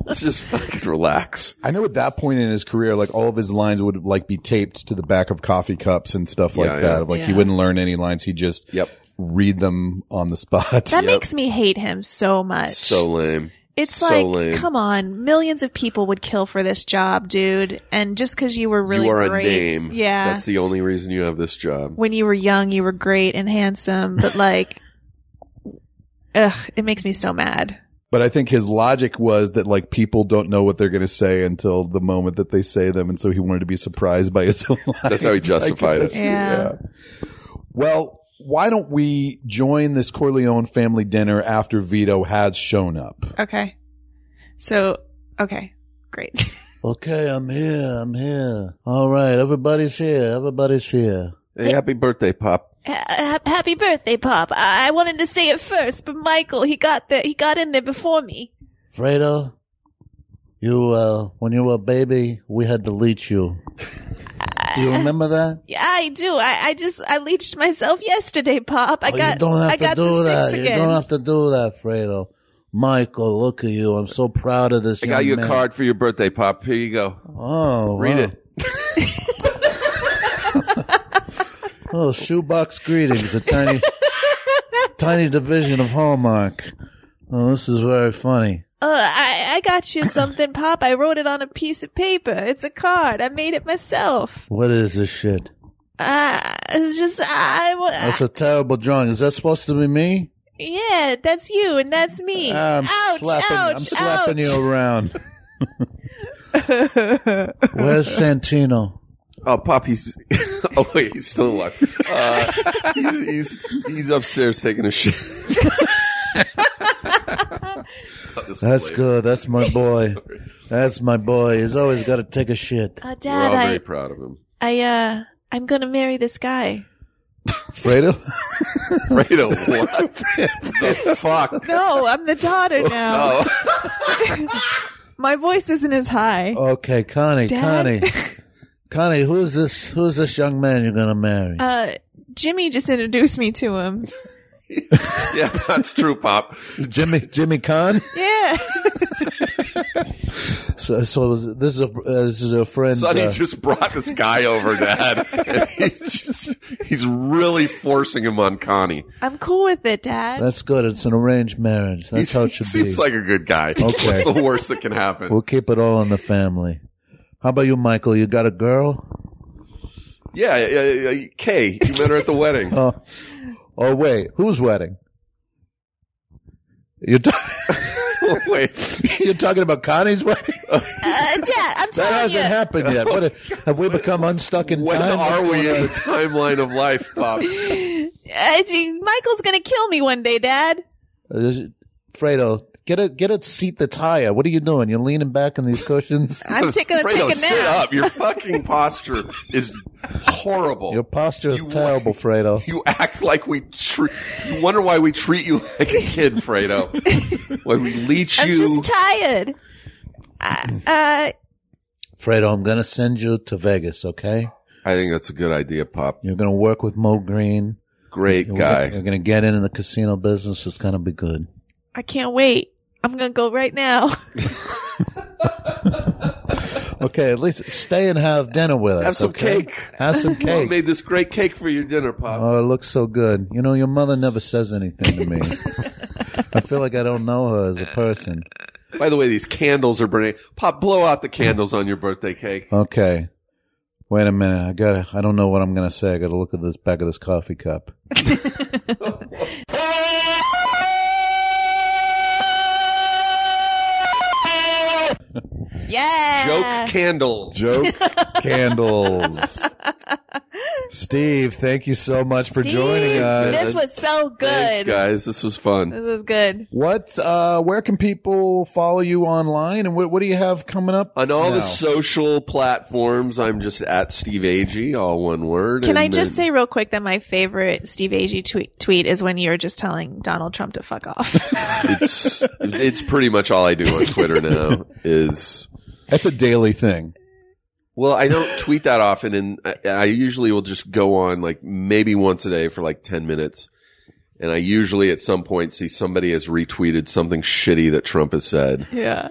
[SPEAKER 4] let's just fucking relax.
[SPEAKER 2] I know at that point in his career, like all of his lines would like be taped to the back of coffee cups and stuff like
[SPEAKER 4] Yeah, yeah.
[SPEAKER 2] that. Like he
[SPEAKER 3] Yeah.
[SPEAKER 2] wouldn't learn any lines; he just
[SPEAKER 4] Yep.
[SPEAKER 2] read them on the spot.
[SPEAKER 3] That makes me hate him so much.
[SPEAKER 4] So lame.
[SPEAKER 3] it's
[SPEAKER 4] so
[SPEAKER 3] like,
[SPEAKER 4] lame.
[SPEAKER 3] come on, millions of people would kill for this job, dude. And just because you were really
[SPEAKER 4] you are
[SPEAKER 3] great,
[SPEAKER 4] a name.
[SPEAKER 3] yeah.
[SPEAKER 4] That's the only reason you have this job.
[SPEAKER 3] when you were young, you were great and handsome,
[SPEAKER 4] *laughs*
[SPEAKER 3] but like, ugh, it makes me so mad.
[SPEAKER 2] *laughs* But I think his logic was that like people don't know what they're going to say until the moment that they say them, and so he wanted to be surprised by his *laughs* own lines.
[SPEAKER 4] That's how he justified
[SPEAKER 2] Like,
[SPEAKER 4] it.
[SPEAKER 2] that's-
[SPEAKER 3] Yeah.
[SPEAKER 2] Well, why don't we join this Corleone family dinner after Vito has shown up?
[SPEAKER 3] Okay. So, okay. Great. *laughs*
[SPEAKER 7] Okay, I'm here. I'm here. All right, everybody's here. Everybody's here.
[SPEAKER 4] Hey, happy birthday, Pop.
[SPEAKER 3] Happy birthday, Pop. I-, I wanted to say it first, but Michael, he got there, he got in there before me.
[SPEAKER 7] Fredo, you uh, when you were a baby, we had to leech you. Do you remember that?
[SPEAKER 3] Yeah, I do. I, I just, I leached myself yesterday, Pop. I
[SPEAKER 7] Oh,
[SPEAKER 3] got,
[SPEAKER 7] you don't have
[SPEAKER 3] I
[SPEAKER 7] to
[SPEAKER 3] got
[SPEAKER 7] do
[SPEAKER 3] the
[SPEAKER 7] that.
[SPEAKER 3] six
[SPEAKER 7] You
[SPEAKER 3] again.
[SPEAKER 7] don't have to do that, Fredo. Michael, look at you. I'm so proud of this.
[SPEAKER 4] I got
[SPEAKER 7] young
[SPEAKER 4] you a
[SPEAKER 7] man.
[SPEAKER 4] card for your birthday, Pop. Here you go.
[SPEAKER 7] Oh,
[SPEAKER 4] Read
[SPEAKER 7] wow.
[SPEAKER 4] it.
[SPEAKER 7] Oh, shoebox greetings, a tiny,
[SPEAKER 3] *laughs*
[SPEAKER 7] tiny division of Hallmark. Oh, this is very funny.
[SPEAKER 3] Uh, I, I got
[SPEAKER 7] *coughs*
[SPEAKER 3] you something, Pop. I wrote it on a piece of paper. It's a card. I made it myself.
[SPEAKER 7] What is this shit?
[SPEAKER 3] Uh, it's just, I, wa-
[SPEAKER 7] That's a terrible drawing. Is that supposed to be me?
[SPEAKER 3] yeah, that's you and that's me.
[SPEAKER 7] I'm
[SPEAKER 3] ouch,
[SPEAKER 7] slapping,
[SPEAKER 3] ouch,
[SPEAKER 7] I'm slapping
[SPEAKER 3] ouch.
[SPEAKER 7] you Uh,
[SPEAKER 4] *laughs*
[SPEAKER 7] around. Where's Santino?
[SPEAKER 4] Oh, Pop, he's. *laughs* oh, wait, he's still alive. Uh, he's, he's, he's upstairs taking a shit.
[SPEAKER 7] That's good. That's *laughs* my boy. That's my boy. He's always got to take a shit.
[SPEAKER 3] Uh,
[SPEAKER 4] We're all very
[SPEAKER 3] Dad,
[SPEAKER 4] proud of him.
[SPEAKER 3] I, I, uh, I'm gonna marry this guy.
[SPEAKER 7] Fredo?
[SPEAKER 4] Fredo, what the fuck?
[SPEAKER 3] No, I'm
[SPEAKER 7] *laughs*
[SPEAKER 3] the daughter now.
[SPEAKER 4] Oh,
[SPEAKER 3] My voice isn't as high.
[SPEAKER 7] Okay, Connie,
[SPEAKER 3] Dad?
[SPEAKER 7] Connie. Connie, who's this who's this young man you're gonna
[SPEAKER 4] *laughs*
[SPEAKER 7] marry?
[SPEAKER 3] Uh, Jimmy just introduced me to him.
[SPEAKER 4] yeah, that's true, Pop.
[SPEAKER 7] Jimmy Jimmy Con?
[SPEAKER 3] Yeah.
[SPEAKER 7] So, so is- this is a uh, this is a friend.
[SPEAKER 4] Sonny
[SPEAKER 7] uh,
[SPEAKER 4] just brought this guy over, Dad. And he's, just, he's really forcing him on Connie.
[SPEAKER 3] I'm cool with it, Dad.
[SPEAKER 7] that's good. It's an arranged marriage.
[SPEAKER 4] He
[SPEAKER 7] That's how it should
[SPEAKER 4] seems
[SPEAKER 7] be.
[SPEAKER 4] like a good guy.
[SPEAKER 7] Okay.
[SPEAKER 4] What's the worst that can happen?
[SPEAKER 7] we'll keep it all in the family. How about you, Michael? You got a girl?
[SPEAKER 4] Yeah, yeah, yeah, yeah, Kay, you met her at
[SPEAKER 7] *laughs*
[SPEAKER 4] the wedding.
[SPEAKER 7] Oh, oh wait, whose wedding? You're, ta- *laughs*
[SPEAKER 4] Wait,
[SPEAKER 7] you're talking about Connie's wedding?
[SPEAKER 3] Uh, Dad,
[SPEAKER 7] *laughs*
[SPEAKER 3] I'm
[SPEAKER 7] That
[SPEAKER 3] telling
[SPEAKER 7] hasn't
[SPEAKER 3] you.
[SPEAKER 7] happened yet. What have we become unstuck in
[SPEAKER 4] when
[SPEAKER 7] time?
[SPEAKER 4] are we in the timeline of life, Pop?
[SPEAKER 3] I think Uh, Michael's gonna kill me one day, Dad.
[SPEAKER 7] Uh, Fredo, get a get a seat that's higher. What are you doing? You're leaning back on these cushions.
[SPEAKER 3] *laughs* I'm taking a
[SPEAKER 4] Fredo,
[SPEAKER 3] take a
[SPEAKER 4] sit
[SPEAKER 3] nap.
[SPEAKER 4] up. Your fucking posture is horrible.
[SPEAKER 7] Your posture is
[SPEAKER 4] You-
[SPEAKER 7] terrible, Fredo.
[SPEAKER 4] You act like we treat. You wonder why we treat you like a kid, Fredo. why we leech
[SPEAKER 3] I'm
[SPEAKER 4] you.
[SPEAKER 3] just tired. I, uh,
[SPEAKER 7] Fredo, I'm gonna send you to Vegas. Okay,
[SPEAKER 4] I think that's a good idea, Pop.
[SPEAKER 7] you're gonna work with Mo Green.
[SPEAKER 4] Great
[SPEAKER 7] You're Gonna,
[SPEAKER 4] guy.
[SPEAKER 7] you're gonna get into the casino business. It's gonna be
[SPEAKER 4] *laughs*
[SPEAKER 7] good.
[SPEAKER 3] uh, I can't wait. I'm gonna go right now. *laughs*
[SPEAKER 7] Okay, at least stay and have dinner with us.
[SPEAKER 4] Have some
[SPEAKER 7] okay?
[SPEAKER 4] cake.
[SPEAKER 7] Have some
[SPEAKER 4] I
[SPEAKER 7] cake.
[SPEAKER 4] made this great cake for your dinner, Pop.
[SPEAKER 7] Oh, it looks so good. You know, your mother never says anything to me. I feel like I don't know her as a person.
[SPEAKER 3] Uh,
[SPEAKER 4] By the way, these candles are burning. Pop, blow out the candles on your birthday cake.
[SPEAKER 7] Okay. Wait a minute. I got. to I don't know what I'm gonna say. I got to look at this back of this coffee cup.
[SPEAKER 3] Yeah.
[SPEAKER 4] Joke candles.
[SPEAKER 8] Joke candles.
[SPEAKER 7] Steve, thank you so much for
[SPEAKER 3] Steve,
[SPEAKER 7] joining us.
[SPEAKER 3] This was so good.
[SPEAKER 4] Thanks, guys. This was fun.
[SPEAKER 3] This was good.
[SPEAKER 8] What? Uh, where can people follow you online, and what, what do you have coming up?
[SPEAKER 4] On all the
[SPEAKER 8] No.
[SPEAKER 4] social platforms, I'm just at Steve Agee, all one word.
[SPEAKER 3] Can
[SPEAKER 4] and
[SPEAKER 3] I just
[SPEAKER 4] then-
[SPEAKER 3] say real quick that my favorite Steve Agee tweet, tweet is when you're just telling Donald Trump to fuck off. *laughs*
[SPEAKER 4] it's it's pretty much all I do on Twitter now is
[SPEAKER 8] That's a daily thing.
[SPEAKER 4] well, I don't tweet that often, and I, and I usually will just go on like maybe once a day for like ten minutes, and I usually at some point see somebody has retweeted something shitty that Trump has said,
[SPEAKER 3] yeah.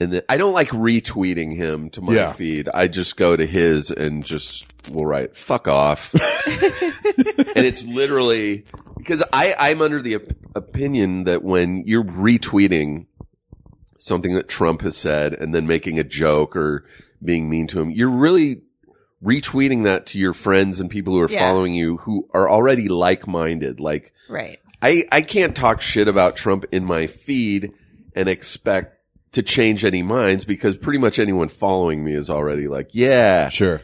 [SPEAKER 4] and then, I don't like retweeting him to my
[SPEAKER 8] Yeah.
[SPEAKER 4] feed. I just go to his and just will write "fuck off," *laughs* and it's literally because I I'm under the op- opinion that when you're retweeting something that Trump has said and then making a joke or being mean to him, you're really retweeting that to your friends and people who are
[SPEAKER 3] Yeah.
[SPEAKER 4] following you who are already like minded. Like
[SPEAKER 3] Right.
[SPEAKER 4] I, I can't talk shit about Trump in my feed and expect to change any minds because pretty much anyone following me is already like, yeah.
[SPEAKER 8] Sure.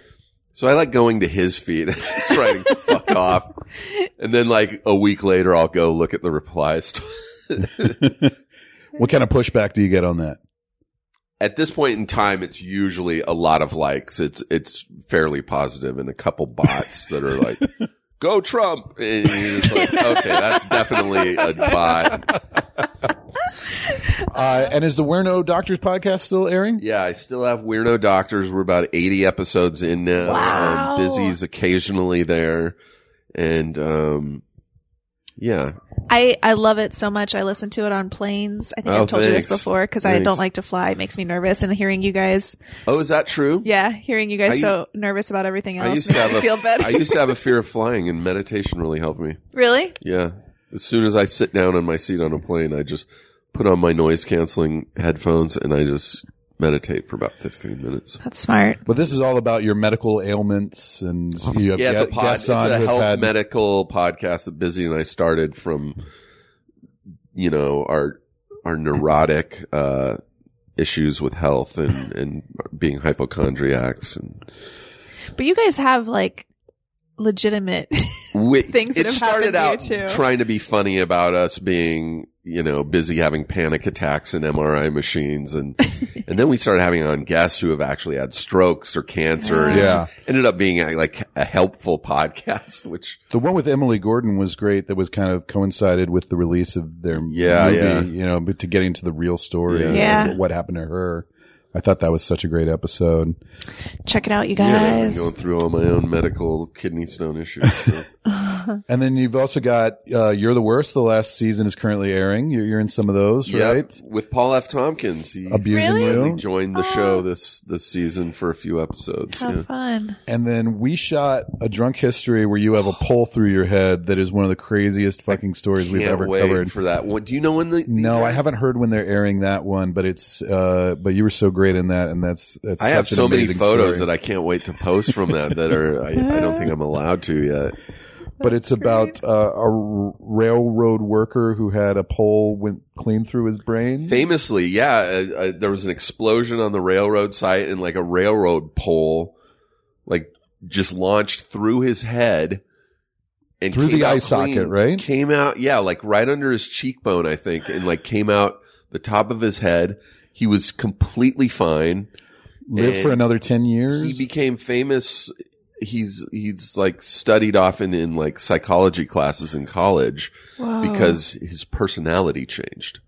[SPEAKER 4] So I like going to his feed *laughs* and just writing fuck off. And then like a week later, I'll go look at the replies. *laughs*
[SPEAKER 8] What kind of pushback do you get on that?
[SPEAKER 4] At this point in time, it's usually a lot of likes. It's, it's fairly positive and a couple bots that are like, go Trump. And you're just like, okay, that's definitely a bot.
[SPEAKER 8] Uh, and is the Where No Doctors podcast still airing?
[SPEAKER 4] Yeah, I still have Weirdo Doctors. We're about 80 episodes in now.
[SPEAKER 3] Wow.
[SPEAKER 4] Um, Busy's occasionally there. And um, Yeah.
[SPEAKER 3] I, I love it so much. I listen to it on planes. I think
[SPEAKER 4] Oh,
[SPEAKER 3] I've told you this
[SPEAKER 4] thanks.
[SPEAKER 3] before because I
[SPEAKER 4] Thanks.
[SPEAKER 3] don't like to fly. It makes me nervous. And hearing you guys,
[SPEAKER 4] Oh, is that true?
[SPEAKER 3] yeah, hearing you guys
[SPEAKER 4] I
[SPEAKER 3] so nervous about everything
[SPEAKER 4] I
[SPEAKER 3] else
[SPEAKER 4] used to
[SPEAKER 3] makes
[SPEAKER 4] have
[SPEAKER 3] me
[SPEAKER 4] a,
[SPEAKER 3] feel better.
[SPEAKER 4] I used to have a fear of flying, and meditation really helped me.
[SPEAKER 3] *laughs* really?
[SPEAKER 4] Yeah. As soon as I sit down in my seat on a plane, I just put on my noise canceling headphones and I just meditate for about 15 minutes.
[SPEAKER 3] That's smart.
[SPEAKER 2] But this is all about your medical ailments and
[SPEAKER 8] Oh,
[SPEAKER 2] you have
[SPEAKER 4] Yeah, it's a
[SPEAKER 2] gu-
[SPEAKER 4] pod,
[SPEAKER 2] guests
[SPEAKER 4] it's
[SPEAKER 2] on
[SPEAKER 4] a
[SPEAKER 2] who've
[SPEAKER 4] health
[SPEAKER 2] had-
[SPEAKER 4] medical podcast that Busy and I started from, you know, our our neurotic uh, issues with health and and being hypochondriacs and
[SPEAKER 3] But you guys have like legitimate. *laughs*
[SPEAKER 4] we,
[SPEAKER 3] Things that
[SPEAKER 4] it
[SPEAKER 3] have
[SPEAKER 4] started out
[SPEAKER 3] happened to you, too.
[SPEAKER 4] trying to be funny about us being you know busy having panic attacks and mri
[SPEAKER 3] *laughs*
[SPEAKER 4] machines and and then we started having on guests who have actually had strokes or cancer and it
[SPEAKER 2] Yeah.
[SPEAKER 4] ended up being a, like a helpful podcast which
[SPEAKER 2] The one with Emily Gordon was great. That was kind of coincided with the release of their
[SPEAKER 4] Yeah,
[SPEAKER 2] movie,
[SPEAKER 4] yeah.
[SPEAKER 2] You know, but to getting to the real story,
[SPEAKER 4] Yeah.
[SPEAKER 2] of
[SPEAKER 3] Yeah.
[SPEAKER 2] what happened to her. I thought that was such a great episode.
[SPEAKER 3] Check it out, you
[SPEAKER 4] yeah, I've been
[SPEAKER 3] guys.
[SPEAKER 4] going through all my own medical kidney stone issues
[SPEAKER 2] *laughs*
[SPEAKER 4] so.
[SPEAKER 3] *laughs*
[SPEAKER 2] And then you've also got uh, "You're the Worst." The last season is currently airing. You're, you're in some of those,
[SPEAKER 4] Yeah,
[SPEAKER 2] right?
[SPEAKER 4] with paul f tompkins he
[SPEAKER 2] Abusing
[SPEAKER 3] Really?
[SPEAKER 4] finally
[SPEAKER 2] you.
[SPEAKER 4] joined the
[SPEAKER 3] Oh.
[SPEAKER 4] show this this season for a few episodes
[SPEAKER 3] How
[SPEAKER 4] yeah.
[SPEAKER 3] fun.
[SPEAKER 2] And then we shot a drunk history where you have a pole through your head that is one of the craziest fucking stories we've
[SPEAKER 4] Can't
[SPEAKER 2] ever
[SPEAKER 4] wait
[SPEAKER 2] covered.
[SPEAKER 4] for that one. Do you know when the?
[SPEAKER 2] No, I haven't heard when they're airing that one, but it's uh but you were so great in that and that's that's
[SPEAKER 4] I have
[SPEAKER 2] such
[SPEAKER 4] so
[SPEAKER 2] an
[SPEAKER 4] many
[SPEAKER 2] amazing
[SPEAKER 4] photos
[SPEAKER 2] story.
[SPEAKER 4] that I can't wait to post from that that are I, I don't think I'm allowed to
[SPEAKER 3] *laughs*
[SPEAKER 4] yet.
[SPEAKER 2] but it's about uh, a r- railroad worker who had a pole went clean through his brain.
[SPEAKER 4] Famously, yeah, uh, uh, there was an explosion on the railroad site and like a railroad pole like just launched through his head and
[SPEAKER 2] Through
[SPEAKER 4] came
[SPEAKER 2] the
[SPEAKER 4] out
[SPEAKER 2] eye socket,
[SPEAKER 4] clean.
[SPEAKER 2] right?
[SPEAKER 4] Came out, yeah, like right under his cheekbone, I think, and like came out the top of his head. He was completely fine.
[SPEAKER 2] Lived for
[SPEAKER 4] and
[SPEAKER 2] another 10 years.
[SPEAKER 4] he became famous he's he's like studied often in like psychology classes in college
[SPEAKER 3] Whoa.
[SPEAKER 4] because his personality changed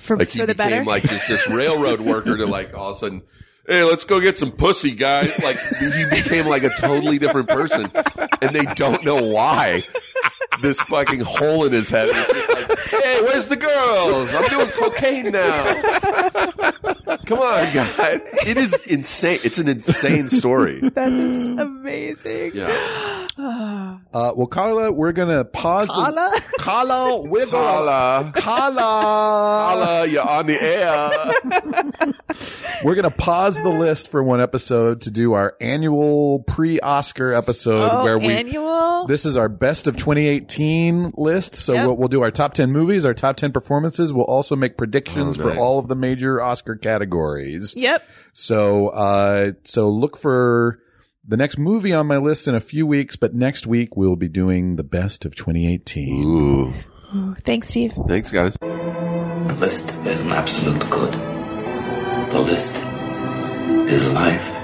[SPEAKER 3] for,
[SPEAKER 4] like
[SPEAKER 3] for
[SPEAKER 4] he
[SPEAKER 3] the
[SPEAKER 4] became
[SPEAKER 3] better.
[SPEAKER 4] like this, this railroad worker to like all of a sudden hey let's go get some pussy guys like he became like a totally different person and they don't know why this fucking hole in his head is just like hey where's the girls i'm doing cocaine now come on guys it is insane it's an insane story
[SPEAKER 3] that is amazing. *sighs*
[SPEAKER 4] yeah
[SPEAKER 2] uh well Carla, we're going to pause the-
[SPEAKER 3] Paula?
[SPEAKER 2] Carla, we're going
[SPEAKER 4] holla
[SPEAKER 2] Carla.
[SPEAKER 4] holla you're on the air
[SPEAKER 2] We're going to pause the list for one episode to do our annual pre-Oscar episode
[SPEAKER 3] Oh,
[SPEAKER 2] where we
[SPEAKER 3] annual.
[SPEAKER 2] This is our best of 2018 list. So
[SPEAKER 3] Yep.
[SPEAKER 2] we'll, we'll do our top 10 movies, our top 10 performances. We'll also make predictions
[SPEAKER 4] Oh,
[SPEAKER 2] for
[SPEAKER 4] nice.
[SPEAKER 2] all of the major Oscar categories.
[SPEAKER 3] yep.
[SPEAKER 2] So, uh, so look for the next movie on my list in a few weeks, but next week we'll be doing the best of 2018.
[SPEAKER 4] ooh
[SPEAKER 3] Ooh, thanks, Steve.
[SPEAKER 4] thanks guys
[SPEAKER 9] The list is an absolute good. The list is life.